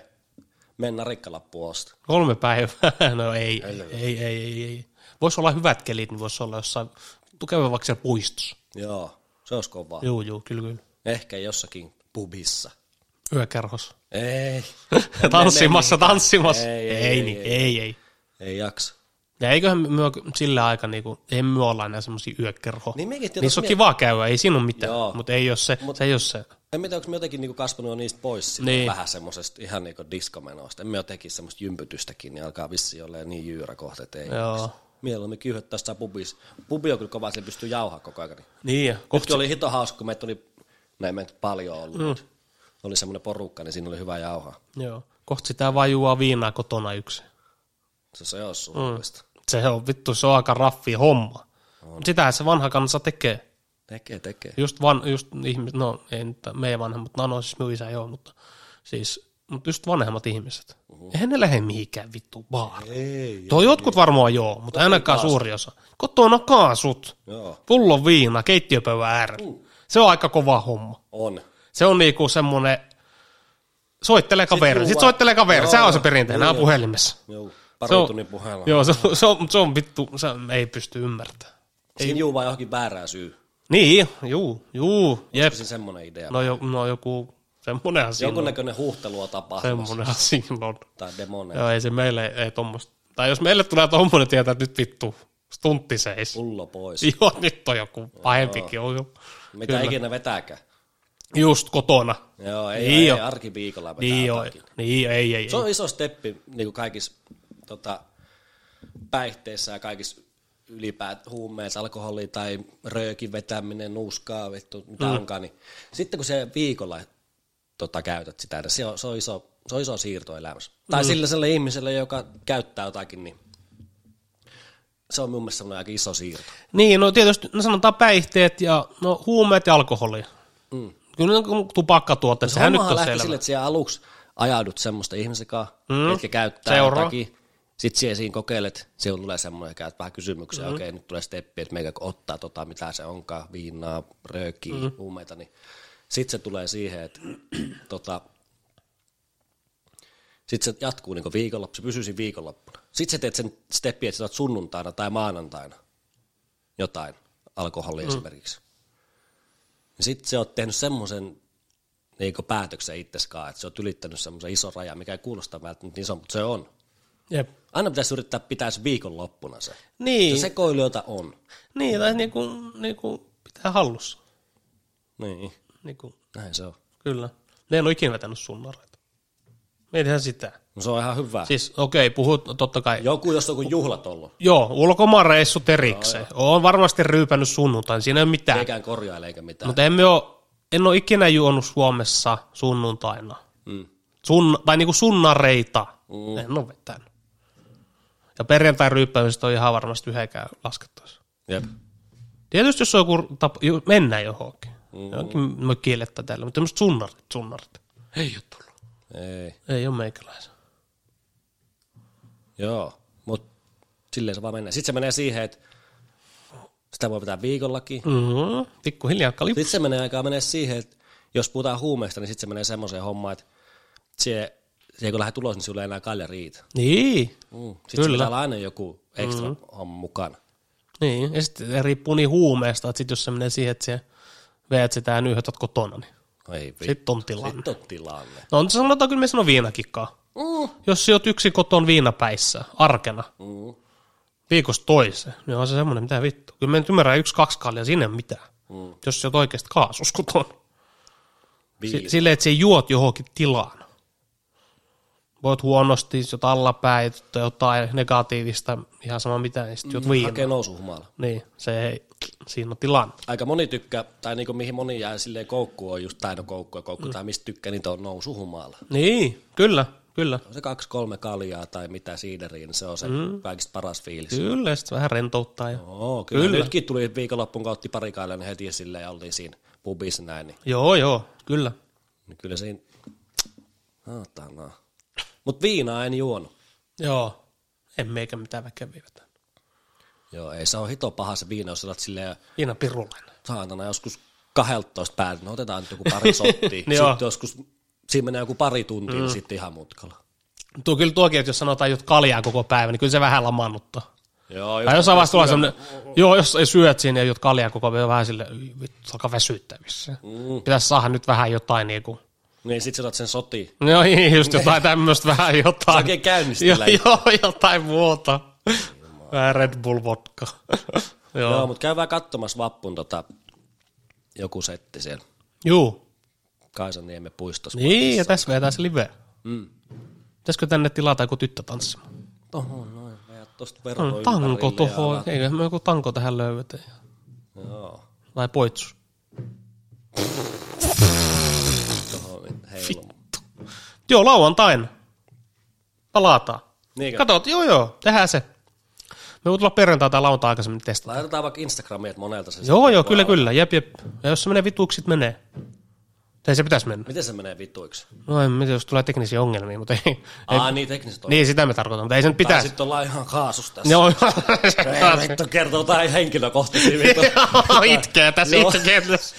Speaker 1: Mennään rikkalappu osta.
Speaker 2: Kolme päivää. *laughs* No ei, ei, ei, ei, ei, ei. Voisi olla hyvät kelit, niin voisi olla jossain, tukeva vaikka siellä puistossa.
Speaker 1: Joo, se olisi kovaa.
Speaker 2: Joo, joo, kyllä, kyllä.
Speaker 1: Ehkä jossakin pubissa. *laughs*
Speaker 2: Yökerhossa.
Speaker 1: Ei,
Speaker 2: tanssimassa, tanssimassa.
Speaker 1: Ei,
Speaker 2: Ei,
Speaker 1: ei,
Speaker 2: ei,
Speaker 1: ei,
Speaker 2: ei, niin, ei, ei, ei.
Speaker 1: ei jaksa.
Speaker 2: Ja eiköhän me sillä aika, niin kuin, ei me olla enää semmoisia yökerho.
Speaker 1: Niin
Speaker 2: Niin
Speaker 1: mekin tietysti
Speaker 2: Niissä on
Speaker 1: mie-
Speaker 2: kivaa käydä, ei siinä ole mitään,
Speaker 1: Joo.
Speaker 2: mutta ei ole se, Mut, se ei ole se.
Speaker 1: En tiedä, onko me jotenkin niinku kasvanut jo niistä pois siitä niin.
Speaker 2: Niin.
Speaker 1: vähän semmoisesta ihan niinku diskomenoista. En me jotenkin semmoista jympytystäkin, niin alkaa vissi olla niin jyyrä kohta, että ei.
Speaker 2: Joo.
Speaker 1: Mieluummin kyyhöt tässä pubissa. Pubi on kyllä kova, se pystyy jauhaa koko ajan.
Speaker 2: Niin, ja
Speaker 1: Kohti oli hito hauska, kun meitä oli, näin meitä paljon ollut, mm. oli semmoinen porukka, niin siinä oli hyvä jauhaa.
Speaker 2: Joo. Kohta sitä vajuaa viinaa kotona yksi.
Speaker 1: Se, se olisi surullista. Mm.
Speaker 2: Se on vittu, se on aika raffi homma. On. Sitähän se vanha kansa tekee.
Speaker 1: Tekee, tekee.
Speaker 2: Just, van, just ihmiset, no ei nyt meidän vanhemmat, no, no siis minun isä joo, mutta siis mutta just vanhemmat ihmiset. Uh-huh. Eihän ne lähde mihinkään vittu baariin.
Speaker 1: Ei.
Speaker 2: Tuo jotkut varmaan joo, mutta ainakaan suuri osa. Kotona kaasut,
Speaker 1: Joo,
Speaker 2: pullon viina, keittiöpöydän äärellä. Se on aika kova homma.
Speaker 1: on.
Speaker 2: Se on niinku semmonen, soittele kaveri,
Speaker 1: juo.
Speaker 2: sit, soittele kaveri,
Speaker 1: Joo,
Speaker 2: se on se
Speaker 1: joo,
Speaker 2: perinteinen,
Speaker 1: joo,
Speaker 2: on
Speaker 1: joo.
Speaker 2: puhelimessa.
Speaker 1: Joo, pari
Speaker 2: Se on-
Speaker 1: tunnin puheella.
Speaker 2: Joo, se, on- se, on, se on vittu, se ei pysty ymmärtämään.
Speaker 1: Siinä juu vaan johonkin väärään syy.
Speaker 2: Niin, juu, juu, jep.
Speaker 1: Se semmoinen idea.
Speaker 2: No, jo, no joku Semmonenhan siinä on.
Speaker 1: Jonkunnäköinen huuhtelu on tapahtunut.
Speaker 2: Semmonenhan siinä on.
Speaker 1: Tai demoneja.
Speaker 2: Joo, ei se meille, ei tommoista. Tai jos meille tulee tommonen tietää, että nyt vittu, stuntti seis.
Speaker 1: Pullo pois.
Speaker 2: Joo, nyt on joku pahempikin ongelma.
Speaker 1: Mitä
Speaker 2: Kyllä.
Speaker 1: ikinä vetääkään.
Speaker 2: Just kotona.
Speaker 1: Joo, ei,
Speaker 2: Niin
Speaker 1: ei,
Speaker 2: jo.
Speaker 1: ei arkiviikolla vetää
Speaker 2: Niin joo,
Speaker 1: jotakin.
Speaker 2: niin ei, ei, ei.
Speaker 1: Se on iso steppi niin kuin kaikissa tota, päihteissä ja kaikissa ylipäät huumeet, alkoholi tai röökin vetäminen, nuuskaa, vittu, mitä mm. onkaan. Niin. Sitten kun se viikolla tota, käytät sitä, niin se on, se, on iso, se on iso siirto elämässä. Tai sillä sille ihmiselle, joka käyttää jotakin, niin se on mun mielestä semmoinen aika iso siirto.
Speaker 2: Niin, no tietysti no sanotaan päihteet ja no, huumeet ja alkoholi. Mm. Kyllä ne on tupakkatuotteet, no, sehän nyt
Speaker 1: Hommahan
Speaker 2: on
Speaker 1: lähti
Speaker 2: selvä.
Speaker 1: sille, että siellä aluksi ajaudut semmoista ihmisen kanssa, mm. jotka käyttää
Speaker 2: Seuraa.
Speaker 1: Seuraa. jotakin. Sitten siellä siinä kokeilet, siellä tulee semmoinen, käyt vähän kysymyksiä,
Speaker 2: Mm-hmm.
Speaker 1: mm. okei, nyt tulee steppi, että meikä kun ottaa tota, mitä se onkaan, viinaa, röökiä,
Speaker 2: Mm-hmm.
Speaker 1: mm. huumeita, niin sitten se tulee siihen, että *clears throat* tota, sitten se jatkuu niin viikonloppu, se pysyy siinä viikonloppuna. Sitten sä teet sen steppi, että sä otat sunnuntaina tai maanantaina jotain, alkoholia mm. esimerkiksi. Sitten sä oot tehnyt semmoisen niin päätöksen itseskaan, että sä oot ylittänyt semmoisen ison rajan, mikä ei kuulosta välttämättä niin iso, mutta se on.
Speaker 2: Jep.
Speaker 1: Aina pitäisi yrittää pitää se viikonloppuna se.
Speaker 2: Niin,
Speaker 1: No Se sekoilu, jota on.
Speaker 2: niin, tai niinku, niinku pitää hallussa.
Speaker 1: Niin,
Speaker 2: Niinku,
Speaker 1: näin se on.
Speaker 2: kyllä. Ne en ole ikinä vetänyt sunnareita. Mietihän sitä.
Speaker 1: No se on ihan hyvä. Si-
Speaker 2: Siis okei, okay, puhut no totta kai. Joo,
Speaker 1: Joku, jos on kuin juhlat ollut,
Speaker 2: joo ulkomaanreissut erikseen. Oon varmasti ryypännyt sunnuntain, siinä ei ole mitään.
Speaker 1: keikään korjaile eikä mitään.
Speaker 2: Mutta emme oo, en ole ikinä juonut Suomessa sunnuntaina. Mm. Sun, tai niinku sunnareita. Mm. En ole vetänyt. Ja perjantai ryyppäymisestä on ihan varmasti yhdenkään laskettaessa.
Speaker 1: Jep.
Speaker 2: Tietysti jos on joku tapa, jo, mennään johonkin. Mm. Johonkin mä kiellettä täällä, mutta tämmöiset sunnarit, sunnarit. Ei ole tullut.
Speaker 1: Ei.
Speaker 2: Ei ole meikäläisen.
Speaker 1: Joo, mutta silleen se vaan menee. Sitten se menee siihen, että sitä voi pitää viikollakin.
Speaker 2: Mm-hmm. Pikkuhiljaa kalip.
Speaker 1: Sitten se menee aikaa menee siihen, että jos puhutaan huumeista, niin sitten se menee semmoiseen hommaan, että se, se kun lähdet ulos, niin sulla ei enää kalja riitä.
Speaker 2: Niin.
Speaker 1: Mm. Sitten
Speaker 2: Kyllä.
Speaker 1: Kyllä. pitää olla aina joku ekstra mm. homma mukana.
Speaker 2: Niin, ja sitten se riippuu niin huumeesta, että sit jos se menee siihen, että se veet sitä nyhötät kotona, niin
Speaker 1: No Ei vittu,
Speaker 2: sitten on tilanne.
Speaker 1: nyt on tilanne.
Speaker 2: No on sanotaan kyllä, me sanon viinakikkaa.
Speaker 1: Mm.
Speaker 2: Jos sä oot yksin koton viinapäissä, arkena,
Speaker 1: Mm.
Speaker 2: viikosta toiseen, niin on se semmoinen, mitä vittu. Kyllä me nyt ymmärrän yksi, kaksi kaalia, siinä ei ole mitään. Mm. Jos sä oot oikeasti kaasus koton.
Speaker 1: Viisi.
Speaker 2: Si- silleen, että sä juot johonkin tilaan. Voit huonosti, jot allapäin, tai jotain negatiivista, ihan sama mitä, niin sit juot mm, viinaa.
Speaker 1: Hakee nousuhumala.
Speaker 2: Niin, se ei, siinä on tilanne.
Speaker 1: Aika moni tykkää, tai niinku mihin moni jää silleen koukkuun, on just täynnä koukkua, koukku, mm. tai mistä tykkää, niin tuo on nousuhumala.
Speaker 2: Niin, kyllä, kyllä.
Speaker 1: On se kaksi, kolme kaljaa tai mitä siideriin, niin se on se mm. kaikista paras fiilis.
Speaker 2: Kyllä, sitten vähän rentouttaa. Ja.
Speaker 1: Oo, kyllä.
Speaker 2: Kyllä.
Speaker 1: kyllä. Nytkin tuli viikonloppuun kautta pari kaljaa, niin heti silleen oltiin siinä pubissa näin, niin
Speaker 2: Joo, joo, kyllä.
Speaker 1: Niin kyllä siinä... Saatana. Mut viinaa en juonut.
Speaker 2: Joo, en meikä mitään väkeä viivetä.
Speaker 1: Joo, ei se ole hito paha se viina, jos olet silleen
Speaker 2: Iina pirulainen.
Speaker 1: saatana joskus 12 päältä, no otetaan nyt joku pari sottia. sitten
Speaker 2: *laughs* Joo.
Speaker 1: joskus, siinä menee joku pari tuntia, mm. niin sitten ihan mutkalla.
Speaker 2: Tuo kyllä tuokin, että jos sanotaan, että kaljaa koko päivän, niin kyllä se vähän lamaannuttaa.
Speaker 1: Joo,
Speaker 2: Tai jossain vaiheessa tulee semmoinen, joo, jos ei syöt siinä ja juot kaljaa koko päivän, vähän sille, "Ui, vittu, se alkaa väsyttävissä. Mm. Pitäisi saada nyt vähän jotain niin kuin,
Speaker 1: Niin sit sä otat sen
Speaker 2: *laughs*
Speaker 1: soti.
Speaker 2: no niin, just jotain tämmöistä, vähän jotain.
Speaker 1: oikein
Speaker 2: *laughs* joo,
Speaker 1: käynnistellä
Speaker 2: joo, jotain muuta. Vähän Red Bull vodka. *laughs* joo.
Speaker 1: Joo, Joo mutta käy vähän katsomassa vappun tota, joku setti siellä
Speaker 2: Juu.
Speaker 1: Kaisaniemen puistossa.
Speaker 2: Niin, ja tässä vetää se live. Mm. Pitäisikö tänne tilata joku tyttö tanssimaan?
Speaker 1: Tohon noin, ja
Speaker 2: Mm,
Speaker 1: tosta verran
Speaker 2: Tanko tuohon, eikö me joku tanko tähän löydetä?
Speaker 1: Joo,
Speaker 2: Tai poitsu.
Speaker 1: tohon niin nyt heilumaan.
Speaker 2: Joo, lauantaina. Palataan.
Speaker 1: Niinkö?
Speaker 2: Niin Katot, joo joo, tehdään se. Me voi tulla perjantai tai lauantai aikaisemmin testata.
Speaker 1: Laitetaan vaikka Instagramia, että monelta se
Speaker 2: Joo joo, kyllä kyllä, jep jep. Ja jos se menee vituiksi, sit menee. Tai se pitäisi mennä.
Speaker 1: Miten se menee vituiksi?
Speaker 2: No en tiedä, jos tulee teknisiä ongelmia, mutta ei. *laughs*
Speaker 1: Aa, niin tekniset on.
Speaker 2: Niin, sitä me tarkoitan, mutta ei sen
Speaker 1: Tai
Speaker 2: pitäisi.
Speaker 1: sitten ollaan ihan kaasus tässä.
Speaker 2: Joo, *laughs*
Speaker 1: Ei, vittu, kertoo tai henkilökohtaisia vittu.
Speaker 2: Joo, itkee tässä
Speaker 1: Joo. Niin. *laughs*
Speaker 2: itse kentässä.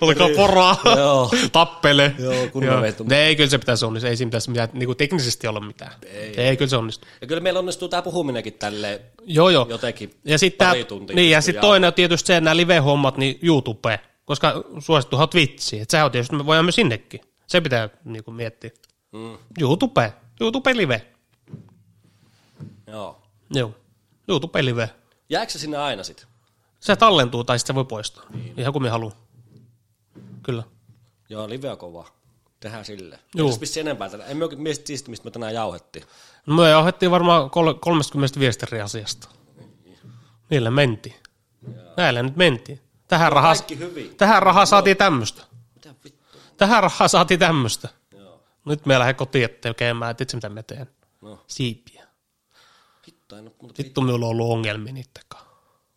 Speaker 2: Olkaa poraa.
Speaker 1: Joo.
Speaker 2: Tappele.
Speaker 1: Joo, kunnon vetu.
Speaker 2: Ne ei kyllä se pitäisi onnistua. Ei siinä pitäisi mitään, niinku teknisesti olla mitään. Ei. ei kyllä se onnistu.
Speaker 1: Ja kyllä meillä onnistuu tämä puhuminenkin tälle
Speaker 2: Joo, joo.
Speaker 1: jotenkin.
Speaker 2: Ja sitten
Speaker 1: tuntia
Speaker 2: niin, ja sit
Speaker 1: ja-
Speaker 2: toinen on tietysti se, että nämä live-hommat, niin YouTube. koska suosittuhan on Twitch, että sehän on tietysti, me voidaan myös sinnekin. Se pitää niin kuin, miettiä. Mm. YouTube, YouTube live.
Speaker 1: Joo.
Speaker 2: Joo, YouTube live.
Speaker 1: Jääkö se sinne aina sit?
Speaker 2: Se tallentuu tai sitten se voi poistaa, niin. ihan kuin me haluaa. Kyllä.
Speaker 1: Joo, live on kova. Tehdään sille.
Speaker 2: Juu.
Speaker 1: Joo. Ei enempää tätä. En me oikein mieti siitä, mistä me tänään jauhettiin.
Speaker 2: No me johdettiin varmaan kol- 30 viestiä eri asiasta. Niillä mentiin. Näillä nyt mentiin. Tähän rahaa,
Speaker 1: Kaikki hyvin.
Speaker 2: tähän rahaa saatiin tämmöstä.
Speaker 1: Mitä vittu?
Speaker 2: Tähän rahaa saatiin tämmöstä.
Speaker 1: Joo.
Speaker 2: Nyt me lähden kotiin, että tekemään, että itse mitä mä teen.
Speaker 1: No,
Speaker 2: Siipiä.
Speaker 1: hitto, en oo muuta. Vittu.
Speaker 2: Vittu, minulla on ollut ongelmia niittenkaan.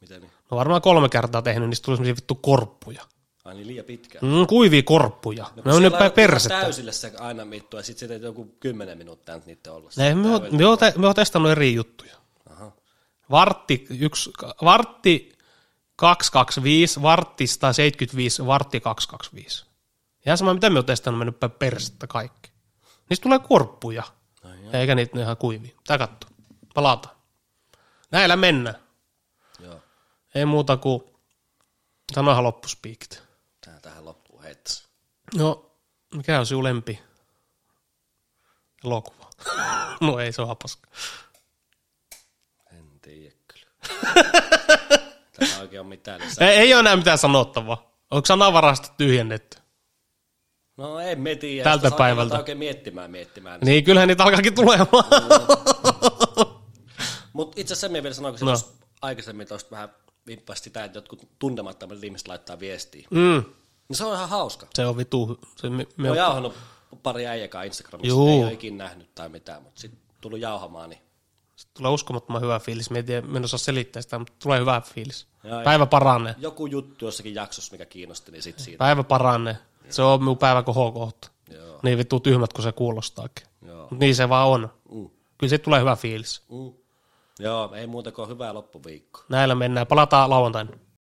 Speaker 1: Mitä niin?
Speaker 2: No varmaan kolme kertaa tehnyt, niistä tuli semmoisia vittu korppuja.
Speaker 1: Ai niin liian pitkään.
Speaker 2: Mm, kuivia korppuja.
Speaker 1: kun
Speaker 2: ne on nyt
Speaker 1: siellä joku
Speaker 2: päin
Speaker 1: ihan
Speaker 2: no, persettä.
Speaker 1: Täysille se aina vittu, ja sit se teet joku 10 minuuttia nyt niiden ollessa.
Speaker 2: Ne, me, oon, me, oon, te- me oon testannut eri juttuja.
Speaker 1: Aha.
Speaker 2: Vartti, yksi, vartti 225, vartti 175, vartti 225. Ihan sama, mitä me oon testannut, mennyt päin persettä kaikki. Niistä tulee korppuja,
Speaker 1: Ai
Speaker 2: eikä niitä ne ihan kuivia. Tää katto, palata. Näillä mennään.
Speaker 1: Joo.
Speaker 2: Ei muuta kuin sanohan loppuspiikit.
Speaker 1: Tää tähän loppuun heittäs.
Speaker 2: No, mikä on sinun lempi elokuva? *laughs* no ei, se on hapaska.
Speaker 1: En tiedä kyllä. Tää oikein on mitään lisää.
Speaker 2: Ei, ei ole enää mitään sanottavaa. Onko sanavarasta tyhjennetty?
Speaker 1: No en me tiedä.
Speaker 2: Tältä
Speaker 1: Sitä saa
Speaker 2: päivältä.
Speaker 1: aloittaa oikein miettimään, miettimään. Niin.
Speaker 2: Niin, kyllähän niitä alkaakin tulemaan.
Speaker 1: Mut itse asiassa me vielä sanoin, kun se
Speaker 2: No.
Speaker 1: tuossa aikaisemmin tuosta vähän vimppasi sitä, että jotkut tuntemattomat ihmiset laittaa viestiä.
Speaker 2: *laughs* Mm,
Speaker 1: Niin se on ihan hauska.
Speaker 2: se on vitu. Se, me,
Speaker 1: Me
Speaker 2: me
Speaker 1: on
Speaker 2: on,
Speaker 1: jauhannut pari äijäkään Instagramissa,
Speaker 2: Juu.
Speaker 1: ei ole ikinä nähnyt tai mitään, mutta sitten tullut jauhamaan, niin
Speaker 2: tulee uskomattoman hyvä fiilis. Me en, tiedä, mä en osaa selittää sitä, mutta tulee hyvä fiilis.
Speaker 1: Joo, joo.
Speaker 2: Päivä paranee.
Speaker 1: joku juttu jossakin jaksossa, mikä kiinnosti, niin sitten
Speaker 2: *laughs*
Speaker 1: siitä.
Speaker 2: Päivä paranee. Se on minun päivä kohokohta.
Speaker 1: Joo,
Speaker 2: Niin vittu tyhmät kuin se kuulostaakin.
Speaker 1: joo.
Speaker 2: Mut niin se vaan on.
Speaker 1: Mm,
Speaker 2: Kyllä siitä tulee hyvä fiilis.
Speaker 1: mm. Joo, ei muuta kuin hyvää loppuviikkoa.
Speaker 2: Näillä mennään. Palataan lauantaina.